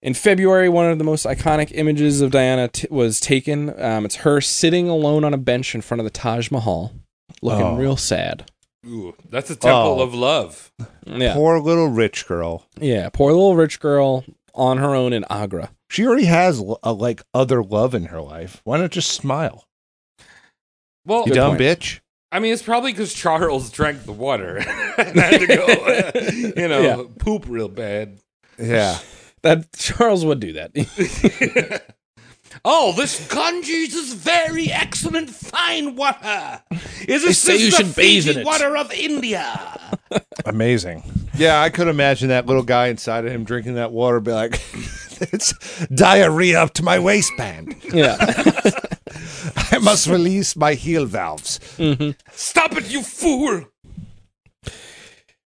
[SPEAKER 6] In February, one of the most iconic images of Diana t- was taken. Um, it's her sitting alone on a bench in front of the Taj Mahal, looking
[SPEAKER 9] Oh.
[SPEAKER 6] real sad.
[SPEAKER 8] Ooh, that's a temple
[SPEAKER 9] Oh.
[SPEAKER 8] of love.
[SPEAKER 6] Yeah, poor-
[SPEAKER 9] Poor little rich girl.
[SPEAKER 6] yeah, poor little rich girl on her own in Agra.
[SPEAKER 9] She already has l- a, like other love in her life. Why not just smile?
[SPEAKER 8] Well,
[SPEAKER 9] You
[SPEAKER 6] Good
[SPEAKER 9] dumb
[SPEAKER 6] point.
[SPEAKER 9] bitch.
[SPEAKER 8] I mean, it's probably because Charles drank the water and had to go, you know,
[SPEAKER 6] Yeah.
[SPEAKER 8] poop real bad.
[SPEAKER 9] Yeah.
[SPEAKER 6] That Charles would do that.
[SPEAKER 8] Oh, this Ganges is very excellent, fine water. Is this
[SPEAKER 6] say
[SPEAKER 8] is
[SPEAKER 6] you
[SPEAKER 8] the
[SPEAKER 6] should bathe in
[SPEAKER 8] Fiji
[SPEAKER 6] it.
[SPEAKER 8] water of India?
[SPEAKER 9] Amazing. Yeah, I could imagine that little guy inside of him drinking that water be like, it's diarrhea up to my waistband.
[SPEAKER 6] yeah.
[SPEAKER 9] I must release my heel valves.
[SPEAKER 8] Stop it, you fool!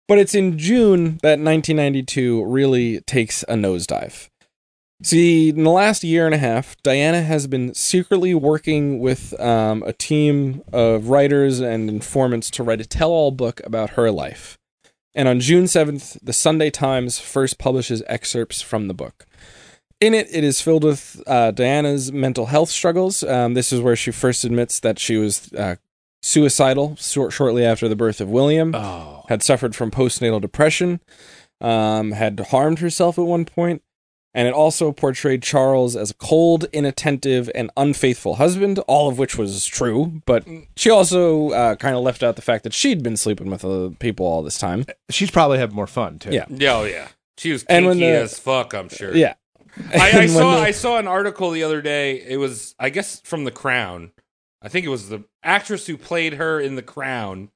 [SPEAKER 6] But it's in June that 1992 really takes a nosedive. See, in the last year and a half, Diana has been secretly working with um, a team of writers and informants to write a tell all book about her life. And on June 7th, the Sunday Times first publishes excerpts from the book. In it, it is filled with uh, Diana's mental health struggles. Um, this is where she first admits that she was uh, suicidal sor- shortly after the birth of William
[SPEAKER 9] Oh.
[SPEAKER 6] had suffered from postnatal depression, um, had harmed herself at one point, and it also portrayed Charles as a cold, inattentive, and unfaithful husband, all of which was true. But she also uh, kind of left out the fact that she'd been sleeping with other people all this time.
[SPEAKER 9] She's probably had more fun too.
[SPEAKER 6] Yeah.
[SPEAKER 8] Yeah, oh, yeah. She was kinky
[SPEAKER 6] And when the-
[SPEAKER 8] as fuck, I'm sure.
[SPEAKER 6] Yeah.
[SPEAKER 8] I, I
[SPEAKER 6] And when
[SPEAKER 8] saw
[SPEAKER 6] the-
[SPEAKER 8] I saw an article the other day. It was I guess from The Crown. I think it was the actress who played her in The Crown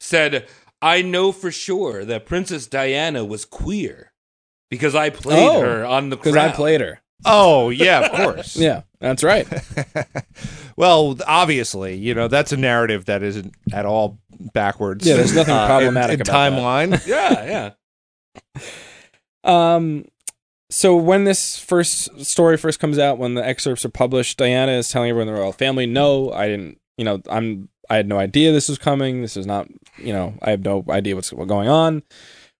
[SPEAKER 8] said, "I know for sure that Princess Diana was queer because I played
[SPEAKER 6] Oh,
[SPEAKER 8] her on The
[SPEAKER 6] because
[SPEAKER 8] Crown."
[SPEAKER 6] I played her.
[SPEAKER 9] Oh yeah, of course.
[SPEAKER 6] Yeah, that's right.
[SPEAKER 9] Well, obviously, you know that's a narrative that isn't at all backwards.
[SPEAKER 6] Yeah, there's nothing
[SPEAKER 9] Uh, in-
[SPEAKER 6] problematic
[SPEAKER 9] in,
[SPEAKER 6] about that.
[SPEAKER 9] timeline.
[SPEAKER 8] Yeah, yeah.
[SPEAKER 6] Um, so when this first story first comes out, when the excerpts are published, Diana is telling everyone in the royal family, "No, I didn't. You know, I'm. I had no idea this was coming. This is not. You know, I have no idea what's what's going on."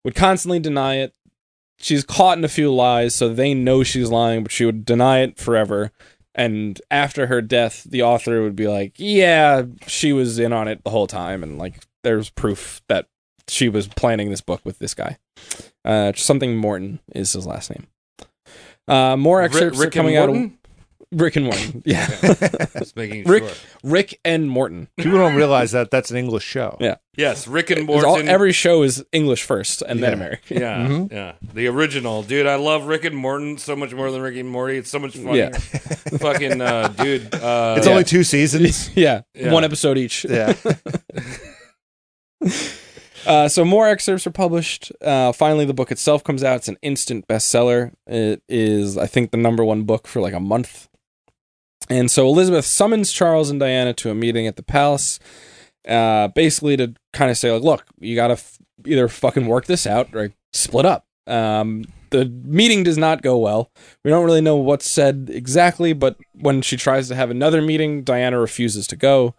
[SPEAKER 6] Would constantly deny it. She's caught in a few lies, so they know she's lying, but she would deny it forever. And after her death, the author would be like, "Yeah, she was in on it the whole time, and like, there's proof that she was planning this book with this guy." Uh, something Morton is his last name. Uh, more excerpts
[SPEAKER 10] Rick
[SPEAKER 6] are coming
[SPEAKER 10] and
[SPEAKER 6] out. Of,
[SPEAKER 10] Morton?
[SPEAKER 6] Rick and Morton. Yeah.
[SPEAKER 10] Just making
[SPEAKER 6] Rick
[SPEAKER 10] sure.
[SPEAKER 6] Rick and Morton.
[SPEAKER 9] People don't realize that that's an English show.
[SPEAKER 6] Yeah.
[SPEAKER 10] Yes, Rick and
[SPEAKER 6] 'Cause
[SPEAKER 10] Morton.
[SPEAKER 6] all- every show is English first and then
[SPEAKER 9] Yeah.
[SPEAKER 6] American.
[SPEAKER 10] yeah,
[SPEAKER 8] Mm-hmm.
[SPEAKER 10] yeah. The original, dude. I love Rick and Morton so much more than Rick and Morty. It's so much funnier.
[SPEAKER 6] Yeah.
[SPEAKER 10] Fucking uh, dude. Uh,
[SPEAKER 6] Oh,
[SPEAKER 9] It's only two seasons.
[SPEAKER 6] Yeah.
[SPEAKER 10] Yeah.
[SPEAKER 6] One episode each.
[SPEAKER 9] yeah.
[SPEAKER 6] Uh, so more excerpts are published. Uh, finally, the book itself comes out. It's an instant bestseller. It is, I think, the number one book for like a month. And so Elizabeth summons Charles and Diana to a meeting at the palace, uh, basically to kind of say, like, look, you got to f- either fucking work this out or split up. Um, the meeting does not go well. We don't really know what's said exactly, but when she tries to have another meeting, Diana refuses to go.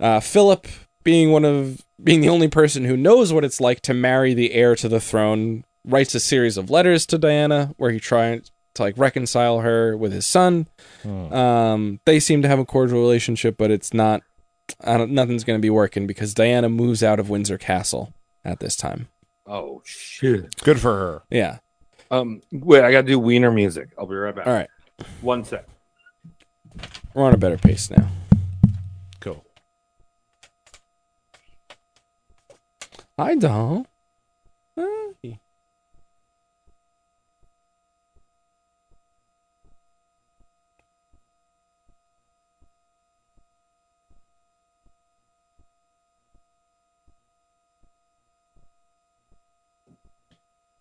[SPEAKER 6] Uh, Philip, being one of being the only person who knows what it's like to marry the heir to the throne, writes a series of letters to Diana where he tries to like reconcile her with his son.
[SPEAKER 9] Hmm.
[SPEAKER 6] Um, they seem to have a cordial relationship, but it's not. I don't, nothing's going to be working because Diana moves out of Windsor Castle at this time.
[SPEAKER 8] Oh shit.
[SPEAKER 9] Good for her.
[SPEAKER 6] Yeah.
[SPEAKER 8] Um, wait, I gotta do Wiener music. I'll be right back.
[SPEAKER 6] All right.
[SPEAKER 8] One sec.
[SPEAKER 6] We're on a better pace now.
[SPEAKER 9] Cool.
[SPEAKER 6] I don't.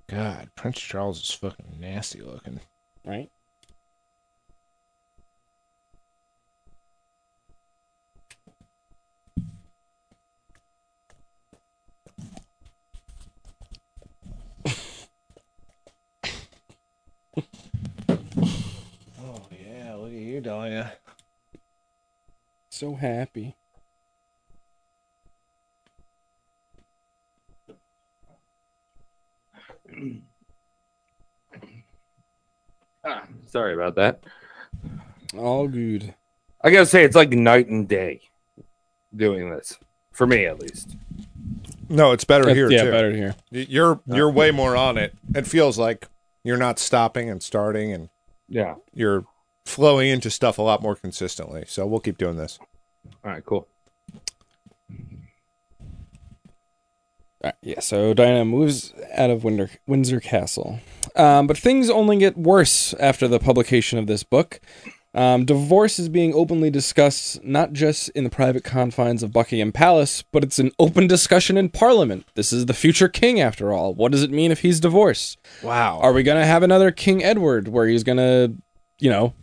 [SPEAKER 9] God, Prince Charles is fucking nasty looking.
[SPEAKER 6] Right.
[SPEAKER 9] Oh yeah, look at you, Dahlia.
[SPEAKER 6] So happy.
[SPEAKER 8] Ah, sorry about that.
[SPEAKER 6] All good.
[SPEAKER 8] I gotta say, it's like night and day doing this for me, at least.
[SPEAKER 9] No, it's better here
[SPEAKER 6] yeah,
[SPEAKER 9] too.
[SPEAKER 6] better here.
[SPEAKER 9] Y- You're you're way more on it. It feels like you're not stopping and starting, and
[SPEAKER 8] Yeah.
[SPEAKER 9] you're flowing into stuff a lot more consistently. So we'll keep doing this.
[SPEAKER 8] All right. Cool.
[SPEAKER 6] All right, yeah, so Diana moves out of Windsor, Windsor Castle. Um, but things only get worse after the publication of this book. Um, divorce is being openly discussed not just in the private confines of Buckingham Palace, but it's an open discussion in Parliament. This is the future king, after all. What does it mean if he's divorced?
[SPEAKER 9] Wow.
[SPEAKER 6] Are we going to have another King Edward where he's going to, you know,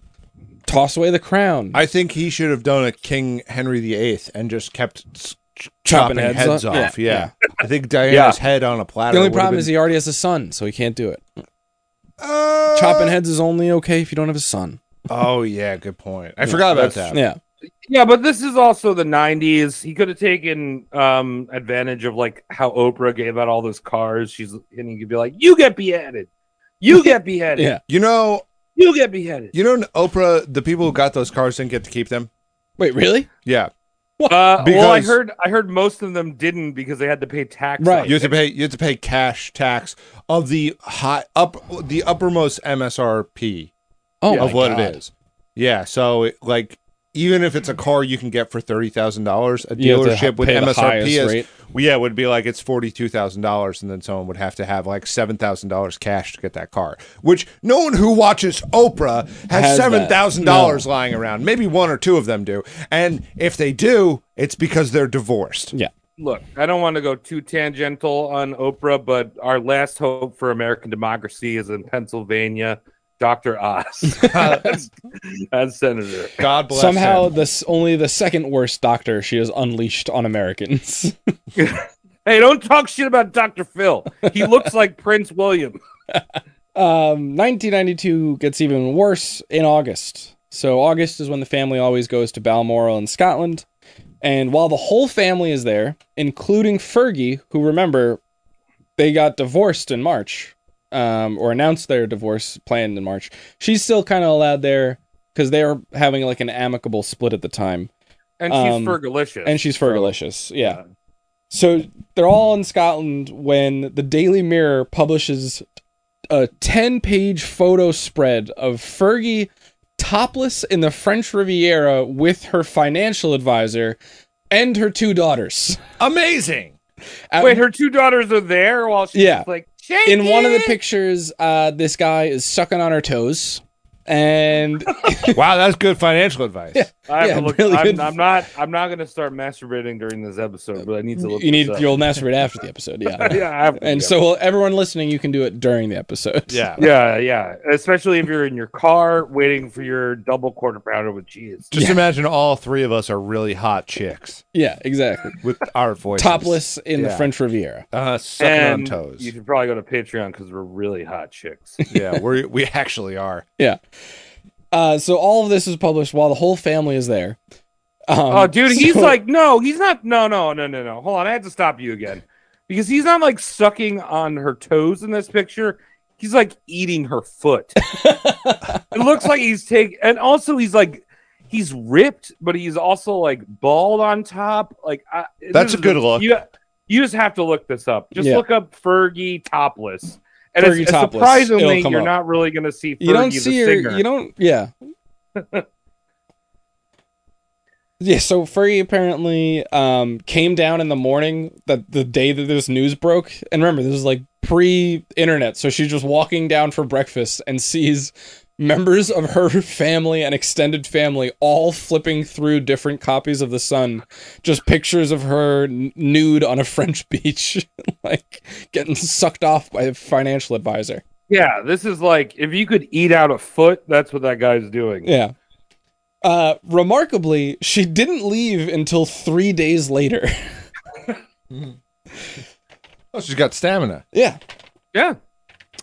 [SPEAKER 6] toss away the crown?
[SPEAKER 9] I think he should have done a King Henry VIII and just kept s- ch- chopping, heads, off. Yeah. I think Diana's head on a platter.
[SPEAKER 6] the only
[SPEAKER 9] would've
[SPEAKER 6] problem
[SPEAKER 9] been-
[SPEAKER 6] is he already has a son, so he can't do it.
[SPEAKER 9] Uh,
[SPEAKER 6] Chopping heads is only okay if you don't have a son.
[SPEAKER 9] Oh yeah, good point. I forgot about that.
[SPEAKER 6] Yeah.
[SPEAKER 8] Yeah, but this is also the '90s. He could have taken um, advantage of like how Oprah gave out all those cars. She's and he could be like, "You get beheaded, you get beheaded,
[SPEAKER 6] Yeah.
[SPEAKER 9] You know,
[SPEAKER 8] you get beheaded."
[SPEAKER 9] you know, in Oprah. The people who got those cars didn't get to keep them.
[SPEAKER 6] Wait, really?
[SPEAKER 9] Yeah,
[SPEAKER 8] Uh, well, I
[SPEAKER 9] Because-
[SPEAKER 8] heard I heard most of them didn't because they had to pay tax.
[SPEAKER 6] Right.
[SPEAKER 8] on
[SPEAKER 9] you
[SPEAKER 8] it.
[SPEAKER 9] have to pay. You have to pay cash tax of the high up the uppermost MSRP
[SPEAKER 6] Oh,
[SPEAKER 9] of what it is. Yeah, so it, like even if it's a car you can get for thirty thousand dollars, a
[SPEAKER 6] You have to ha-
[SPEAKER 9] dealership with
[SPEAKER 6] pay the
[SPEAKER 9] MSRP
[SPEAKER 6] highest
[SPEAKER 9] is
[SPEAKER 6] rate.
[SPEAKER 9] well, yeah, it would be like it's forty two thousand dollars, and then someone would have to have like seven thousand dollars cash to get that car. Which no one who watches Oprah uh, has,
[SPEAKER 6] Has that.
[SPEAKER 9] seven thousand dollars lying around. Maybe one or two of them do, and if they do, it's because they're divorced.
[SPEAKER 8] Look, I don't want to go too tangential on Oprah, but our last hope for American democracy is in Pennsylvania. Dr. Oz as, as senator.
[SPEAKER 9] God bless.
[SPEAKER 6] Somehow,
[SPEAKER 9] him.
[SPEAKER 6] this only the second worst doctor she has unleashed on Americans.
[SPEAKER 8] Hey, don't talk shit about Dr. Phil. He looks like Prince William.
[SPEAKER 6] Um, 1992 gets even worse in August. So August is when the family always goes to Balmoral in Scotland. And while the whole family is there, including Fergie, who remember they got divorced in March, um, or announced their divorce planned in March, she's still kind of allowed there because they're having like an amicable split at the time.
[SPEAKER 8] And she's
[SPEAKER 6] Um,
[SPEAKER 8] Fergalicious.
[SPEAKER 6] And she's Fergalicious, yeah. So they're all in Scotland when the Daily Mirror publishes a 10 page photo spread of Fergie topless in the French Riviera with her financial advisor and her two daughters.
[SPEAKER 9] Amazing.
[SPEAKER 6] At-
[SPEAKER 8] Wait, her two daughters are there while she's
[SPEAKER 6] Yeah.
[SPEAKER 8] like, Shake
[SPEAKER 6] in one of the
[SPEAKER 8] it!"
[SPEAKER 6] pictures, uh, this guy is sucking on her toes. And
[SPEAKER 9] wow, that's good financial advice.
[SPEAKER 8] I have
[SPEAKER 6] Yeah,
[SPEAKER 8] to look.
[SPEAKER 6] really
[SPEAKER 8] I'm,
[SPEAKER 6] good.
[SPEAKER 8] I'm not. I'm not going to start masturbating during this episode, but I need to look.
[SPEAKER 6] you need
[SPEAKER 8] this up.
[SPEAKER 6] you'll masturbate after the episode, yeah.
[SPEAKER 8] yeah, I have to,
[SPEAKER 6] And
[SPEAKER 8] yeah.
[SPEAKER 6] so everyone listening, you can do it during the episode.
[SPEAKER 9] Yeah.
[SPEAKER 8] Yeah, yeah. Especially if you're in your car waiting for your double quarter pounder with cheese.
[SPEAKER 9] Just imagine all three of us are really hot chicks
[SPEAKER 6] Yeah, exactly.
[SPEAKER 9] with our voices.
[SPEAKER 6] Topless in the
[SPEAKER 9] Yeah.
[SPEAKER 6] French Riviera.
[SPEAKER 9] Uh, sucking on
[SPEAKER 8] And
[SPEAKER 9] toes. Um,
[SPEAKER 8] You should probably go to Patreon because we're really hot chicks.
[SPEAKER 9] yeah, we we actually are.
[SPEAKER 6] Yeah. Uh, so all of this is published while the whole family is there. Um,
[SPEAKER 8] oh, dude, he's
[SPEAKER 6] so-
[SPEAKER 8] like, no, he's not. No, no, no, no, no. Hold on, I had to stop you again because he's not like sucking on her toes in this picture. He's like eating her foot. it looks like he's taking, and also he's like, he's ripped, but he's also like bald on top. Like I,
[SPEAKER 9] That's
[SPEAKER 8] this
[SPEAKER 9] a
[SPEAKER 8] is-
[SPEAKER 9] good look.
[SPEAKER 8] You, you just have to look this up. Just
[SPEAKER 6] Yeah.
[SPEAKER 8] look up Fergie topless. And
[SPEAKER 6] Fergie
[SPEAKER 8] it's,
[SPEAKER 6] topless.
[SPEAKER 8] surprisingly,
[SPEAKER 6] It'll come
[SPEAKER 8] you're
[SPEAKER 6] up.
[SPEAKER 8] not really going to see Fergie
[SPEAKER 6] you don't
[SPEAKER 8] the
[SPEAKER 6] see her.
[SPEAKER 8] singer.
[SPEAKER 6] You don't. Yeah. yeah. So Fergie apparently um, came down in the morning that the day that this news broke, and remember this is like pre-internet, so she's just walking down for breakfast and sees members of her family and extended family all flipping through different copies of the sun just pictures of her n- nude on a french beach like getting sucked off by a financial advisor
[SPEAKER 8] Yeah, this is like if you could eat out a foot, that's what that guy's doing.
[SPEAKER 6] Yeah. Uh, remarkably, she didn't leave until three days later.
[SPEAKER 9] Oh, she's got stamina.
[SPEAKER 6] yeah.
[SPEAKER 8] Yeah.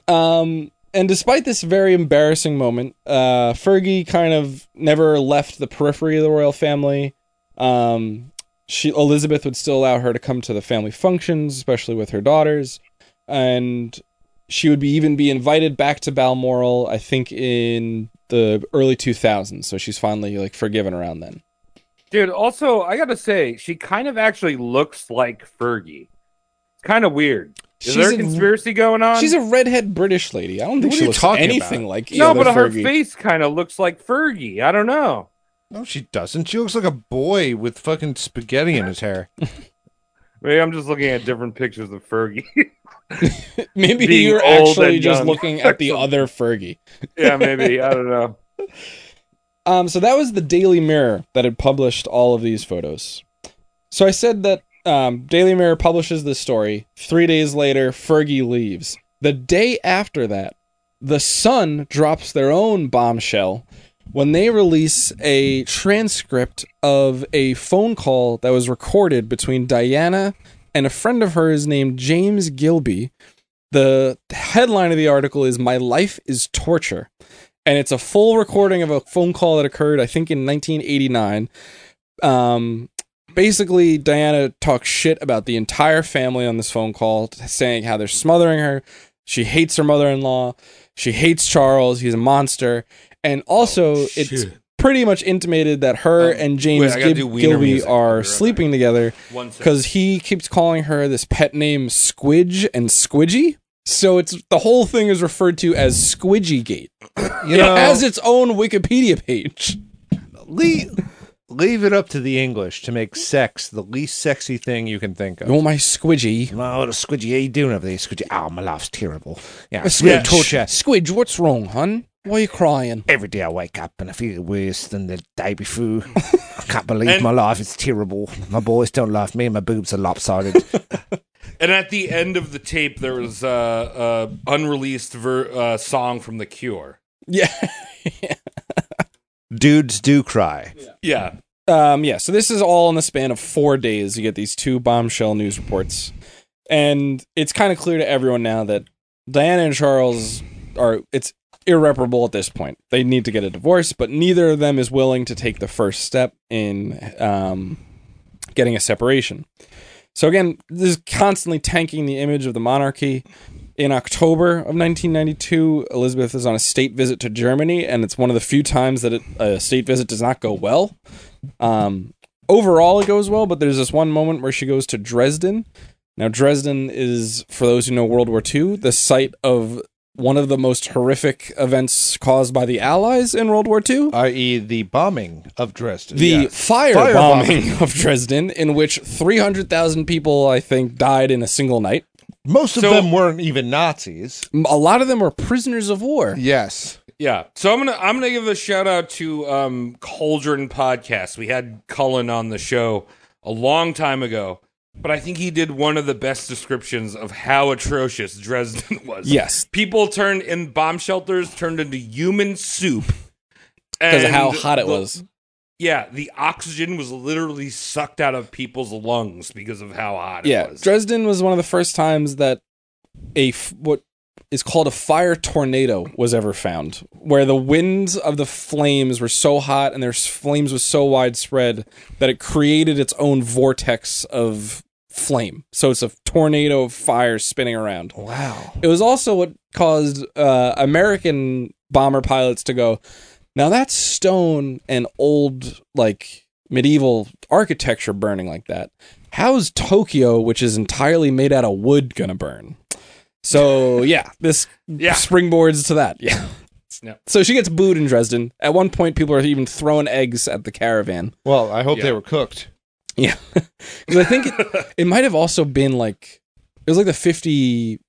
[SPEAKER 6] Um, and despite this very embarrassing moment, uh, Fergie kind of never left the periphery of the royal family. Um, she Elizabeth would still allow her to come to the family functions, especially with her daughters, and she would be even be invited back to Balmoral. I think in the early 2000s, so she's finally like forgiven around then.
[SPEAKER 8] Dude, also, I got to say, she kind of actually looks like Fergie. It's kind of weird. Is
[SPEAKER 6] She's
[SPEAKER 8] there a
[SPEAKER 6] a-
[SPEAKER 8] conspiracy going on?
[SPEAKER 6] She's a redhead British lady. I don't think
[SPEAKER 9] What are
[SPEAKER 6] she
[SPEAKER 9] you
[SPEAKER 6] looks
[SPEAKER 9] talking
[SPEAKER 6] anything
[SPEAKER 9] about?
[SPEAKER 6] like
[SPEAKER 8] No,
[SPEAKER 6] either
[SPEAKER 8] but her
[SPEAKER 6] Fergie.
[SPEAKER 8] face kind of looks like Fergie. I don't know.
[SPEAKER 9] No, she doesn't. She looks like a boy with fucking spaghetti in his hair.
[SPEAKER 8] Maybe I'm just looking at different pictures of Fergie.
[SPEAKER 6] Maybe
[SPEAKER 8] being
[SPEAKER 6] you're
[SPEAKER 8] old
[SPEAKER 6] actually
[SPEAKER 8] and
[SPEAKER 6] just
[SPEAKER 8] young.
[SPEAKER 6] looking at the other Fergie.
[SPEAKER 8] yeah, maybe. I don't know.
[SPEAKER 6] Um, so that was the Daily Mirror that had published all of these photos. So I said that um, Daily Mirror publishes this story. Three days later, Fergie leaves. The day after that, The Sun drops their own bombshell when they release a transcript of a phone call that was recorded between Diana and a friend of hers named James Gilby. The headline of the article is My Life is Torture and it's a full recording of a phone call that occurred, I think, in 1989. Um, basically, Diana talks shit about the entire family on this phone call, t- saying how they're smothering her. She hates her mother-in-law. She hates Charles. He's a monster. And also, it's
[SPEAKER 11] Oh, shit. Oh,
[SPEAKER 6] pretty much intimated that her and James
[SPEAKER 11] wait, I gotta
[SPEAKER 6] Gib-
[SPEAKER 11] do wiener
[SPEAKER 6] Gilby
[SPEAKER 11] music. I'll be
[SPEAKER 6] are
[SPEAKER 11] right back.
[SPEAKER 6] sleeping together
[SPEAKER 11] One second.
[SPEAKER 6] because he keeps calling her this pet name Squidge and Squidgy. So it's the whole thing is referred to as Squidgy Gate.
[SPEAKER 9] You
[SPEAKER 6] It
[SPEAKER 9] know,
[SPEAKER 6] has its own Wikipedia page.
[SPEAKER 9] leave, leave it up to the English to make sex the least sexy thing you can think of.
[SPEAKER 6] Oh my squidgy.
[SPEAKER 9] Oh, the squidgy, how you doing over there, squidgy? Oh, my life's terrible. Yeah,
[SPEAKER 6] Squidge.
[SPEAKER 9] yeah, torture.
[SPEAKER 6] Squidge, what's wrong, hun? Why are you crying?
[SPEAKER 9] Every day I wake up and I feel worse than the day before.
[SPEAKER 7] Hmm.
[SPEAKER 9] I can't believe my life is terrible. My boys don't love me and my boobs are lopsided.
[SPEAKER 11] And at the end of the tape, there was uh, uh, unreleased ver- uh, song from The Cure.
[SPEAKER 6] Yeah.
[SPEAKER 9] Dudes do cry.
[SPEAKER 11] Yeah,
[SPEAKER 6] Um, yeah, so this is all in the span of four days. You get these two bombshell news reports. And it's kind of clear to everyone now that Diana and Charles are it's irreparable at this point. They need to get a divorce, but neither of them is willing to take the first step in um, getting a separation. So again, this is constantly tanking the image of the monarchy. In October of 1992, Elizabeth is on a state visit to Germany, and it's one of the few times that it, a state visit does not go well. Um, overall, it goes well, but there's this one moment where she goes to Dresden. Now, Dresden is, for those who know World War II, the site of one of the most horrific events caused by the Allies in World War II
[SPEAKER 7] i.e., e, the bombing of Dresden.
[SPEAKER 6] the
[SPEAKER 7] Yeah.
[SPEAKER 6] firebombing of Dresden, in which 300,000 people, I think, died in a single night.
[SPEAKER 7] Most of
[SPEAKER 8] So-
[SPEAKER 7] them weren't even Nazis.
[SPEAKER 6] M- A lot of them were prisoners of war.
[SPEAKER 7] Yes.
[SPEAKER 8] Yeah. So I'm gonna I'm gonna give a shout out to um Cauldron Podcast. We had Cullen on the show a long time ago, but I think he did one of the best descriptions of how atrocious Dresden was.
[SPEAKER 6] Yes.
[SPEAKER 8] People turned in bomb shelters turned into human soup.
[SPEAKER 6] Because of
[SPEAKER 8] And
[SPEAKER 6] how hot it
[SPEAKER 8] the-
[SPEAKER 6] was.
[SPEAKER 8] Yeah, the oxygen was literally sucked out of people's lungs because of how hot
[SPEAKER 6] Yeah.
[SPEAKER 8] it was.
[SPEAKER 6] Dresden was one of the first times that a f- what is called a fire tornado was ever found, where the winds of the flames were so hot and their s- flames was so widespread that it created its own vortex of flame. So it's a tornado of fire spinning around.
[SPEAKER 7] Wow.
[SPEAKER 6] It was also what caused uh, American bomber pilots to go, now that's stone and old, like medieval architecture burning like that. How's Tokyo, which is entirely made out of wood, gonna burn? So yeah, this
[SPEAKER 8] Yeah.
[SPEAKER 6] springboards to that. Yeah.
[SPEAKER 8] Yeah.
[SPEAKER 6] So she gets booed in Dresden. At one point, people are even throwing eggs at the caravan.
[SPEAKER 7] Well, I hope
[SPEAKER 8] Yeah.
[SPEAKER 7] they were cooked.
[SPEAKER 6] Yeah. 'Cause I think it, it might have also been like it was like the 50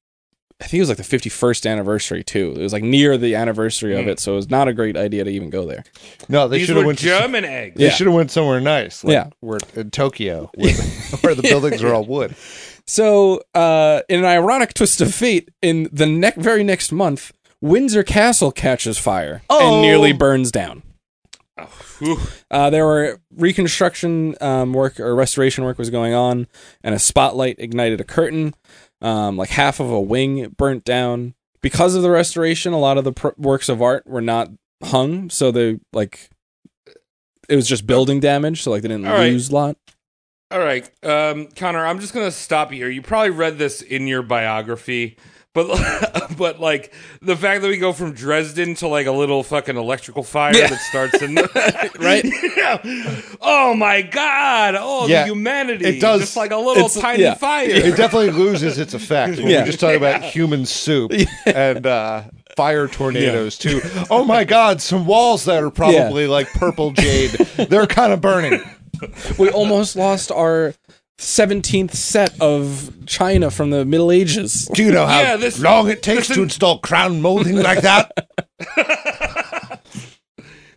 [SPEAKER 6] I think it was like the 51st anniversary too. It was like near the anniversary
[SPEAKER 8] Hmm.
[SPEAKER 6] of it, so it was not a great idea to even go there.
[SPEAKER 7] No, they
[SPEAKER 8] These
[SPEAKER 7] should have
[SPEAKER 8] were
[SPEAKER 7] went. To,
[SPEAKER 8] German eggs.
[SPEAKER 7] they
[SPEAKER 6] Yeah.
[SPEAKER 7] should have went somewhere nice.
[SPEAKER 6] Yeah.
[SPEAKER 7] Where in Tokyo, where, the- where the buildings are all wood.
[SPEAKER 6] So, uh, in an ironic twist of fate, in the ne- very next month, Windsor Castle catches fire
[SPEAKER 8] Oh.
[SPEAKER 6] and nearly burns down.
[SPEAKER 8] Whew.
[SPEAKER 6] Uh, there were reconstruction um, work or restoration work was going on, and a spotlight ignited a curtain. Um, like half of a wing burnt down because of the restoration. A lot of the pr- works of art were not hung, so they like it was just building damage. So like they didn't
[SPEAKER 8] All right.
[SPEAKER 6] lose a lot.
[SPEAKER 8] All right, um, Connor, I'm just gonna stop you here. You probably read this in your biography, but but like the fact that we go from Dresden to like a little fucking electrical fire
[SPEAKER 6] Yeah.
[SPEAKER 8] that starts in the
[SPEAKER 6] Right.
[SPEAKER 8] Yeah. Oh my god! Oh,
[SPEAKER 7] Yeah.
[SPEAKER 8] the humanity!
[SPEAKER 7] It does-
[SPEAKER 8] just like a little
[SPEAKER 6] it's-
[SPEAKER 8] tiny
[SPEAKER 6] yeah.
[SPEAKER 8] fire.
[SPEAKER 7] It definitely loses its effect. When
[SPEAKER 6] Yeah.
[SPEAKER 7] You just talk about human soup and uh, fire tornadoes too. Oh my God! Some walls that are probably like purple jade. They're kind of burning.
[SPEAKER 6] We almost lost our seventeenth set of China from the Middle Ages.
[SPEAKER 7] Do you know how
[SPEAKER 8] Yeah, this-
[SPEAKER 7] long it takes
[SPEAKER 8] this
[SPEAKER 7] to
[SPEAKER 8] in-
[SPEAKER 7] install crown molding like that?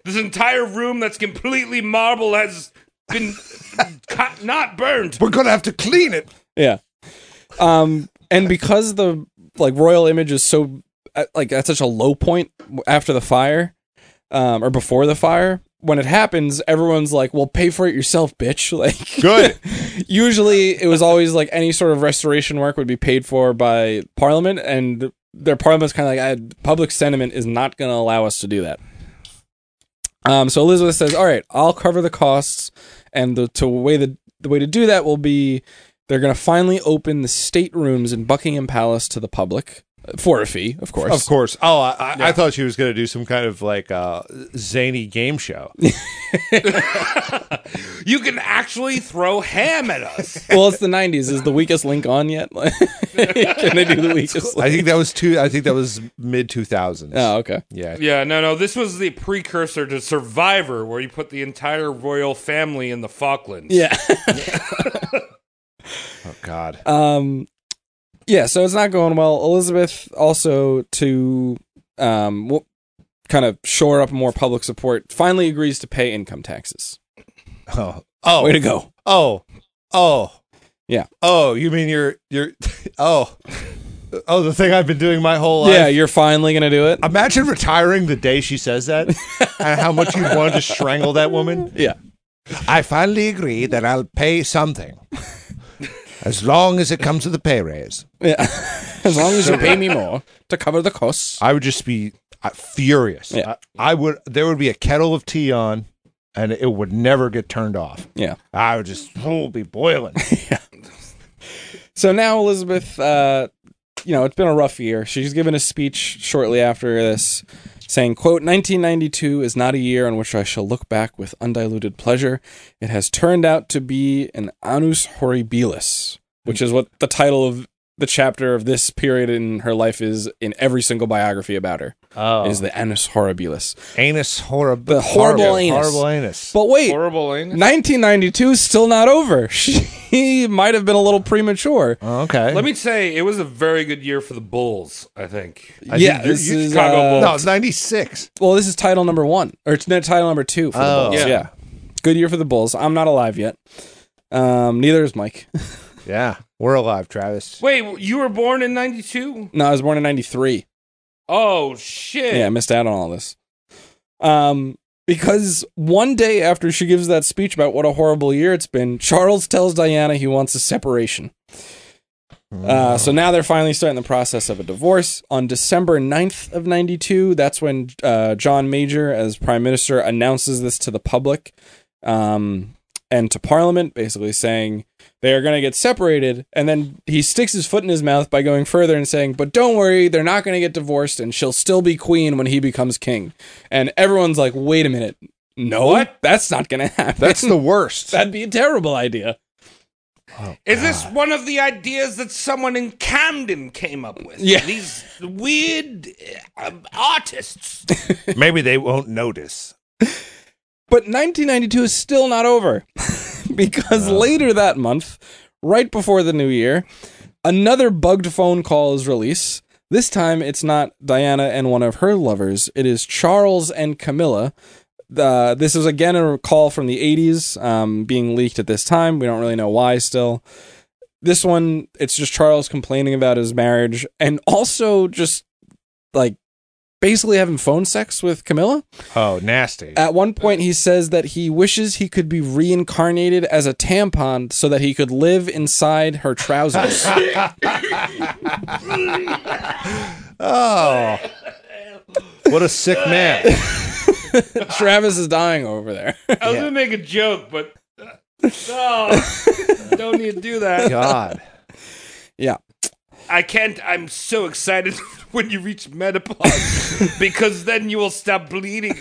[SPEAKER 8] This entire room that's completely marble has been cut, not burned.
[SPEAKER 7] We're gonna have to clean it.
[SPEAKER 6] Yeah. Um, and because the like royal image is so at- like at such a low point after the fire, um, or before the fire, when it happens, everyone's like, "Well, pay for it yourself, bitch." Like,
[SPEAKER 7] Good.
[SPEAKER 6] usually it was always like any sort of restoration work would be paid for by Parliament, and their Parliament's kind of like, "Ah, "Public sentiment is not going to allow us to do that." Um, so Elizabeth says, "All right, I'll cover the costs, and the to way the the way to do that will be they're going to finally open the state rooms in Buckingham Palace to the public uh, for a fee, of course.
[SPEAKER 7] Of course. Oh, I, I, I thought she was going to do some kind of like uh, zany game show.
[SPEAKER 8] You can actually throw ham at us.
[SPEAKER 6] Well, it's the '90s. Is the weakest link on yet? Can they do the weakest?
[SPEAKER 7] I
[SPEAKER 6] link?
[SPEAKER 7] think that was two. I think that was mid two thousands.
[SPEAKER 6] Oh, okay.
[SPEAKER 7] yeah.
[SPEAKER 8] Yeah, no, no. This was the precursor to Survivor, where you put the entire royal family in the Falklands.
[SPEAKER 6] Yeah.
[SPEAKER 7] Oh God.
[SPEAKER 6] Um, yeah, so it's not going well. Elizabeth also to um, w- kind of shore up more public support. Finally, agrees to pay income taxes.
[SPEAKER 7] Oh. Oh.
[SPEAKER 6] Way to go!
[SPEAKER 7] Oh. Oh.
[SPEAKER 6] Yeah.
[SPEAKER 7] Oh, you mean you're you're oh oh the thing I've been doing my whole life.
[SPEAKER 6] Yeah, you're finally gonna do it.
[SPEAKER 7] Imagine retiring the day she says that, and how much you wanted to strangle that woman.
[SPEAKER 6] yeah,
[SPEAKER 7] I finally agree that I'll pay something. As long as it comes with a pay raise.
[SPEAKER 6] Yeah. as long as you pay me more to cover the costs.
[SPEAKER 7] I would just be uh, furious.
[SPEAKER 6] Yeah.
[SPEAKER 7] I, I would. There would be a kettle of tea on, and it would never get turned off.
[SPEAKER 6] Yeah.
[SPEAKER 7] I would just oh, be boiling.
[SPEAKER 6] So now Elizabeth, uh, you know, it's been a rough year. She's given a speech shortly after this saying, quote, 1992 is not a year on which I shall look back with undiluted pleasure. It has turned out to be an annus horribilis, which is what the title of the chapter of this period in her life is in every single biography about her
[SPEAKER 7] Oh,
[SPEAKER 6] is the annus horribilis.
[SPEAKER 7] anus horrible.
[SPEAKER 6] The horrible anus.
[SPEAKER 7] Horrible anus.
[SPEAKER 6] But wait,
[SPEAKER 8] Horrible, ain't it?
[SPEAKER 6] 1992 is still not over. She might have been a little premature.
[SPEAKER 7] Oh, okay.
[SPEAKER 8] Let me say, it was a very good year for the Bulls. I think.
[SPEAKER 7] I
[SPEAKER 6] yeah,
[SPEAKER 7] think you're-
[SPEAKER 6] this
[SPEAKER 7] you're
[SPEAKER 6] is,
[SPEAKER 8] Chicago
[SPEAKER 6] uh,
[SPEAKER 8] Bulls.
[SPEAKER 7] No, it's ninety six.
[SPEAKER 6] Well, this is title number one, or it's no, title number two for
[SPEAKER 7] Oh.
[SPEAKER 6] the Bulls.
[SPEAKER 8] Yeah.
[SPEAKER 6] Yeah. good year for the Bulls. I'm not alive yet. Um, neither is Mike.
[SPEAKER 7] Yeah, we're alive, Travis.
[SPEAKER 8] Wait, you were born in '92?
[SPEAKER 6] No, I was born in '93.
[SPEAKER 8] Oh
[SPEAKER 6] Yeah.
[SPEAKER 8] shit!
[SPEAKER 6] I missed out on all this. Um, because one day after she gives that speech about what a horrible year it's been, Charles tells Diana he wants a separation. Uh, so now they're finally starting the process of a divorce. On December 9th of 92, that's when uh, John Major, as prime minister, announces this to the public um, and to parliament, basically saying they are going to get separated. And then he sticks his foot in his mouth by going further and saying, But don't worry, they're not going to get divorced and she'll still be queen when he becomes king. And everyone's like, Wait a minute. No, that's not going to happen.
[SPEAKER 7] That's the worst.
[SPEAKER 6] That'd be a terrible idea.
[SPEAKER 8] Is this one of the ideas that someone in Camden came up with?
[SPEAKER 6] Yeah.
[SPEAKER 8] These weird uh, um, artists.
[SPEAKER 7] Maybe they won't notice.
[SPEAKER 6] But 1992 is still not over because later that month, right before the new year, another bugged phone call is released. This time it's not Diana and one of her lovers, it is Charles and Camilla. Uh, this is again a call from the 80s um, being leaked at this time. We don't really know why still. This one, it's just Charles complaining about his marriage and also just like basically having phone sex with Camilla.
[SPEAKER 7] Oh, nasty.
[SPEAKER 6] At one point, he says that he wishes he could be reincarnated as a tampon so that he could live inside her trousers.
[SPEAKER 7] Oh, what a sick man.
[SPEAKER 6] Travis is dying over there.
[SPEAKER 8] I was gonna make a joke, but uh, no, don't need to do that.
[SPEAKER 7] God.
[SPEAKER 6] yeah.
[SPEAKER 8] I can't. I'm so excited when you reach menopause because then you will stop bleeding.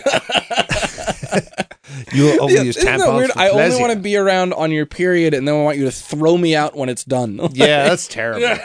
[SPEAKER 7] You only use
[SPEAKER 6] Isn't that
[SPEAKER 7] tampons
[SPEAKER 6] weird?
[SPEAKER 7] for
[SPEAKER 6] I only
[SPEAKER 7] pleasure.
[SPEAKER 6] want to be around on your period and then I want you to throw me out when it's done.
[SPEAKER 7] Yeah, that's terrible.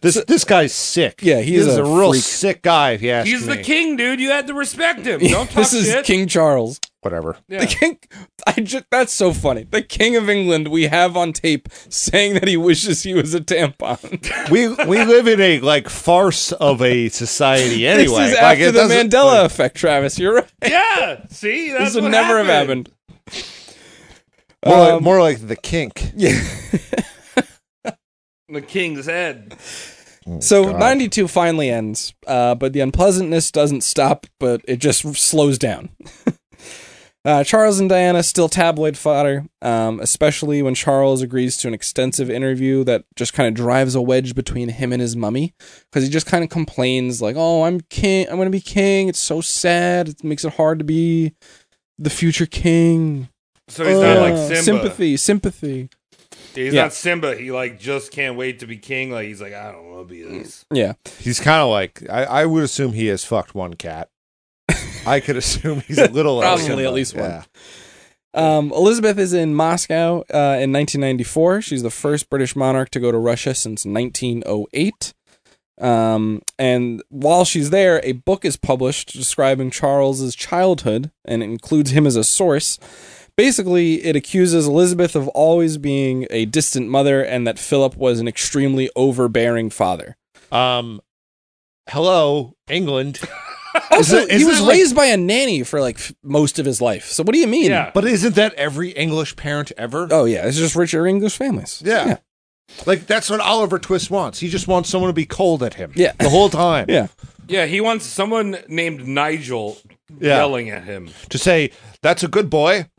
[SPEAKER 7] This this guy's sick.
[SPEAKER 6] Yeah, he is
[SPEAKER 7] This
[SPEAKER 6] a
[SPEAKER 7] real
[SPEAKER 6] freak.
[SPEAKER 7] sick guy. If you ask
[SPEAKER 8] He's
[SPEAKER 7] me.
[SPEAKER 8] the king, dude. You had to respect him. Don't talk
[SPEAKER 6] this is
[SPEAKER 8] shit.
[SPEAKER 6] King Charles.
[SPEAKER 7] Whatever.
[SPEAKER 6] The king I just that's so funny. The king of England we have on tape saying that he wishes he was a tampon.
[SPEAKER 7] We we live in a like farce of a society
[SPEAKER 6] this
[SPEAKER 7] anyway.
[SPEAKER 6] is
[SPEAKER 7] like,
[SPEAKER 6] after
[SPEAKER 7] it
[SPEAKER 6] the
[SPEAKER 7] doesn't-
[SPEAKER 6] Mandela effect, Travis. You're right.
[SPEAKER 8] Yeah. See, that's
[SPEAKER 6] this would
[SPEAKER 8] what
[SPEAKER 6] never have happened.
[SPEAKER 7] More, like, more like the kink.
[SPEAKER 8] The king's head.
[SPEAKER 6] So 92 finally ends, uh, but the unpleasantness doesn't stop, but it just slows down. uh, Charles and Diana still tabloid fodder, um, especially when Charles agrees to an extensive interview that just kind of drives a wedge between him and his mummy because he just kind of complains like, "Oh, I'm king. I'm gonna be king. It's so sad. It makes it hard to be the future king."
[SPEAKER 8] So he's not like
[SPEAKER 6] Uh,
[SPEAKER 8] Simba.
[SPEAKER 6] sympathy, sympathy.
[SPEAKER 8] He's
[SPEAKER 6] Yeah.
[SPEAKER 8] not Simba. He like just can't wait to be king. Like he's like, I don't want to be this.
[SPEAKER 6] Yeah,
[SPEAKER 7] He's kind of like I, I would assume he has fucked one cat. I could assume he's a little like
[SPEAKER 6] Probably
[SPEAKER 7] Simba.
[SPEAKER 6] at least one.
[SPEAKER 7] Yeah.
[SPEAKER 6] Um, Elizabeth is in Moscow uh, in 1994. She's the first British monarch to go to Russia since 1908. Um, and while she's there, a book is published describing Charles's childhood and it includes him as a source. Basically, it accuses Elizabeth of always being a distant mother and that Philip was an extremely overbearing father.
[SPEAKER 7] Um, hello, England.
[SPEAKER 6] Also,
[SPEAKER 7] it-
[SPEAKER 6] he
[SPEAKER 7] isn't
[SPEAKER 6] was
[SPEAKER 7] it like-
[SPEAKER 6] raised by a nanny for like f- most of his life. So what do you mean?
[SPEAKER 8] Yeah.
[SPEAKER 7] But isn't that every English parent ever?
[SPEAKER 6] Oh yeah, it's just richer English families.
[SPEAKER 7] Yeah. Like that's what Oliver Twist wants. He just wants someone to be cold at him.
[SPEAKER 6] Yeah.
[SPEAKER 7] The whole time.
[SPEAKER 6] Yeah.
[SPEAKER 8] Yeah, he wants someone named Nigel
[SPEAKER 7] Yeah.
[SPEAKER 8] yelling at him.
[SPEAKER 7] To say, that's a good boy.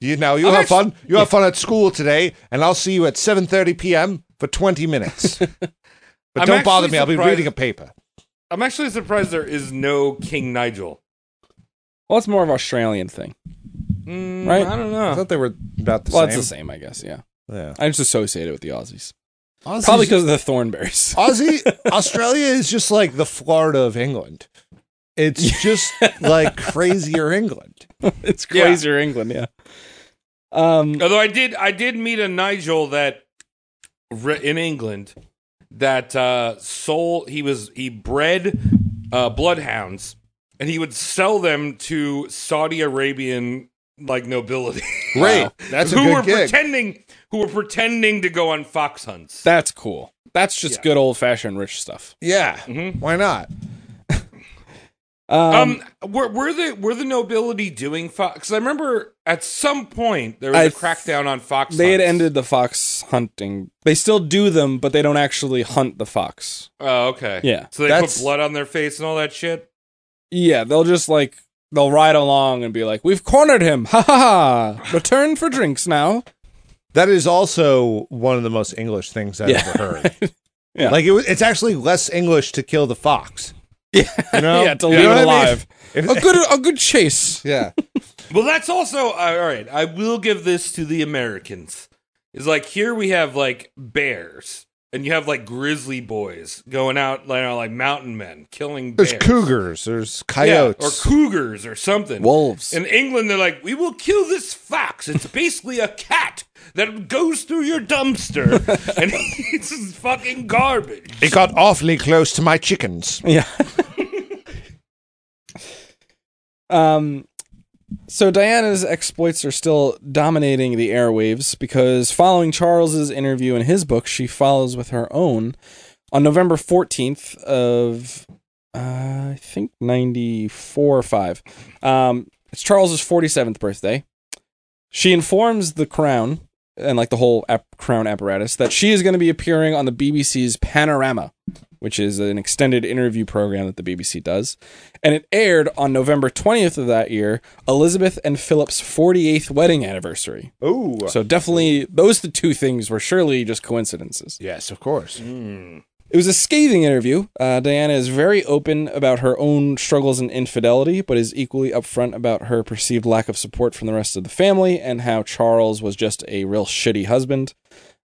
[SPEAKER 7] You know, you
[SPEAKER 8] I'm
[SPEAKER 7] Oh, have
[SPEAKER 8] actu-
[SPEAKER 7] fun. You have fun at school today, and I'll see you at 7:30 p.m. for 20 minutes. but
[SPEAKER 8] I'm
[SPEAKER 7] don't bother
[SPEAKER 8] actually
[SPEAKER 7] me. I'll be
[SPEAKER 8] surprised-
[SPEAKER 7] reading a paper.
[SPEAKER 8] I'm actually surprised there is no King Nigel.
[SPEAKER 6] Well, it's more of an Australian thing.
[SPEAKER 8] Mm,
[SPEAKER 6] Right.
[SPEAKER 8] I don't
[SPEAKER 7] I
[SPEAKER 8] know.
[SPEAKER 7] thought they were about the
[SPEAKER 6] well, it's
[SPEAKER 7] same.
[SPEAKER 6] the same, I guess. Yeah,
[SPEAKER 7] Yeah.
[SPEAKER 6] I just associate it with the Aussies, probably because of the Thornberries.
[SPEAKER 7] Aussie Australia is just like the Florida of England. It's just like crazier England.
[SPEAKER 6] it's crazier England, yeah. Um,
[SPEAKER 8] Although I did, I did meet a Nigel that re- in England that uh, sold. He was he bred uh, bloodhounds, and he would sell them to Saudi Arabian like nobility
[SPEAKER 7] Great. That's a
[SPEAKER 8] who were
[SPEAKER 7] good gig.
[SPEAKER 8] pretending who were pretending to go on fox hunts.
[SPEAKER 6] that's cool. That's just
[SPEAKER 8] Yeah.
[SPEAKER 6] good old fashioned rich stuff.
[SPEAKER 7] yeah.
[SPEAKER 8] Mhm.
[SPEAKER 7] Why not?
[SPEAKER 8] Um, were, were the were the nobility doing fox? Because I remember at some point there was
[SPEAKER 6] I
[SPEAKER 8] a
[SPEAKER 6] th-
[SPEAKER 8] crackdown on fox.
[SPEAKER 6] They had
[SPEAKER 8] hunts.
[SPEAKER 6] ended the fox hunting. They still do them, but they don't actually hunt the fox.
[SPEAKER 8] Oh, okay.
[SPEAKER 6] Yeah.
[SPEAKER 8] So they
[SPEAKER 7] That's-
[SPEAKER 8] put blood on their face and all that shit.
[SPEAKER 6] Yeah, they'll just like they'll ride along and be like, "We've cornered him! Ha ha ha! Return for drinks now."
[SPEAKER 7] That is also one of the most English things I've
[SPEAKER 6] Yeah.
[SPEAKER 7] ever heard.
[SPEAKER 6] Yeah.
[SPEAKER 7] Like it was, it's actually less English to kill the fox. Yeah. You know?
[SPEAKER 6] yeah, to
[SPEAKER 7] You know
[SPEAKER 6] leave it
[SPEAKER 7] what I mean?
[SPEAKER 6] alive.
[SPEAKER 7] If-
[SPEAKER 6] A good a good chase.
[SPEAKER 7] yeah.
[SPEAKER 8] Well, that's also uh, all right. I will give this to the Americans. Is like here we have like bears, and you have like grizzly boys going out, like, you know, like mountain men killing bears,
[SPEAKER 7] There's cougars. There's
[SPEAKER 8] Yeah,
[SPEAKER 7] coyotes.
[SPEAKER 8] or cougars or something.
[SPEAKER 6] Wolves.
[SPEAKER 8] In England, they're like, we will kill this fox. It's basically a cat that goes through your dumpster and eats his fucking garbage.
[SPEAKER 7] it got awfully close to my chickens.
[SPEAKER 6] Yeah. um so Diana's exploits are still dominating the airwaves because following Charles's interview in his book, she follows with her own on November 14th of uh, I think 94 or 5. Um it's Charles's 47th birthday. She informs the crown and like the whole ap- crown apparatus that she is going to be appearing on the BBC's Panorama which is an extended interview program that the BBC does. And it aired on November 20th of that year, Elizabeth and Philip's 48th wedding anniversary.
[SPEAKER 7] Oh.
[SPEAKER 6] So definitely those the two things were surely just coincidences.
[SPEAKER 7] Yes, of course.
[SPEAKER 6] It was a scathing interview. Uh, Diana is very open about her own struggles and infidelity, but is equally upfront about her perceived lack of support from the rest of the family and how Charles was just a real shitty husband.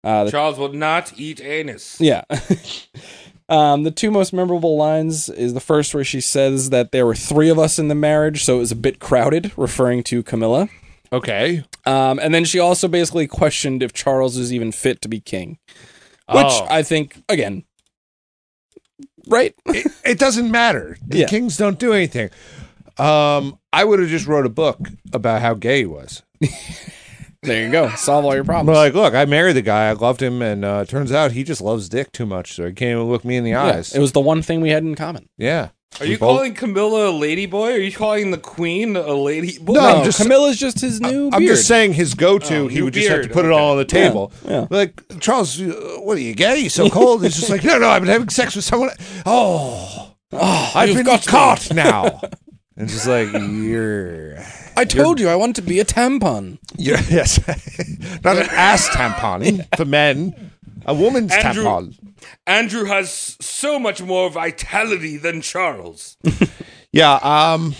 [SPEAKER 6] Uh, the
[SPEAKER 8] Charles will not eat anus.
[SPEAKER 6] Yeah. um, the two most memorable lines is the first where she says that there were three of us in the marriage, so it was a bit crowded, referring to Camilla.
[SPEAKER 7] Okay.
[SPEAKER 6] Um, and then she also basically questioned if Charles is even fit to be king, which
[SPEAKER 7] Oh.
[SPEAKER 6] I think, again, right?
[SPEAKER 7] it, it doesn't matter. The
[SPEAKER 6] Yeah.
[SPEAKER 7] kings don't do anything. Um, I would have just wrote a book about how gay he was.
[SPEAKER 6] There you go. Solve all your
[SPEAKER 7] I'm
[SPEAKER 6] problems.
[SPEAKER 7] like, look, I married the guy, I loved him, and uh, turns out he just loves dick too much, so he can't even look me in the
[SPEAKER 6] Yeah,
[SPEAKER 7] eyes.
[SPEAKER 6] it was the one thing we had in common.
[SPEAKER 7] yeah.
[SPEAKER 8] Are you calling Camilla a lady boy? Are you calling the queen a lady boy?
[SPEAKER 7] No, I'm
[SPEAKER 6] No,
[SPEAKER 7] just-
[SPEAKER 6] Camilla's just his new
[SPEAKER 7] I'm
[SPEAKER 6] beard.
[SPEAKER 7] just saying his go-to.
[SPEAKER 8] Oh,
[SPEAKER 7] he
[SPEAKER 8] new
[SPEAKER 7] would just have to
[SPEAKER 8] beard,
[SPEAKER 7] put it all on the table.
[SPEAKER 6] yeah.
[SPEAKER 7] Like Charles, uh, what are you gay? You so cold? It's just like no, no. I've been having sex with someone. Oh, I've
[SPEAKER 6] you've
[SPEAKER 7] been
[SPEAKER 6] got me."
[SPEAKER 7] caught now. and just like you're.
[SPEAKER 6] I told you I want to be a tampon.
[SPEAKER 7] Yeah, yes. Not an ass tampon for men, a woman's
[SPEAKER 8] Andrew-
[SPEAKER 7] tampon.
[SPEAKER 8] Andrew has so much more vitality than Charles.
[SPEAKER 7] Yeah. Um.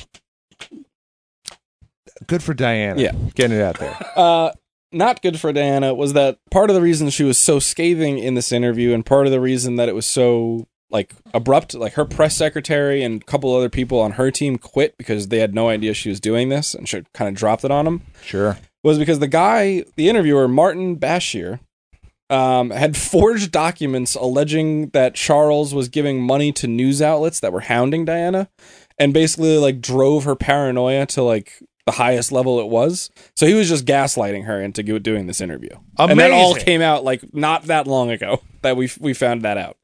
[SPEAKER 7] Good for Diana.
[SPEAKER 6] Yeah.
[SPEAKER 7] getting it out there.
[SPEAKER 6] uh, not good for Diana was that part of the reason she was so scathing in this interview, and part of the reason that it was so like abrupt, like her press secretary and a couple other people on her team quit because they had no idea she was doing this, and she kind of dropped it on them
[SPEAKER 7] Sure.
[SPEAKER 6] was because the guy, the interviewer, Martin Bashir, um, had forged documents alleging that Charles was giving money to news outlets that were hounding Diana and basically like drove her paranoia to like the highest level it was. So he was just gaslighting her into go- doing this interview. And that all
[SPEAKER 7] Amazing.
[SPEAKER 6] came out like not that long ago that we we found that out.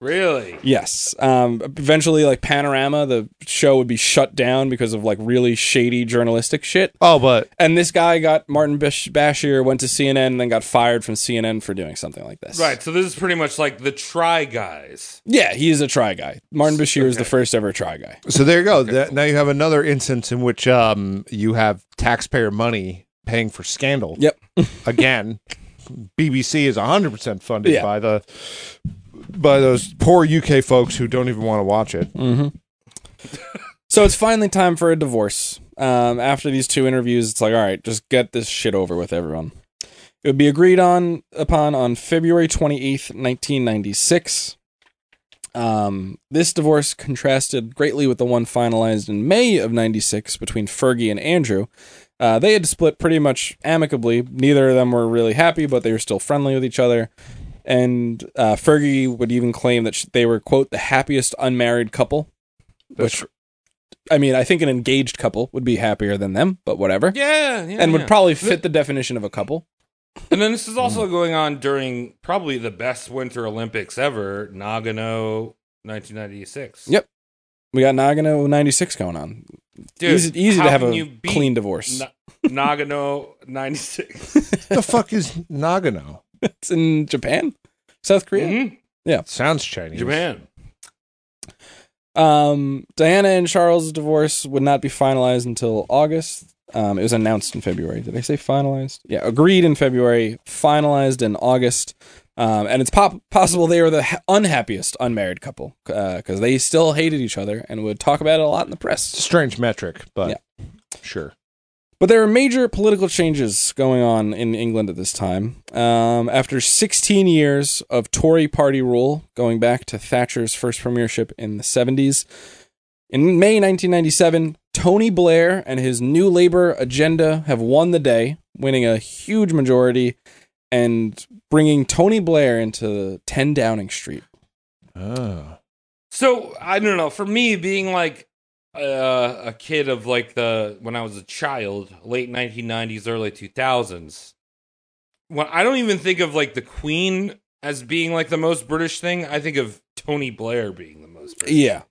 [SPEAKER 8] Really?
[SPEAKER 6] Yes. Um, eventually like Panorama, the show would be shut down because of like really shady journalistic shit.
[SPEAKER 7] Oh, but
[SPEAKER 6] And this guy got Martin Bish- Bashir went to CNN and then got fired from CNN for doing something like this.
[SPEAKER 8] Right. So this is pretty much like the try guys.
[SPEAKER 6] Yeah, he is a try guy. Martin Bashir is the first ever try guy.
[SPEAKER 7] so there you go. That, now you have another instance in which um you have taxpayer money paying for Scandal.
[SPEAKER 6] Yep.
[SPEAKER 7] Again, BBC is 100% funded
[SPEAKER 6] Yeah.
[SPEAKER 7] by the by those poor UK folks who don't even want to watch it.
[SPEAKER 6] Mm. So it's finally time for a divorce. Um, after these two interviews, it's like, all right, just get this shit over with, everyone. It would be agreed on upon on February twenty eighth, nineteen ninety six. Um, this divorce contrasted greatly with the one finalized in May of ninety six between Fergie and Andrew. Uh, they had split pretty much amicably. Neither of them were really happy, but they were still friendly with each other. And uh, Fergie would even claim that sh- they were quote the happiest unmarried couple.
[SPEAKER 7] That's-
[SPEAKER 6] I mean, I think an engaged couple would be happier than them, but whatever.
[SPEAKER 8] Yeah, yeah.
[SPEAKER 6] and would
[SPEAKER 8] yeah.
[SPEAKER 6] probably fit the definition of a couple.
[SPEAKER 8] And then this is also going on during probably the best Winter Olympics ever, Nagano, 1996.
[SPEAKER 6] Yep. We got Nagano 96 going on.
[SPEAKER 8] Dude,
[SPEAKER 6] easy easy
[SPEAKER 8] how
[SPEAKER 6] to have
[SPEAKER 8] can
[SPEAKER 6] a
[SPEAKER 8] you beat
[SPEAKER 6] clean divorce.
[SPEAKER 8] Na- Nagano 96.
[SPEAKER 7] the fuck is Nagano?
[SPEAKER 6] it's in Japan, South Korea.
[SPEAKER 8] Mhm.
[SPEAKER 7] Sounds Chinese.
[SPEAKER 8] Japan. Mm-hmm.
[SPEAKER 6] Um, Diana and Charles' divorce would not be finalized until August. Um, it was announced in February. Did I say finalized? Yeah, agreed in February, finalized in August. Um, and it's pop- possible they were the ha- unhappiest unmarried couple because they still hated each other and would talk about it a lot in the press.
[SPEAKER 7] Strange metric, but sure.
[SPEAKER 6] But there are major political changes going on in England at this time. Um, after 16 years of Tory party rule, going back to Thatcher's first premiership in the 70s, in May 1997, Tony Blair and his new Labour agenda have won the day, winning a huge majority and bringing Tony Blair into 10 Downing Street.
[SPEAKER 7] Oh.
[SPEAKER 8] So, I don't know. For me, being like uh, a kid of like the, when I was a child, late 1990s, early 2000s, when I don't even think of like the Queen as being like the most British thing, I think of Tony Blair being the most British.
[SPEAKER 6] Yeah.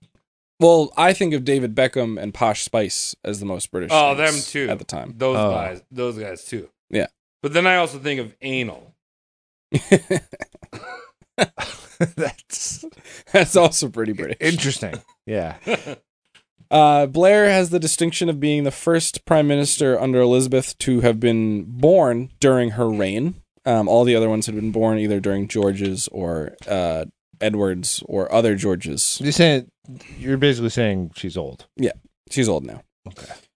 [SPEAKER 6] Well, I think of David Beckham and Posh Spice as the most British.
[SPEAKER 8] Oh, them
[SPEAKER 6] things
[SPEAKER 8] too.
[SPEAKER 6] At the time.
[SPEAKER 8] Those
[SPEAKER 7] Oh.
[SPEAKER 8] guys, those guys too.
[SPEAKER 6] Yeah.
[SPEAKER 8] But then I also think of anal.
[SPEAKER 7] That's
[SPEAKER 6] That's also pretty British.
[SPEAKER 7] interesting. Yeah.
[SPEAKER 6] Uh, Blair has the distinction of being the first prime minister under Elizabeth to have been born during her reign. Um, all the other ones had been born either during George's or uh, Edward's or other George's.
[SPEAKER 7] You're saying you're basically saying she's old.
[SPEAKER 6] She's old now.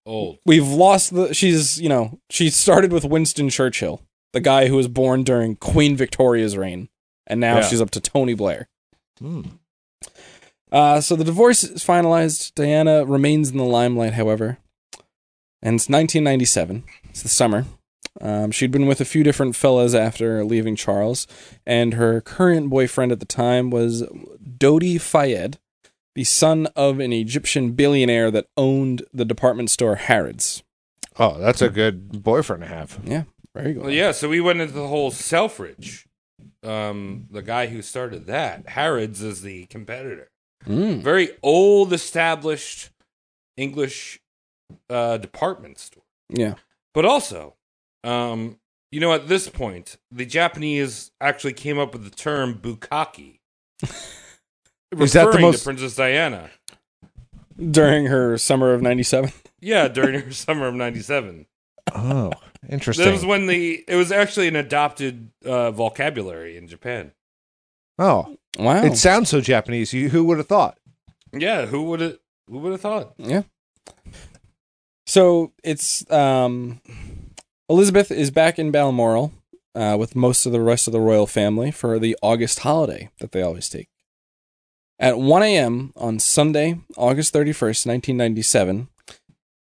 [SPEAKER 8] Old.
[SPEAKER 6] We've lost the. She's you know she started with Winston Churchill, the guy who was born during Queen Victoria's reign, and now
[SPEAKER 7] Yeah.
[SPEAKER 6] she's up to Tony Blair.
[SPEAKER 7] Hmm.
[SPEAKER 6] Uh, so the divorce is finalized. Diana remains in the limelight, however. And it's 1997. It's the summer. Um, she'd been with a few different fellas after leaving Charles, and her current boyfriend at the time was Dodi Fayed, the son of an Egyptian billionaire that owned the department store Harrods.
[SPEAKER 7] Oh, that's a good boyfriend to have.
[SPEAKER 6] Yeah, very good.
[SPEAKER 8] Well, yeah. So we went into the whole Selfridge. Um, the guy who started that, Harrods, is the competitor.
[SPEAKER 6] Mm.
[SPEAKER 8] Very old, established English uh, department store.
[SPEAKER 6] Yeah.
[SPEAKER 8] But also, um, you know, at this point, the Japanese actually came up with the term bukkake,
[SPEAKER 7] Is that the
[SPEAKER 8] referring
[SPEAKER 7] most-
[SPEAKER 8] to Princess Diana.
[SPEAKER 6] During her summer of 97.
[SPEAKER 8] Yeah, during her summer of '97.
[SPEAKER 7] Oh,
[SPEAKER 8] That was
[SPEAKER 7] interesting.
[SPEAKER 8] when the it was actually an adopted uh, vocabulary in Japan.
[SPEAKER 7] Oh,
[SPEAKER 6] Wow.
[SPEAKER 7] it sounds so Japanese. You, who would have thought?
[SPEAKER 8] Yeah, who would have who would have thought?
[SPEAKER 6] Yeah. So it's um, Elizabeth is back in Balmoral uh, with most of the rest of the royal family for the August holiday that they always take. At 1 a.m. on Sunday, August 31st, 1997,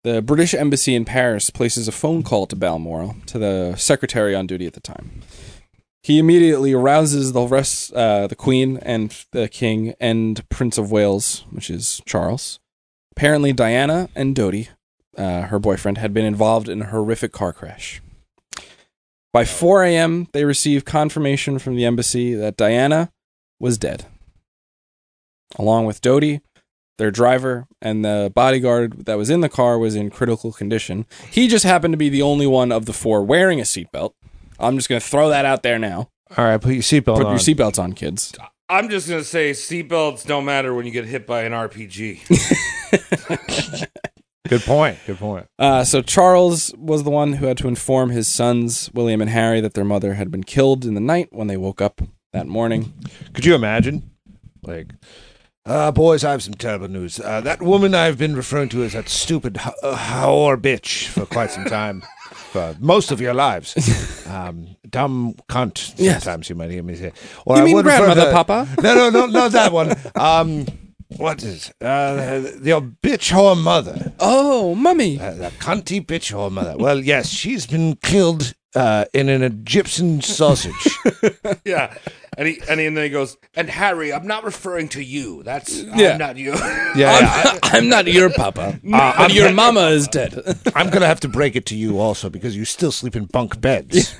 [SPEAKER 6] the British Embassy in Paris places a phone call to Balmoral to the secretary on duty at the time. He immediately arouses the rest, uh, the Queen and the King and Prince of Wales, which is Charles. Apparently, Diana and Dodie, uh, her boyfriend, had been involved in a horrific car crash. By 4 a.m., they receive confirmation from the embassy that Diana was dead, along with Dodie, their driver, and the bodyguard that was in the car was in critical condition. He just happened to be the only one of the four wearing a seatbelt. I'm just going to throw that out there now.
[SPEAKER 7] All right, put your seatbelt
[SPEAKER 6] Put
[SPEAKER 7] on.
[SPEAKER 6] your seatbelts on, kids.
[SPEAKER 8] I'm just gonna say seatbelts don't matter when you get hit by an RPG.
[SPEAKER 7] Good point. Good point.
[SPEAKER 6] Uh, so Charles was the one who had to inform his sons, William and Harry, that their mother had been killed in the night when they woke up that morning.
[SPEAKER 7] Could you imagine? Like, uh, boys, I have some terrible news. Uh, that woman I've been referring to as that stupid h- uh, whore bitch for quite some time, for most of your lives. Um, dumb cunt,
[SPEAKER 6] Yes.
[SPEAKER 7] sometimes you might hear me say. Or
[SPEAKER 6] You
[SPEAKER 7] I
[SPEAKER 6] mean
[SPEAKER 7] would refer
[SPEAKER 6] grandmother,
[SPEAKER 7] to-
[SPEAKER 6] Papa?
[SPEAKER 7] No, no, no, not that one. Um, what is uh, your bitch whore mother?
[SPEAKER 6] Oh, mummy!
[SPEAKER 7] Uh, the cunty bitch whore mother. Well, yes, she's been killed uh, in an Egyptian sausage.
[SPEAKER 8] yeah. And he and, he, and then he goes, and Harry, I'm not referring to you. That's
[SPEAKER 6] Yeah.
[SPEAKER 8] I'm not you.
[SPEAKER 7] yeah, yeah.
[SPEAKER 6] I'm not your papa, but your mama is dead.
[SPEAKER 7] I'm gonna have to break it to you also because you still sleep in bunk beds.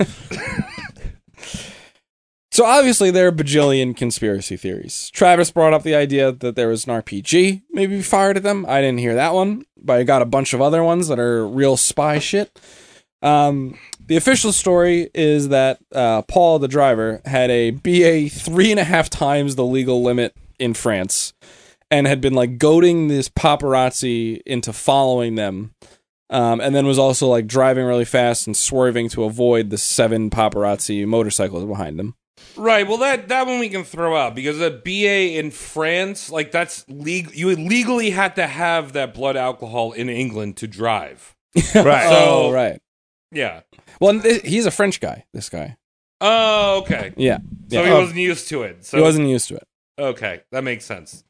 [SPEAKER 6] So obviously there are bajillion conspiracy theories. Travis brought up the idea that there was an RPG maybe fired at them. I didn't hear that one, but I got a bunch of other ones that are real spy shit. Um, the official story is that uh, Paul, the driver, had a BA three and a half times the legal limit in France, and had been like goading this paparazzi into following them. Um, and then was also like driving really fast and swerving to avoid the seven paparazzi motorcycles behind them.
[SPEAKER 8] right. Well that that one we can throw out because a BA in France, like that's legal you legally had to have that blood alcohol in England to drive.
[SPEAKER 7] right.
[SPEAKER 8] So-
[SPEAKER 6] oh, right.
[SPEAKER 8] Yeah.
[SPEAKER 6] Well, th- he's a French guy. This guy.
[SPEAKER 8] Oh, okay.
[SPEAKER 6] Yeah,
[SPEAKER 8] So
[SPEAKER 6] Yeah.
[SPEAKER 8] he
[SPEAKER 6] Oh.
[SPEAKER 8] wasn't used to it. So
[SPEAKER 6] he wasn't used to it.
[SPEAKER 8] okay, that makes sense.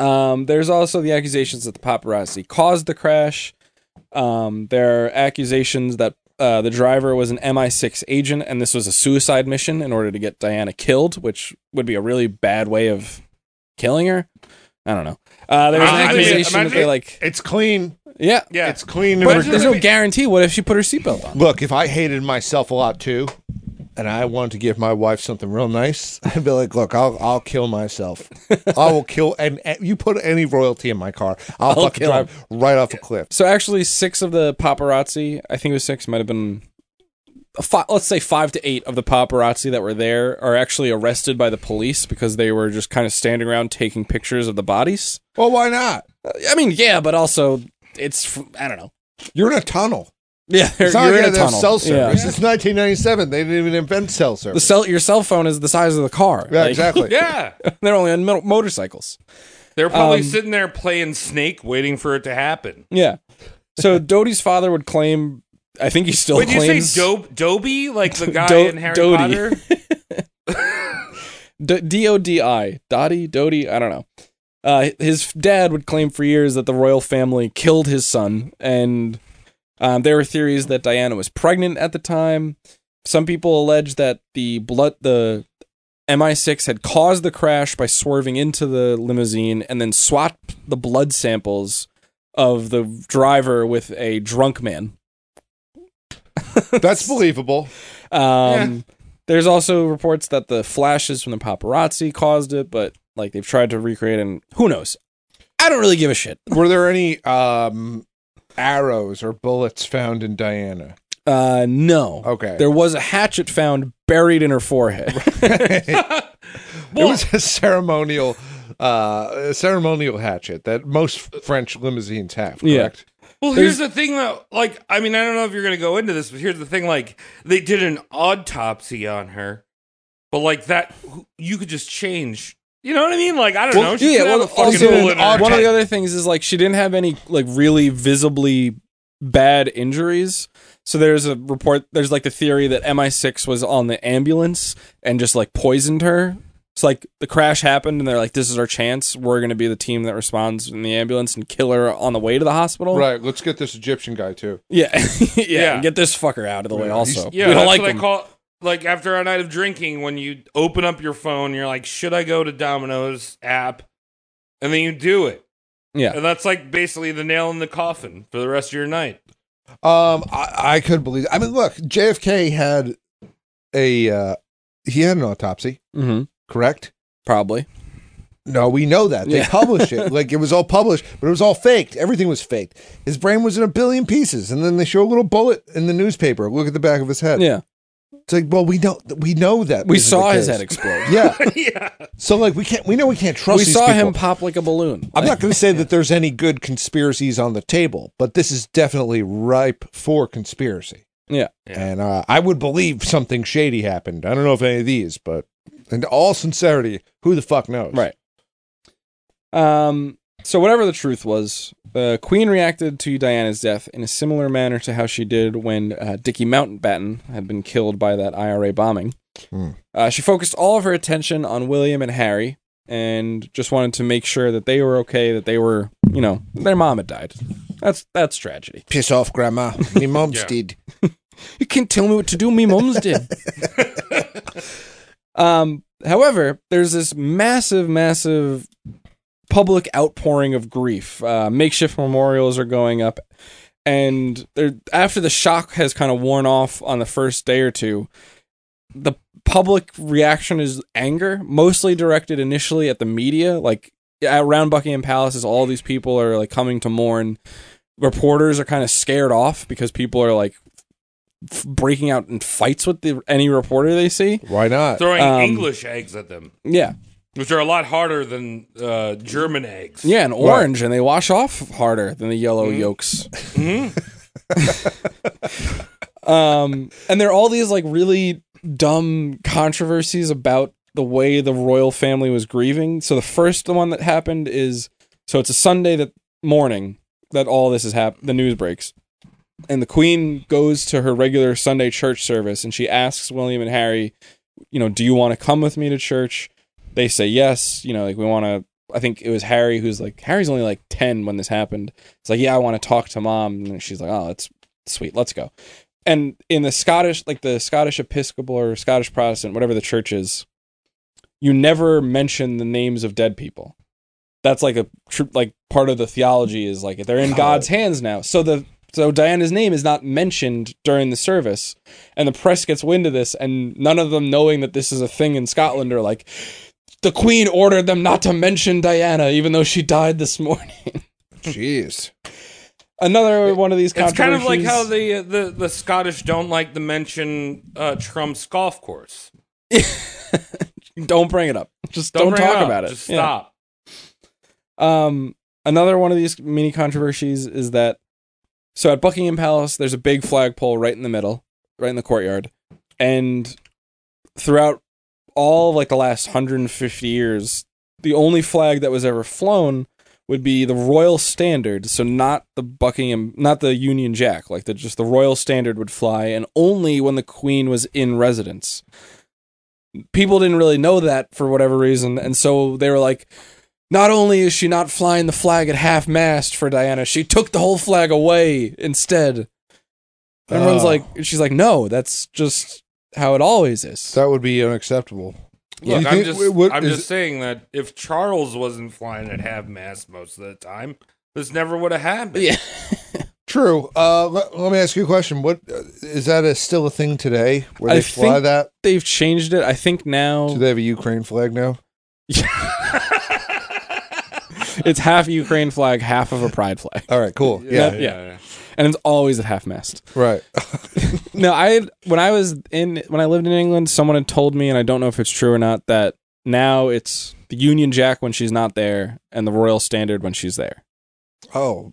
[SPEAKER 6] Um, there's also the accusations that the paparazzi caused the crash. Um, there are accusations that uh, the driver was an MI6 agent and this was a suicide mission in order to get Diana killed, which would be a really bad way of killing her. I don't know. Uh, there was an
[SPEAKER 8] I mean,
[SPEAKER 6] accusation that
[SPEAKER 8] imagine-
[SPEAKER 6] they like,
[SPEAKER 7] It's clean.
[SPEAKER 6] yeah.
[SPEAKER 8] Yeah.
[SPEAKER 7] It's clean.
[SPEAKER 8] But
[SPEAKER 7] and
[SPEAKER 6] There's
[SPEAKER 7] we're-
[SPEAKER 6] no guarantee. What if she put her seatbelt on?
[SPEAKER 7] Look, if I hated myself a lot too, and I wanted to give my wife something real nice, I'd be like, "Look, I'll I'll kill myself. I will kill. And, and you put any royalty in my car, I'll, fucking
[SPEAKER 6] kill
[SPEAKER 7] drive right off a cliff."
[SPEAKER 6] So actually, six of the paparazzi, I think it was six, might have been, five, let's say five to eight of the paparazzi that were there are actually arrested by the police because they were just kind of standing around taking pictures of the bodies.
[SPEAKER 7] Well, why not?
[SPEAKER 6] I mean, yeah, but also it's f- I don't know.
[SPEAKER 7] You're in a tunnel.
[SPEAKER 6] Yeah, they're,
[SPEAKER 7] It's not
[SPEAKER 6] you're
[SPEAKER 7] like
[SPEAKER 6] in a
[SPEAKER 7] they have
[SPEAKER 6] tunnel.
[SPEAKER 7] cell
[SPEAKER 6] Yeah.
[SPEAKER 7] service. It's 1997. They didn't even invent cell
[SPEAKER 6] The
[SPEAKER 7] service.
[SPEAKER 6] cell, your cell phone is the size of the car.
[SPEAKER 7] Yeah,
[SPEAKER 6] Like,
[SPEAKER 7] exactly.
[SPEAKER 8] Yeah.
[SPEAKER 6] They're only on mo- motorcycles.
[SPEAKER 8] They're probably
[SPEAKER 6] Um,
[SPEAKER 8] sitting there playing snake waiting for it to happen.
[SPEAKER 6] Yeah. So Doty's father would claim. I think he still
[SPEAKER 8] Would you
[SPEAKER 6] claims.
[SPEAKER 8] say dope Dobie, like the guy
[SPEAKER 6] Do-
[SPEAKER 8] in Harry
[SPEAKER 6] Doty.
[SPEAKER 8] Potter?
[SPEAKER 6] D- D-O-D-I. Dottie? Doty? I don't know. Uh, his dad would claim for years that the royal family killed his son, and um, there were theories that Diana was pregnant at the time. Some people allege that the blood, the MI6 had caused the crash by swerving into the limousine and then swapped the blood samples of the driver with a drunk man.
[SPEAKER 7] That's believable.
[SPEAKER 6] Um, There's also reports that the flashes from the paparazzi caused it, but like they've tried to recreate and who knows. I don't really give a shit.
[SPEAKER 7] Were there any um, arrows or bullets found in Diana?
[SPEAKER 6] Uh, no.
[SPEAKER 7] Okay.
[SPEAKER 6] There was a hatchet found buried in her forehead.
[SPEAKER 7] it was a ceremonial, uh, a ceremonial hatchet that most French limousines have.
[SPEAKER 6] Yeah.
[SPEAKER 7] Correct.
[SPEAKER 8] Well, here's the thing though. Like, I mean, I don't know if you're going to go into this, but here's the thing. Like, they did an autopsy on her, but like that, you could just change. You know what I mean? Like, I don't know. She could have a fucking
[SPEAKER 6] also,
[SPEAKER 8] bullet in her
[SPEAKER 6] one of
[SPEAKER 8] head.
[SPEAKER 6] the other things is like she didn't have any like really visibly bad injuries. So there's a report. There's like the theory that MI6 was on the ambulance and just like poisoned her. It's like the crash happened, and they're like, "This is our chance. We're going to be the team that responds in the ambulance and kill her on the way to the hospital."
[SPEAKER 7] Right. Let's get this Egyptian guy too.
[SPEAKER 6] Yeah, yeah.
[SPEAKER 8] Yeah.
[SPEAKER 6] and get this fucker out of the way.
[SPEAKER 7] Yeah,
[SPEAKER 6] Also,
[SPEAKER 8] Yeah,
[SPEAKER 6] we
[SPEAKER 8] that's
[SPEAKER 6] don't like
[SPEAKER 8] what
[SPEAKER 6] him.
[SPEAKER 8] I call like after a night of drinking when you open up your phone, you're like, should I go to Domino's app? And then you do it.
[SPEAKER 6] Yeah.
[SPEAKER 8] and that's like basically the nail in the coffin for the rest of your night.
[SPEAKER 7] Um, I, I could believe. I mean, look, JFK had a uh, he had an autopsy.
[SPEAKER 6] mm-hmm.
[SPEAKER 7] Correct.
[SPEAKER 6] Probably.
[SPEAKER 7] No, we know that. They
[SPEAKER 6] Yeah.
[SPEAKER 7] published it. Like it was all published, but it was all faked. Everything was faked. His brain was in a billion pieces, and then they show a little bullet in the newspaper. Look at the back of his head.
[SPEAKER 6] Yeah.
[SPEAKER 9] It's like, well, we know we know that
[SPEAKER 6] We
[SPEAKER 9] isn't
[SPEAKER 6] saw
[SPEAKER 9] the
[SPEAKER 6] his
[SPEAKER 9] case.
[SPEAKER 6] head explode.
[SPEAKER 9] Yeah.
[SPEAKER 8] yeah.
[SPEAKER 9] So like we can't we know we can't trust.
[SPEAKER 6] we
[SPEAKER 9] these
[SPEAKER 6] saw him
[SPEAKER 9] people.
[SPEAKER 6] pop like a balloon.
[SPEAKER 9] I'm not going to say that there's any good conspiracies on the table, but this is definitely ripe for conspiracy.
[SPEAKER 6] Yeah.
[SPEAKER 9] And uh, I would believe something shady happened. I don't know if any of these, but in all sincerity, who the fuck knows?
[SPEAKER 6] Right. Um. So whatever the truth was, the Queen reacted to Diana's death in a similar manner to how she did when uh, Dickie Mountainbatten had been killed by that IRA bombing.
[SPEAKER 9] Hmm.
[SPEAKER 6] Uh, she focused all of her attention on William and Harry, and just wanted to make sure that they were okay, that they were, you know, their mom had died. That's that's tragedy.
[SPEAKER 9] Piss off, Grandma. My mom's
[SPEAKER 8] Yeah.
[SPEAKER 9] did.
[SPEAKER 6] You can't tell me what to do. Me mom's dead. um, however, there's this massive, massive public outpouring of grief. Uh, makeshift memorials are going up, and there after the shock has kind of worn off on the first day or two, the public reaction is anger, mostly directed initially at the media, like. Around Buckingham Palace, is all these people are like coming to mourn. Reporters are kind of scared off because people are like f- breaking out in fights with the, any reporter they see.
[SPEAKER 9] Why not?
[SPEAKER 8] Throwing
[SPEAKER 6] Um,
[SPEAKER 8] English eggs at them,
[SPEAKER 6] Yeah,
[SPEAKER 8] which are a lot harder than uh, German eggs.
[SPEAKER 6] yeah, and orange, and they wash off harder than the yellow yolks. um, and there are all these like really dumb controversies about the way the royal family was grieving. So the first one that happened is so it's a Sunday that morning that all this is hap- the news breaks. And the queen goes to her regular Sunday church service and she asks William and Harry, you know, do you want to come with me to church? They say yes, you know, like we want to I think it was Harry who's like Harry's only like 10 when this happened. It's like, "Yeah, I want to talk to mom." And she's like, "Oh, that's sweet. Let's go." and in the Scottish, like the Scottish Episcopal or Scottish Protestant, whatever the church is, you never mention the names of dead people. That's like a tr- like part of the theology is like they're in God's hands now. So the so Diana's name is not mentioned during the service, and the press gets wind of this, and none of them knowing that this is a thing in Scotland are like, the Queen ordered them not to mention Diana, even though she died this morning.
[SPEAKER 9] Jeez.
[SPEAKER 6] Another one of these
[SPEAKER 8] It's kind of like
[SPEAKER 6] controversies.
[SPEAKER 8] how the, uh, the the Scottish don't like to mention uh, Trump's golf course.
[SPEAKER 6] don't bring it up. Just
[SPEAKER 8] Don't,
[SPEAKER 6] don't,
[SPEAKER 8] bring
[SPEAKER 6] talk
[SPEAKER 8] up.
[SPEAKER 6] about it.
[SPEAKER 8] Just
[SPEAKER 6] Yeah.
[SPEAKER 8] stop.
[SPEAKER 6] Um, another one of these mini controversies is that so at Buckingham Palace, there's a big flagpole right in the middle, right in the courtyard, and throughout all of, like the last 150 years, the only flag that was ever flown would be the royal standard, so not the Buckingham, not the Union Jack, like the just the royal standard would fly, and only when the Queen was in residence. People didn't really know that for whatever reason, and so they were like, not only is she not flying the flag at half mast for Diana, she took the whole flag away instead. Everyone's
[SPEAKER 9] Oh.
[SPEAKER 6] like, she's like, no, that's just how it always is.
[SPEAKER 9] That would be unacceptable.
[SPEAKER 8] Look,
[SPEAKER 9] You
[SPEAKER 8] I'm
[SPEAKER 9] think-
[SPEAKER 8] just
[SPEAKER 9] wait, what
[SPEAKER 8] I'm
[SPEAKER 9] is-
[SPEAKER 8] just saying that if Charles wasn't flying at half mast most of the time, this never would have happened.
[SPEAKER 6] Yeah.
[SPEAKER 9] True. Uh, let, let me ask you a question. What uh, is that a, still a thing today? Where they
[SPEAKER 6] I
[SPEAKER 9] fly
[SPEAKER 6] think-
[SPEAKER 9] that?
[SPEAKER 6] They've changed it. I think
[SPEAKER 9] Do
[SPEAKER 6] now
[SPEAKER 9] they have a Ukraine flag now?
[SPEAKER 6] it's half Ukraine flag, half of a pride flag,
[SPEAKER 9] All right. Cool. Yeah.
[SPEAKER 6] Yeah. and it's always at half mast.
[SPEAKER 9] Right.
[SPEAKER 6] No, I had- when I was in when I lived in England, someone had told me, and I don't know if it's true or not, that now it's the Union Jack when she's not there, and the Royal Standard when she's there.
[SPEAKER 9] Oh.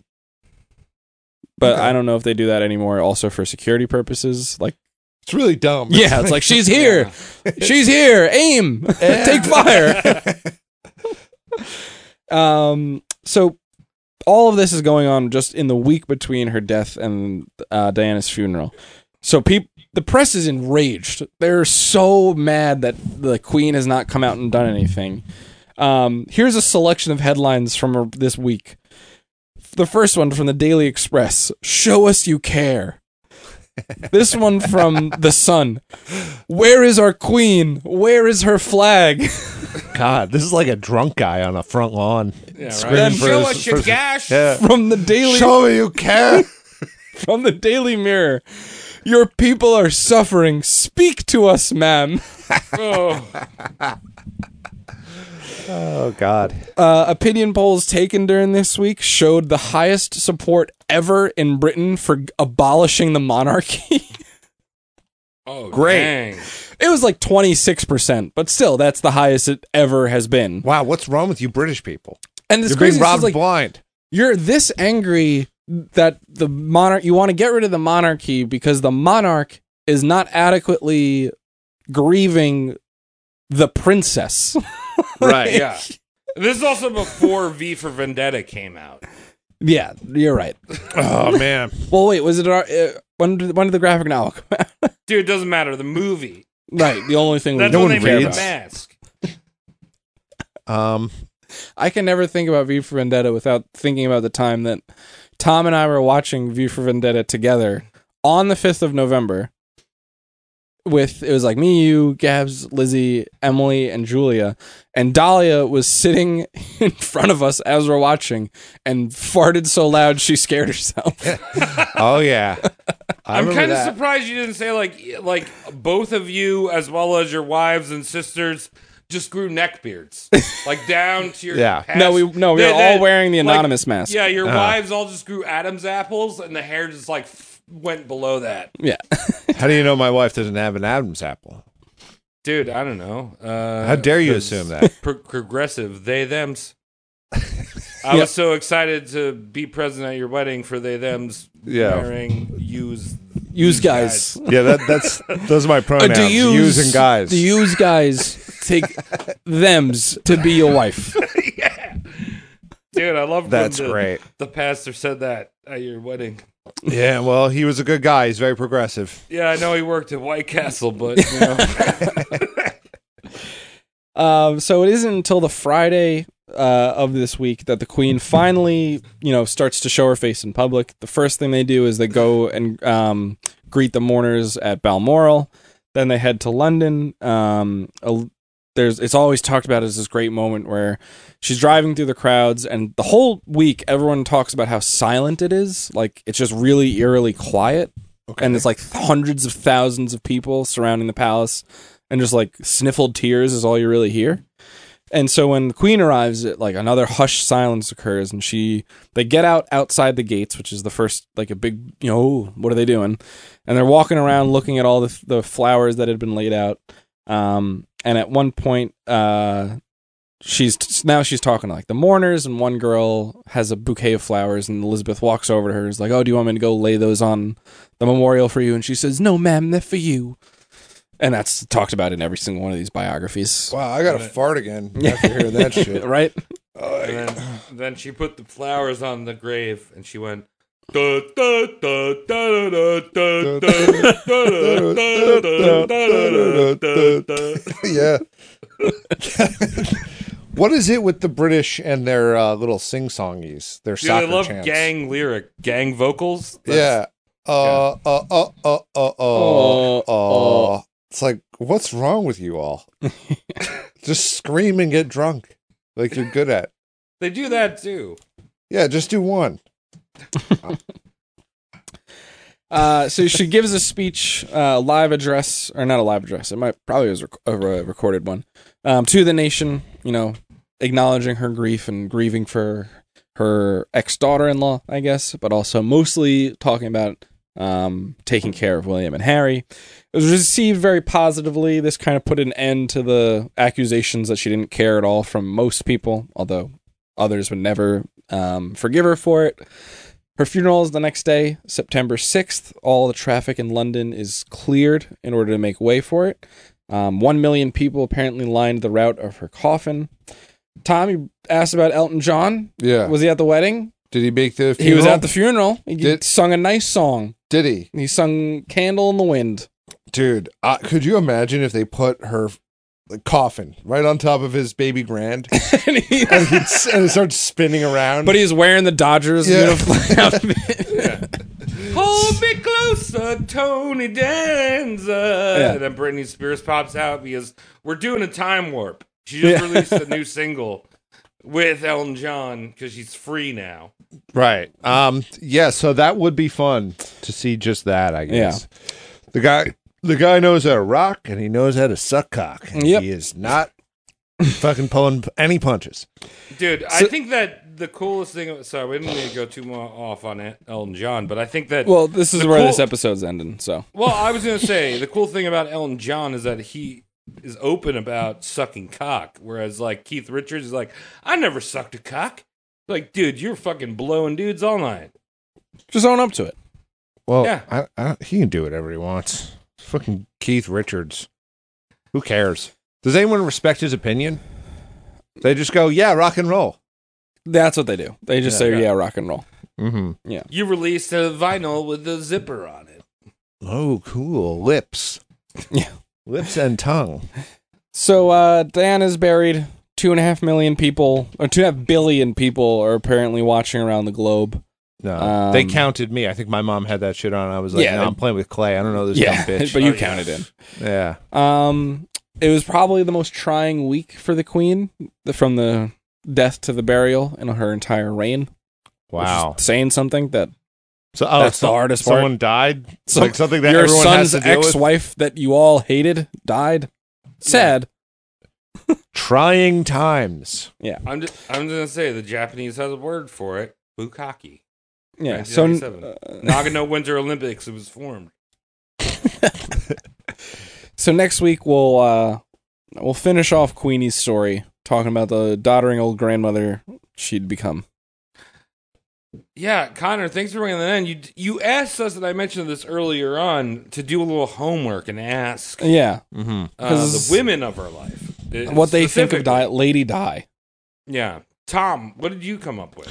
[SPEAKER 6] But
[SPEAKER 9] Okay.
[SPEAKER 6] I don't know if they do that anymore, also for security purposes. Like,
[SPEAKER 9] It's really dumb.
[SPEAKER 6] yeah, it's like she's here, she's here, aim, Uh, take fire. um, so all of this is going on just in the week between her death and uh, Diana's funeral. So peop the press is enraged. They're so mad that the Queen has not come out and done anything. Um, here's a selection of headlines from uh, this week. The first one from the Daily Express: "Show us you care." this one from the Sun: "Where is our Queen? Where is her flag?"
[SPEAKER 7] God, this is like a drunk guy on a front lawn.
[SPEAKER 8] Then
[SPEAKER 7] Screaming for
[SPEAKER 8] show
[SPEAKER 7] his-
[SPEAKER 8] us your
[SPEAKER 7] for-
[SPEAKER 8] gash.
[SPEAKER 6] from the Daily
[SPEAKER 7] Oh,
[SPEAKER 9] Show me you care.
[SPEAKER 6] from the Daily Mirror. Your people are suffering. Speak to us, ma'am.
[SPEAKER 8] Oh,
[SPEAKER 7] Oh God.
[SPEAKER 6] Uh, opinion polls taken during this week showed the highest support ever in Britain for g- abolishing the monarchy.
[SPEAKER 8] Oh,
[SPEAKER 7] Great.
[SPEAKER 8] dang.
[SPEAKER 6] It was like 26%, but still, that's the highest it ever has been.
[SPEAKER 7] Wow, what's wrong with you British people?
[SPEAKER 6] And it's
[SPEAKER 7] You're being
[SPEAKER 6] crazy.
[SPEAKER 7] robbed
[SPEAKER 6] like,
[SPEAKER 7] blind.
[SPEAKER 6] you're this angry that the monarch, you want to get rid of the monarchy because the monarch is not adequately grieving the princess.
[SPEAKER 7] Right.
[SPEAKER 8] Yeah. This is also before V for Vendetta came out.
[SPEAKER 6] yeah, you're right.
[SPEAKER 7] Oh man.
[SPEAKER 6] Well, wait, was it our, uh, when, did, when did the graphic novel come out?
[SPEAKER 8] Dude, it doesn't matter. The movie.
[SPEAKER 6] right, the only thing we
[SPEAKER 8] That's
[SPEAKER 7] No
[SPEAKER 8] when
[SPEAKER 7] one
[SPEAKER 8] they made
[SPEAKER 7] reads.
[SPEAKER 8] the mask.
[SPEAKER 7] Um
[SPEAKER 6] I can never think about V for Vendetta without thinking about the time that Tom and I were watching V for Vendetta together on the 5th of November. With it was like me, you, Gabs, Lizzie, Emily, and Julia, and Dahlia was sitting in front of us as we're watching and farted so loud she scared herself.
[SPEAKER 7] Oh yeah. I
[SPEAKER 8] I'm
[SPEAKER 7] remember
[SPEAKER 8] kind of
[SPEAKER 7] that.
[SPEAKER 8] surprised you didn't say like like both of you as well as your wives and sisters just grew neck beards like down to your
[SPEAKER 7] Yeah.
[SPEAKER 8] past-
[SPEAKER 6] No, we no, we
[SPEAKER 8] They-
[SPEAKER 6] were all
[SPEAKER 8] they-
[SPEAKER 6] wearing the
[SPEAKER 8] like,
[SPEAKER 6] anonymous mask.
[SPEAKER 8] Yeah,
[SPEAKER 7] Uh.
[SPEAKER 8] your wives all just grew Adam's apples, and the hair just like f- went below that.
[SPEAKER 6] yeah.
[SPEAKER 7] How do you know my wife doesn't have an Adam's apple?
[SPEAKER 8] Dude, I don't know. Uh,
[SPEAKER 7] How dare you
[SPEAKER 8] pres-
[SPEAKER 7] assume that?
[SPEAKER 8] pro- progressive they them's. I was so excited to be present at your wedding for they them's
[SPEAKER 7] Yeah.
[SPEAKER 8] wearing use
[SPEAKER 6] Use guys.
[SPEAKER 7] Yeah, that, that's those are my
[SPEAKER 6] Uh,
[SPEAKER 7] pronouns.
[SPEAKER 6] do you
[SPEAKER 7] yous and guys.
[SPEAKER 6] Do use guys take them's to be your wife?
[SPEAKER 8] Dude, I love when
[SPEAKER 7] That's
[SPEAKER 8] the-
[SPEAKER 7] great.
[SPEAKER 8] The pastor said that at your wedding.
[SPEAKER 7] Yeah, well, he was a good guy. He's very progressive.
[SPEAKER 8] Yeah, I know he worked at White Castle, but you know.
[SPEAKER 6] Um, so it isn't until the Friday uh, of this week that the Queen finally, you know, starts to show her face in public. The first thing they do is they go and um, greet the mourners at Balmoral. Then they head to London. Um, a- there's it's always talked about as this great moment where she's driving through the crowds, and the whole week everyone talks about how silent it is. Like it's just really eerily quiet, and it's like hundreds of thousands of people surrounding the palace and just like sniffled tears is all you really hear. And so when the queen arrives, it, like another hushed silence occurs, and she they get out outside the gates, which is the first like a big you know "Ooh, what are they doing? And they're walking around looking at all the the flowers that had been laid out. Um, and at one point, uh, she's now she's talking to like the mourners, and one girl has a bouquet of flowers, and Elizabeth walks over to her, and is like, "Oh, do you want me to go lay those on the memorial for you?" And she says, "No, ma'am, they're for you." And that's talked about in every single one of these biographies,
[SPEAKER 9] Wow, I got to fart again after hearing that shit.
[SPEAKER 6] right?
[SPEAKER 8] and then, then she put the flowers on the grave and she went "Da, da, da, da, da, da, da, da, da, da, da, da, da, da, da."
[SPEAKER 9] yeah.
[SPEAKER 7] What is it with the British and their uh, little sing songies? Their
[SPEAKER 8] Dude, I
[SPEAKER 7] soccer
[SPEAKER 8] love
[SPEAKER 7] chants.
[SPEAKER 8] gang lyric, gang vocals.
[SPEAKER 9] Yeah. Uh, uh, uh, uh, uh, uh, uh, It's like, what's wrong with you all? just scream and get drunk like you're good at.
[SPEAKER 8] They do that too.
[SPEAKER 9] Yeah, just do one.
[SPEAKER 6] Uh, so she gives a speech, uh, live address, or not a live address. It might probably was rec- a re- recorded one um, to the nation. You know, acknowledging her grief and grieving for her ex daughter-in-law, I guess, but also mostly talking about um, taking care of William and Harry. It was received very positively. This kind of put an end to the accusations that she didn't care at all from most people, although others would never um, forgive her for it. Her funeral is the next day, September 6th. All the traffic in London is cleared in order to make way for it. Um, One million people apparently lined the route of her coffin. Tom, you asked about Elton John.
[SPEAKER 9] Yeah.
[SPEAKER 6] Was he at the wedding?
[SPEAKER 9] Did he make the
[SPEAKER 6] He was
[SPEAKER 9] funeral?
[SPEAKER 6] at the funeral. He
[SPEAKER 9] Did-
[SPEAKER 6] sung a nice song.
[SPEAKER 9] Did he?
[SPEAKER 6] He sung Candle in the Wind.
[SPEAKER 9] Dude, uh, could you imagine if they put her like, coffin right on top of his baby grand
[SPEAKER 6] And he-
[SPEAKER 9] and, he'd, s- and it starts spinning around?
[SPEAKER 6] but he's wearing the Dodgers
[SPEAKER 9] Yeah.
[SPEAKER 6] uniform outfit.
[SPEAKER 8] Hold me closer, Tony Danza.
[SPEAKER 6] Yeah.
[SPEAKER 8] And then Britney Spears pops out because we're doing a time warp. She just released a new single with Elton John because she's free now.
[SPEAKER 7] Right. Um. Yeah. So that would be fun to see just that. I guess. The guy. The guy knows how to rock and he knows how to suck cock. and
[SPEAKER 6] Yep.
[SPEAKER 7] He is not fucking pulling any punches.
[SPEAKER 8] Dude, I think that the coolest thing. Sorry, we didn't need to go too more off on El- Elton John, but I think that. Well,
[SPEAKER 6] Well, this is
[SPEAKER 8] The
[SPEAKER 6] where
[SPEAKER 8] cool-
[SPEAKER 6] this episode's ending. So
[SPEAKER 8] I was gonna say the cool thing about Elton John is that he is open about sucking cock, whereas like Keith Richards is like, I never sucked a cock. Like, dude, you're fucking blowing dudes all night.
[SPEAKER 6] just own up to it.
[SPEAKER 7] Well,
[SPEAKER 8] Yeah.
[SPEAKER 7] I, I don't, he can do whatever he wants. Fucking Keith Richards. Who cares? Does anyone respect his opinion? They just go, yeah, rock and roll.
[SPEAKER 6] That's what they do. They just say, "Yeah, rock and roll."
[SPEAKER 7] Mm-hmm.
[SPEAKER 8] You released a vinyl with the zipper on it.
[SPEAKER 7] Oh, cool. Lips.
[SPEAKER 6] Yeah.
[SPEAKER 7] Lips and tongue.
[SPEAKER 6] So uh, Diana's buried. Two and a half million people, or two and a half billion people, are apparently watching around the globe.
[SPEAKER 7] No, Uh, they
[SPEAKER 6] Um,
[SPEAKER 7] counted me. I think my mom had that shit on. I was like,
[SPEAKER 6] Yeah,
[SPEAKER 7] no,
[SPEAKER 6] they-
[SPEAKER 7] I'm playing with Clay. I don't know this dumb bitch. Oh,
[SPEAKER 6] but you counted in.
[SPEAKER 7] yeah.
[SPEAKER 6] Um, it was probably the most trying week for the queen, the- from the death to the burial in her entire reign. which is
[SPEAKER 7] Wow.
[SPEAKER 6] saying something that
[SPEAKER 7] So, oh,
[SPEAKER 6] that's the
[SPEAKER 7] so-
[SPEAKER 6] hardest part.
[SPEAKER 7] someone died?
[SPEAKER 6] So-
[SPEAKER 7] like something that
[SPEAKER 6] your
[SPEAKER 7] everyone
[SPEAKER 6] son's
[SPEAKER 7] has to deal with?
[SPEAKER 6] ex-wife that you all hated died. Sad.
[SPEAKER 7] Trying times.
[SPEAKER 8] I'm just, I'm just gonna say the Japanese has a word for it: bukkake.
[SPEAKER 6] Yeah. so uh,
[SPEAKER 8] 1997. Nagano Winter Olympics. It was formed.
[SPEAKER 6] so next week we'll uh we'll finish off Queenie's story talking about the doddering old grandmother she'd become.
[SPEAKER 8] Yeah, Connor, thanks for bringing that in. You you asked us, and I mentioned this earlier on, to do a little homework and ask
[SPEAKER 6] Yeah.
[SPEAKER 7] Mm-hmm.
[SPEAKER 8] uh,
[SPEAKER 6] 'cause-
[SPEAKER 8] the women of our life uh,
[SPEAKER 6] What they think of
[SPEAKER 8] specifically.
[SPEAKER 6] Di- Lady Di.
[SPEAKER 8] Yeah, Tom, what did you come up with?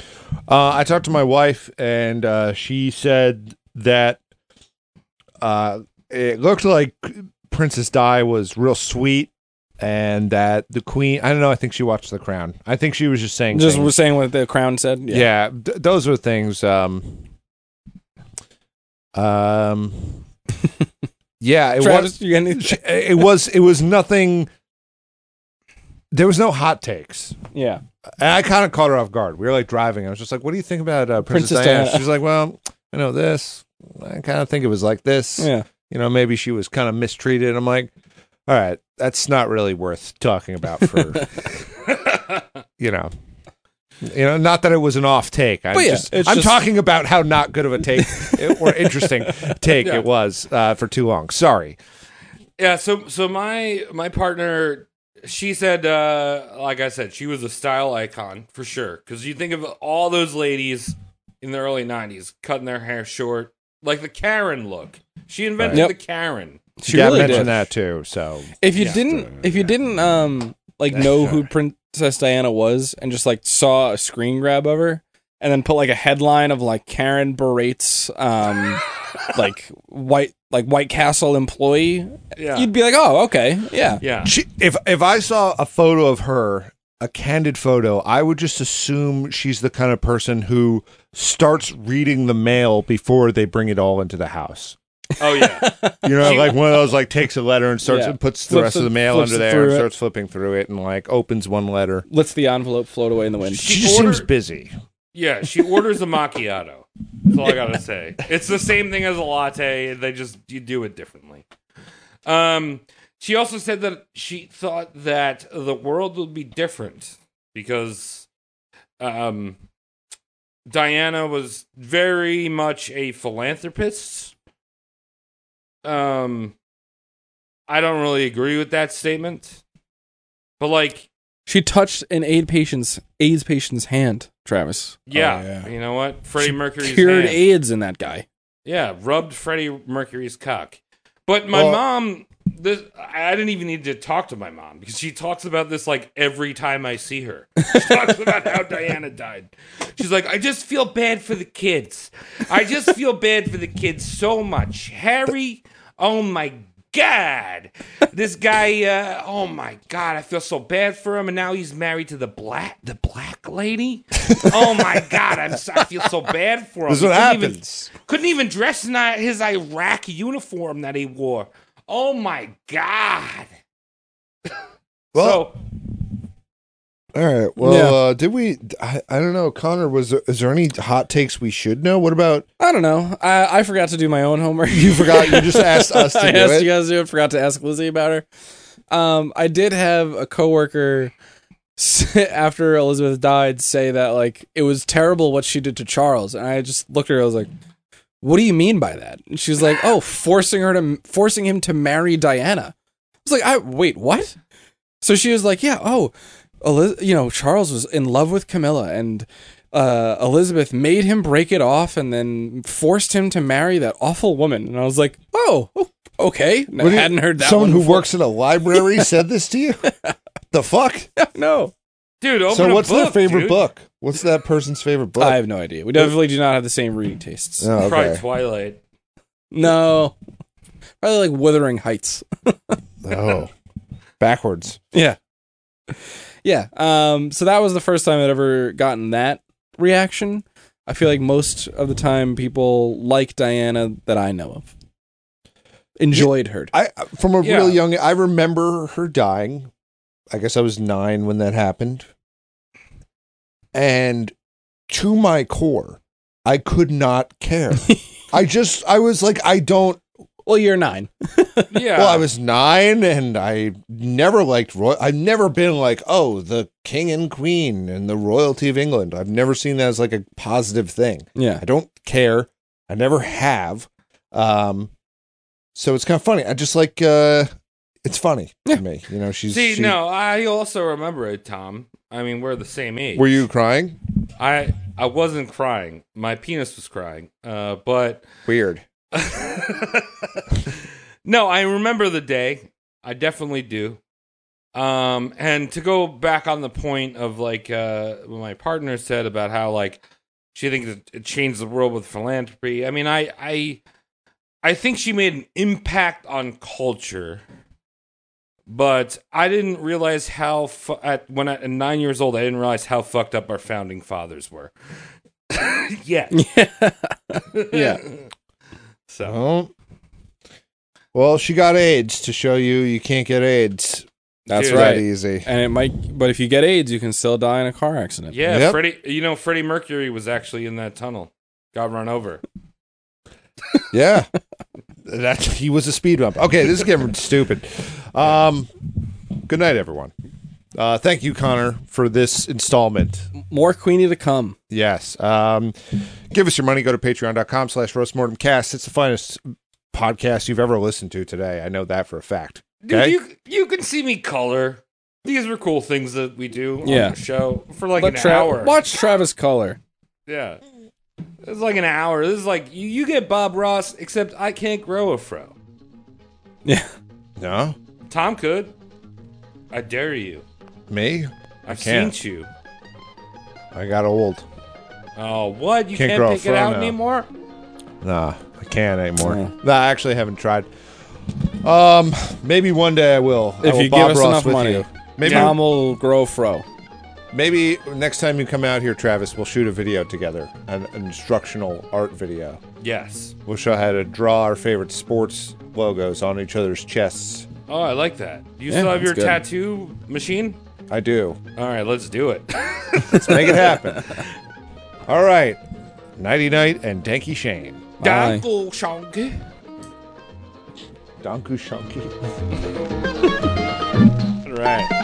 [SPEAKER 7] Uh, I talked to my wife, and uh, she said that uh, it looked like Princess Di was real sweet, and that the Queen. I don't know. I think she watched The Crown. I think she was just saying.
[SPEAKER 6] Just
[SPEAKER 7] things.
[SPEAKER 6] was saying what the crown said.
[SPEAKER 7] yeah. th- those are things. Um. Um. yeah, it was.
[SPEAKER 6] Travis, you got any-
[SPEAKER 7] It was. It was nothing. There was no hot takes.
[SPEAKER 6] yeah.
[SPEAKER 7] And I kind of caught her off guard. We were like driving. I was just like, "What do you think about uh, Princess,
[SPEAKER 6] Princess
[SPEAKER 7] Diana?"
[SPEAKER 6] Diana.
[SPEAKER 7] She's like, "Well, I know this. I kind of think it was like this.
[SPEAKER 6] Yeah.
[SPEAKER 7] You know, maybe she was kind of mistreated." I'm like, "All right, that's not really worth talking about for you know." You know, not that it was an off take. I'm,
[SPEAKER 6] But yeah,
[SPEAKER 7] just, I'm
[SPEAKER 6] it's just-
[SPEAKER 7] talking about how not good of a take or interesting take it was uh, for too long. Sorry.
[SPEAKER 8] Yeah, so so my my partner, she said, uh, like I said, she was a style icon for sure. Because you think of all those ladies in the early '90s cutting their hair short, like the Karen look. She invented
[SPEAKER 6] Right.
[SPEAKER 8] the Karen.
[SPEAKER 6] She
[SPEAKER 7] yeah, I
[SPEAKER 6] really did.
[SPEAKER 7] mentioned that too. So
[SPEAKER 6] If you didn't, if you didn't, um, like know who Princess Diana was, and just like saw a screen grab of her, and then put like a headline of like Karen berates, um, like white like White Castle employee,
[SPEAKER 8] Yeah,
[SPEAKER 6] you'd be like, oh, okay, yeah,
[SPEAKER 8] yeah.
[SPEAKER 7] She, if if I saw a photo of her, a candid photo, I would just assume she's the kind of person who starts reading the mail before they bring it all into the house.
[SPEAKER 8] Oh yeah.
[SPEAKER 7] You know, like one of those like takes a letter and starts
[SPEAKER 6] Yeah.
[SPEAKER 7] and puts the
[SPEAKER 6] Flips
[SPEAKER 7] rest of
[SPEAKER 6] it-
[SPEAKER 7] the mail
[SPEAKER 6] flips
[SPEAKER 7] under
[SPEAKER 6] it
[SPEAKER 7] there and
[SPEAKER 6] through it.
[SPEAKER 7] starts flipping through it and like opens one letter.
[SPEAKER 6] lets the envelope float away in the wind.
[SPEAKER 7] She just
[SPEAKER 8] ordered-
[SPEAKER 7] seems busy.
[SPEAKER 8] Yeah, she orders a macchiato. That's all I gotta say. It's the same thing as a latte. They just you do it differently. Um, she also said that she thought that the world would be different because, um, Diana was very much a philanthropist. Um, I don't really agree with that statement, but like,
[SPEAKER 6] She touched an AIDS patient's AIDS patient's hand, Travis.
[SPEAKER 8] yeah,
[SPEAKER 9] Oh, yeah.
[SPEAKER 8] you know what? Freddie Mercury's
[SPEAKER 6] Cured
[SPEAKER 8] hand.
[SPEAKER 6] AIDS in that guy.
[SPEAKER 8] Yeah, rubbed Freddie Mercury's cock. But my
[SPEAKER 7] Well-
[SPEAKER 8] mom, this I didn't even need to talk to my mom because she talks about this like every time I see her. She talks about how Diana died. She's like, I just feel bad for the kids. I just feel bad for the kids so much. Harry, oh my god, this guy. Uh, oh my god, I feel so bad for him, and now he's married to the black the black lady. Oh my god, I'm, so- I feel so bad for him.
[SPEAKER 7] This is what
[SPEAKER 8] He couldn't even-
[SPEAKER 7] happens.
[SPEAKER 8] couldn't even dress in that- his Iraqi uniform that he wore. Oh my god!
[SPEAKER 9] Well,
[SPEAKER 8] so
[SPEAKER 9] all right. Well,
[SPEAKER 6] Yeah.
[SPEAKER 9] uh, did we? I, I don't know, Connor. Was there, is there any hot takes we should know? What about
[SPEAKER 6] I don't know. I, I forgot to do my own homework.
[SPEAKER 9] you? Forgot you just asked us to
[SPEAKER 6] I
[SPEAKER 9] do
[SPEAKER 6] asked
[SPEAKER 9] it.
[SPEAKER 6] you guys to do it. Forgot to ask Lizzie about her. Um, I did have a coworker after Elizabeth died say that like it was terrible what she did to Charles, and I just looked at her. I was like, "What do you mean by that?" And she's like, "Oh, forcing her to forcing him to marry Diana." I was like, "I wait, what?" So she was like, "Yeah, oh, Eliz- you know, Charles was in love with Camilla, and uh, Elizabeth made him break it off, and then forced him to marry that awful woman." And I was like, "Oh, o- okay, I
[SPEAKER 7] What do you-
[SPEAKER 6] hadn't heard that."
[SPEAKER 7] Someone
[SPEAKER 6] one
[SPEAKER 7] who
[SPEAKER 6] before.
[SPEAKER 7] works in a library said this to you. the fuck?
[SPEAKER 6] no,
[SPEAKER 8] dude. Open
[SPEAKER 7] so
[SPEAKER 8] a
[SPEAKER 7] what's
[SPEAKER 8] book,
[SPEAKER 7] their favorite
[SPEAKER 8] dude.
[SPEAKER 7] book? What's that person's favorite book?
[SPEAKER 6] I have no idea. We definitely do not have the same reading tastes.
[SPEAKER 7] oh,
[SPEAKER 8] Probably
[SPEAKER 7] okay.
[SPEAKER 8] Twilight.
[SPEAKER 6] No. Probably like Wuthering Heights.
[SPEAKER 7] oh, backwards.
[SPEAKER 6] Yeah. Yeah. Um, so that was the first time I'd ever gotten that reaction. I feel like most of the time people like Diana that I know of. Enjoyed her.
[SPEAKER 7] I from a
[SPEAKER 8] Yeah.
[SPEAKER 7] real young I remember her dying. I guess I was 9 when that happened. And to my core, I could not care. I just I was like I don't
[SPEAKER 6] Well, you're nine.
[SPEAKER 8] Yeah.
[SPEAKER 7] well I was 9 and I never liked royal I've never been like oh the king and queen and the royalty of England. I've never seen that as like a positive thing.
[SPEAKER 6] Yeah.
[SPEAKER 7] I don't care. I never have. Um, so it's kind of funny. I just like uh, it's funny to me. You know, she's
[SPEAKER 8] See,
[SPEAKER 7] she-
[SPEAKER 8] no, I also remember it, Tom. I mean, we're the same age.
[SPEAKER 7] Were you crying?
[SPEAKER 8] I I wasn't crying. My penis was crying. Uh, but
[SPEAKER 7] Weird.
[SPEAKER 8] no, I remember the day. I definitely do. Um, and to go back on the point of like uh, what my partner said about how like she thinks it- it changed the world with philanthropy. I mean, I I I think she made an impact on culture, but I didn't realize how fu- at when I, at nine years old I didn't realize how fucked up our founding fathers were. yeah,
[SPEAKER 6] Yeah.
[SPEAKER 8] So
[SPEAKER 7] Oh. Well, she got AIDS to show you you can't get AIDS
[SPEAKER 6] That's
[SPEAKER 8] Dude.
[SPEAKER 7] that
[SPEAKER 6] right.
[SPEAKER 7] easy.
[SPEAKER 6] And it might but if you get AIDS, you can still die in a car accident.
[SPEAKER 8] Yeah,
[SPEAKER 7] Yep.
[SPEAKER 8] Freddie. You know, Freddie Mercury was actually in that tunnel. Got run over.
[SPEAKER 7] Yeah. That he was a speed bump. Okay, this is getting stupid. Um, good night, everyone. Uh, thank you, Connor, for this installment.
[SPEAKER 6] More Queenie to come.
[SPEAKER 7] Yes. Um, give us your money. Go to patreon.com slash roastmortemcast. It's the finest podcast you've ever listened to today. I know that for a fact.
[SPEAKER 8] Dude,
[SPEAKER 7] Okay?
[SPEAKER 8] you you can see me color. These were cool things that we do
[SPEAKER 6] Yeah.
[SPEAKER 8] on the show for like
[SPEAKER 6] Let
[SPEAKER 8] an
[SPEAKER 6] Tra-
[SPEAKER 8] hour.
[SPEAKER 6] Watch Travis Color.
[SPEAKER 8] Yeah. It's like an hour. This is like you, you get Bob Ross, except I can't grow a fro.
[SPEAKER 6] Yeah.
[SPEAKER 7] no?
[SPEAKER 8] Tom could. I dare you.
[SPEAKER 7] Me?
[SPEAKER 8] I've
[SPEAKER 7] can't.
[SPEAKER 8] seen you.
[SPEAKER 7] I got old.
[SPEAKER 8] Oh, what? You
[SPEAKER 7] Can't
[SPEAKER 8] can't,
[SPEAKER 7] grow a
[SPEAKER 8] pick
[SPEAKER 7] fro
[SPEAKER 8] it out
[SPEAKER 7] now.
[SPEAKER 8] anymore?
[SPEAKER 7] Nah, I can't anymore.
[SPEAKER 6] Yeah.
[SPEAKER 7] Nah, I actually haven't tried. Um, maybe one day I will. I
[SPEAKER 6] If
[SPEAKER 7] will
[SPEAKER 6] you give
[SPEAKER 7] Bob
[SPEAKER 6] us
[SPEAKER 7] Ross
[SPEAKER 6] enough
[SPEAKER 7] with
[SPEAKER 6] money.
[SPEAKER 7] you. Maybe
[SPEAKER 6] Tom will grow fro.
[SPEAKER 7] maybe next time you come out here, Travis, we'll shoot a video together, an instructional art video.
[SPEAKER 8] Yes.
[SPEAKER 7] We'll show how to draw our favorite sports logos on each other's chests.
[SPEAKER 8] Oh, I like that. You
[SPEAKER 6] Yeah,
[SPEAKER 8] still have
[SPEAKER 6] that's
[SPEAKER 8] your
[SPEAKER 6] good.
[SPEAKER 8] tattoo machine?
[SPEAKER 7] I do.
[SPEAKER 8] All right, let's do it.
[SPEAKER 7] Make it happen. All right. Nighty night and Danky Shane.
[SPEAKER 6] Bye.
[SPEAKER 8] Danko Shonk.
[SPEAKER 7] Donku Shonky.
[SPEAKER 8] Right.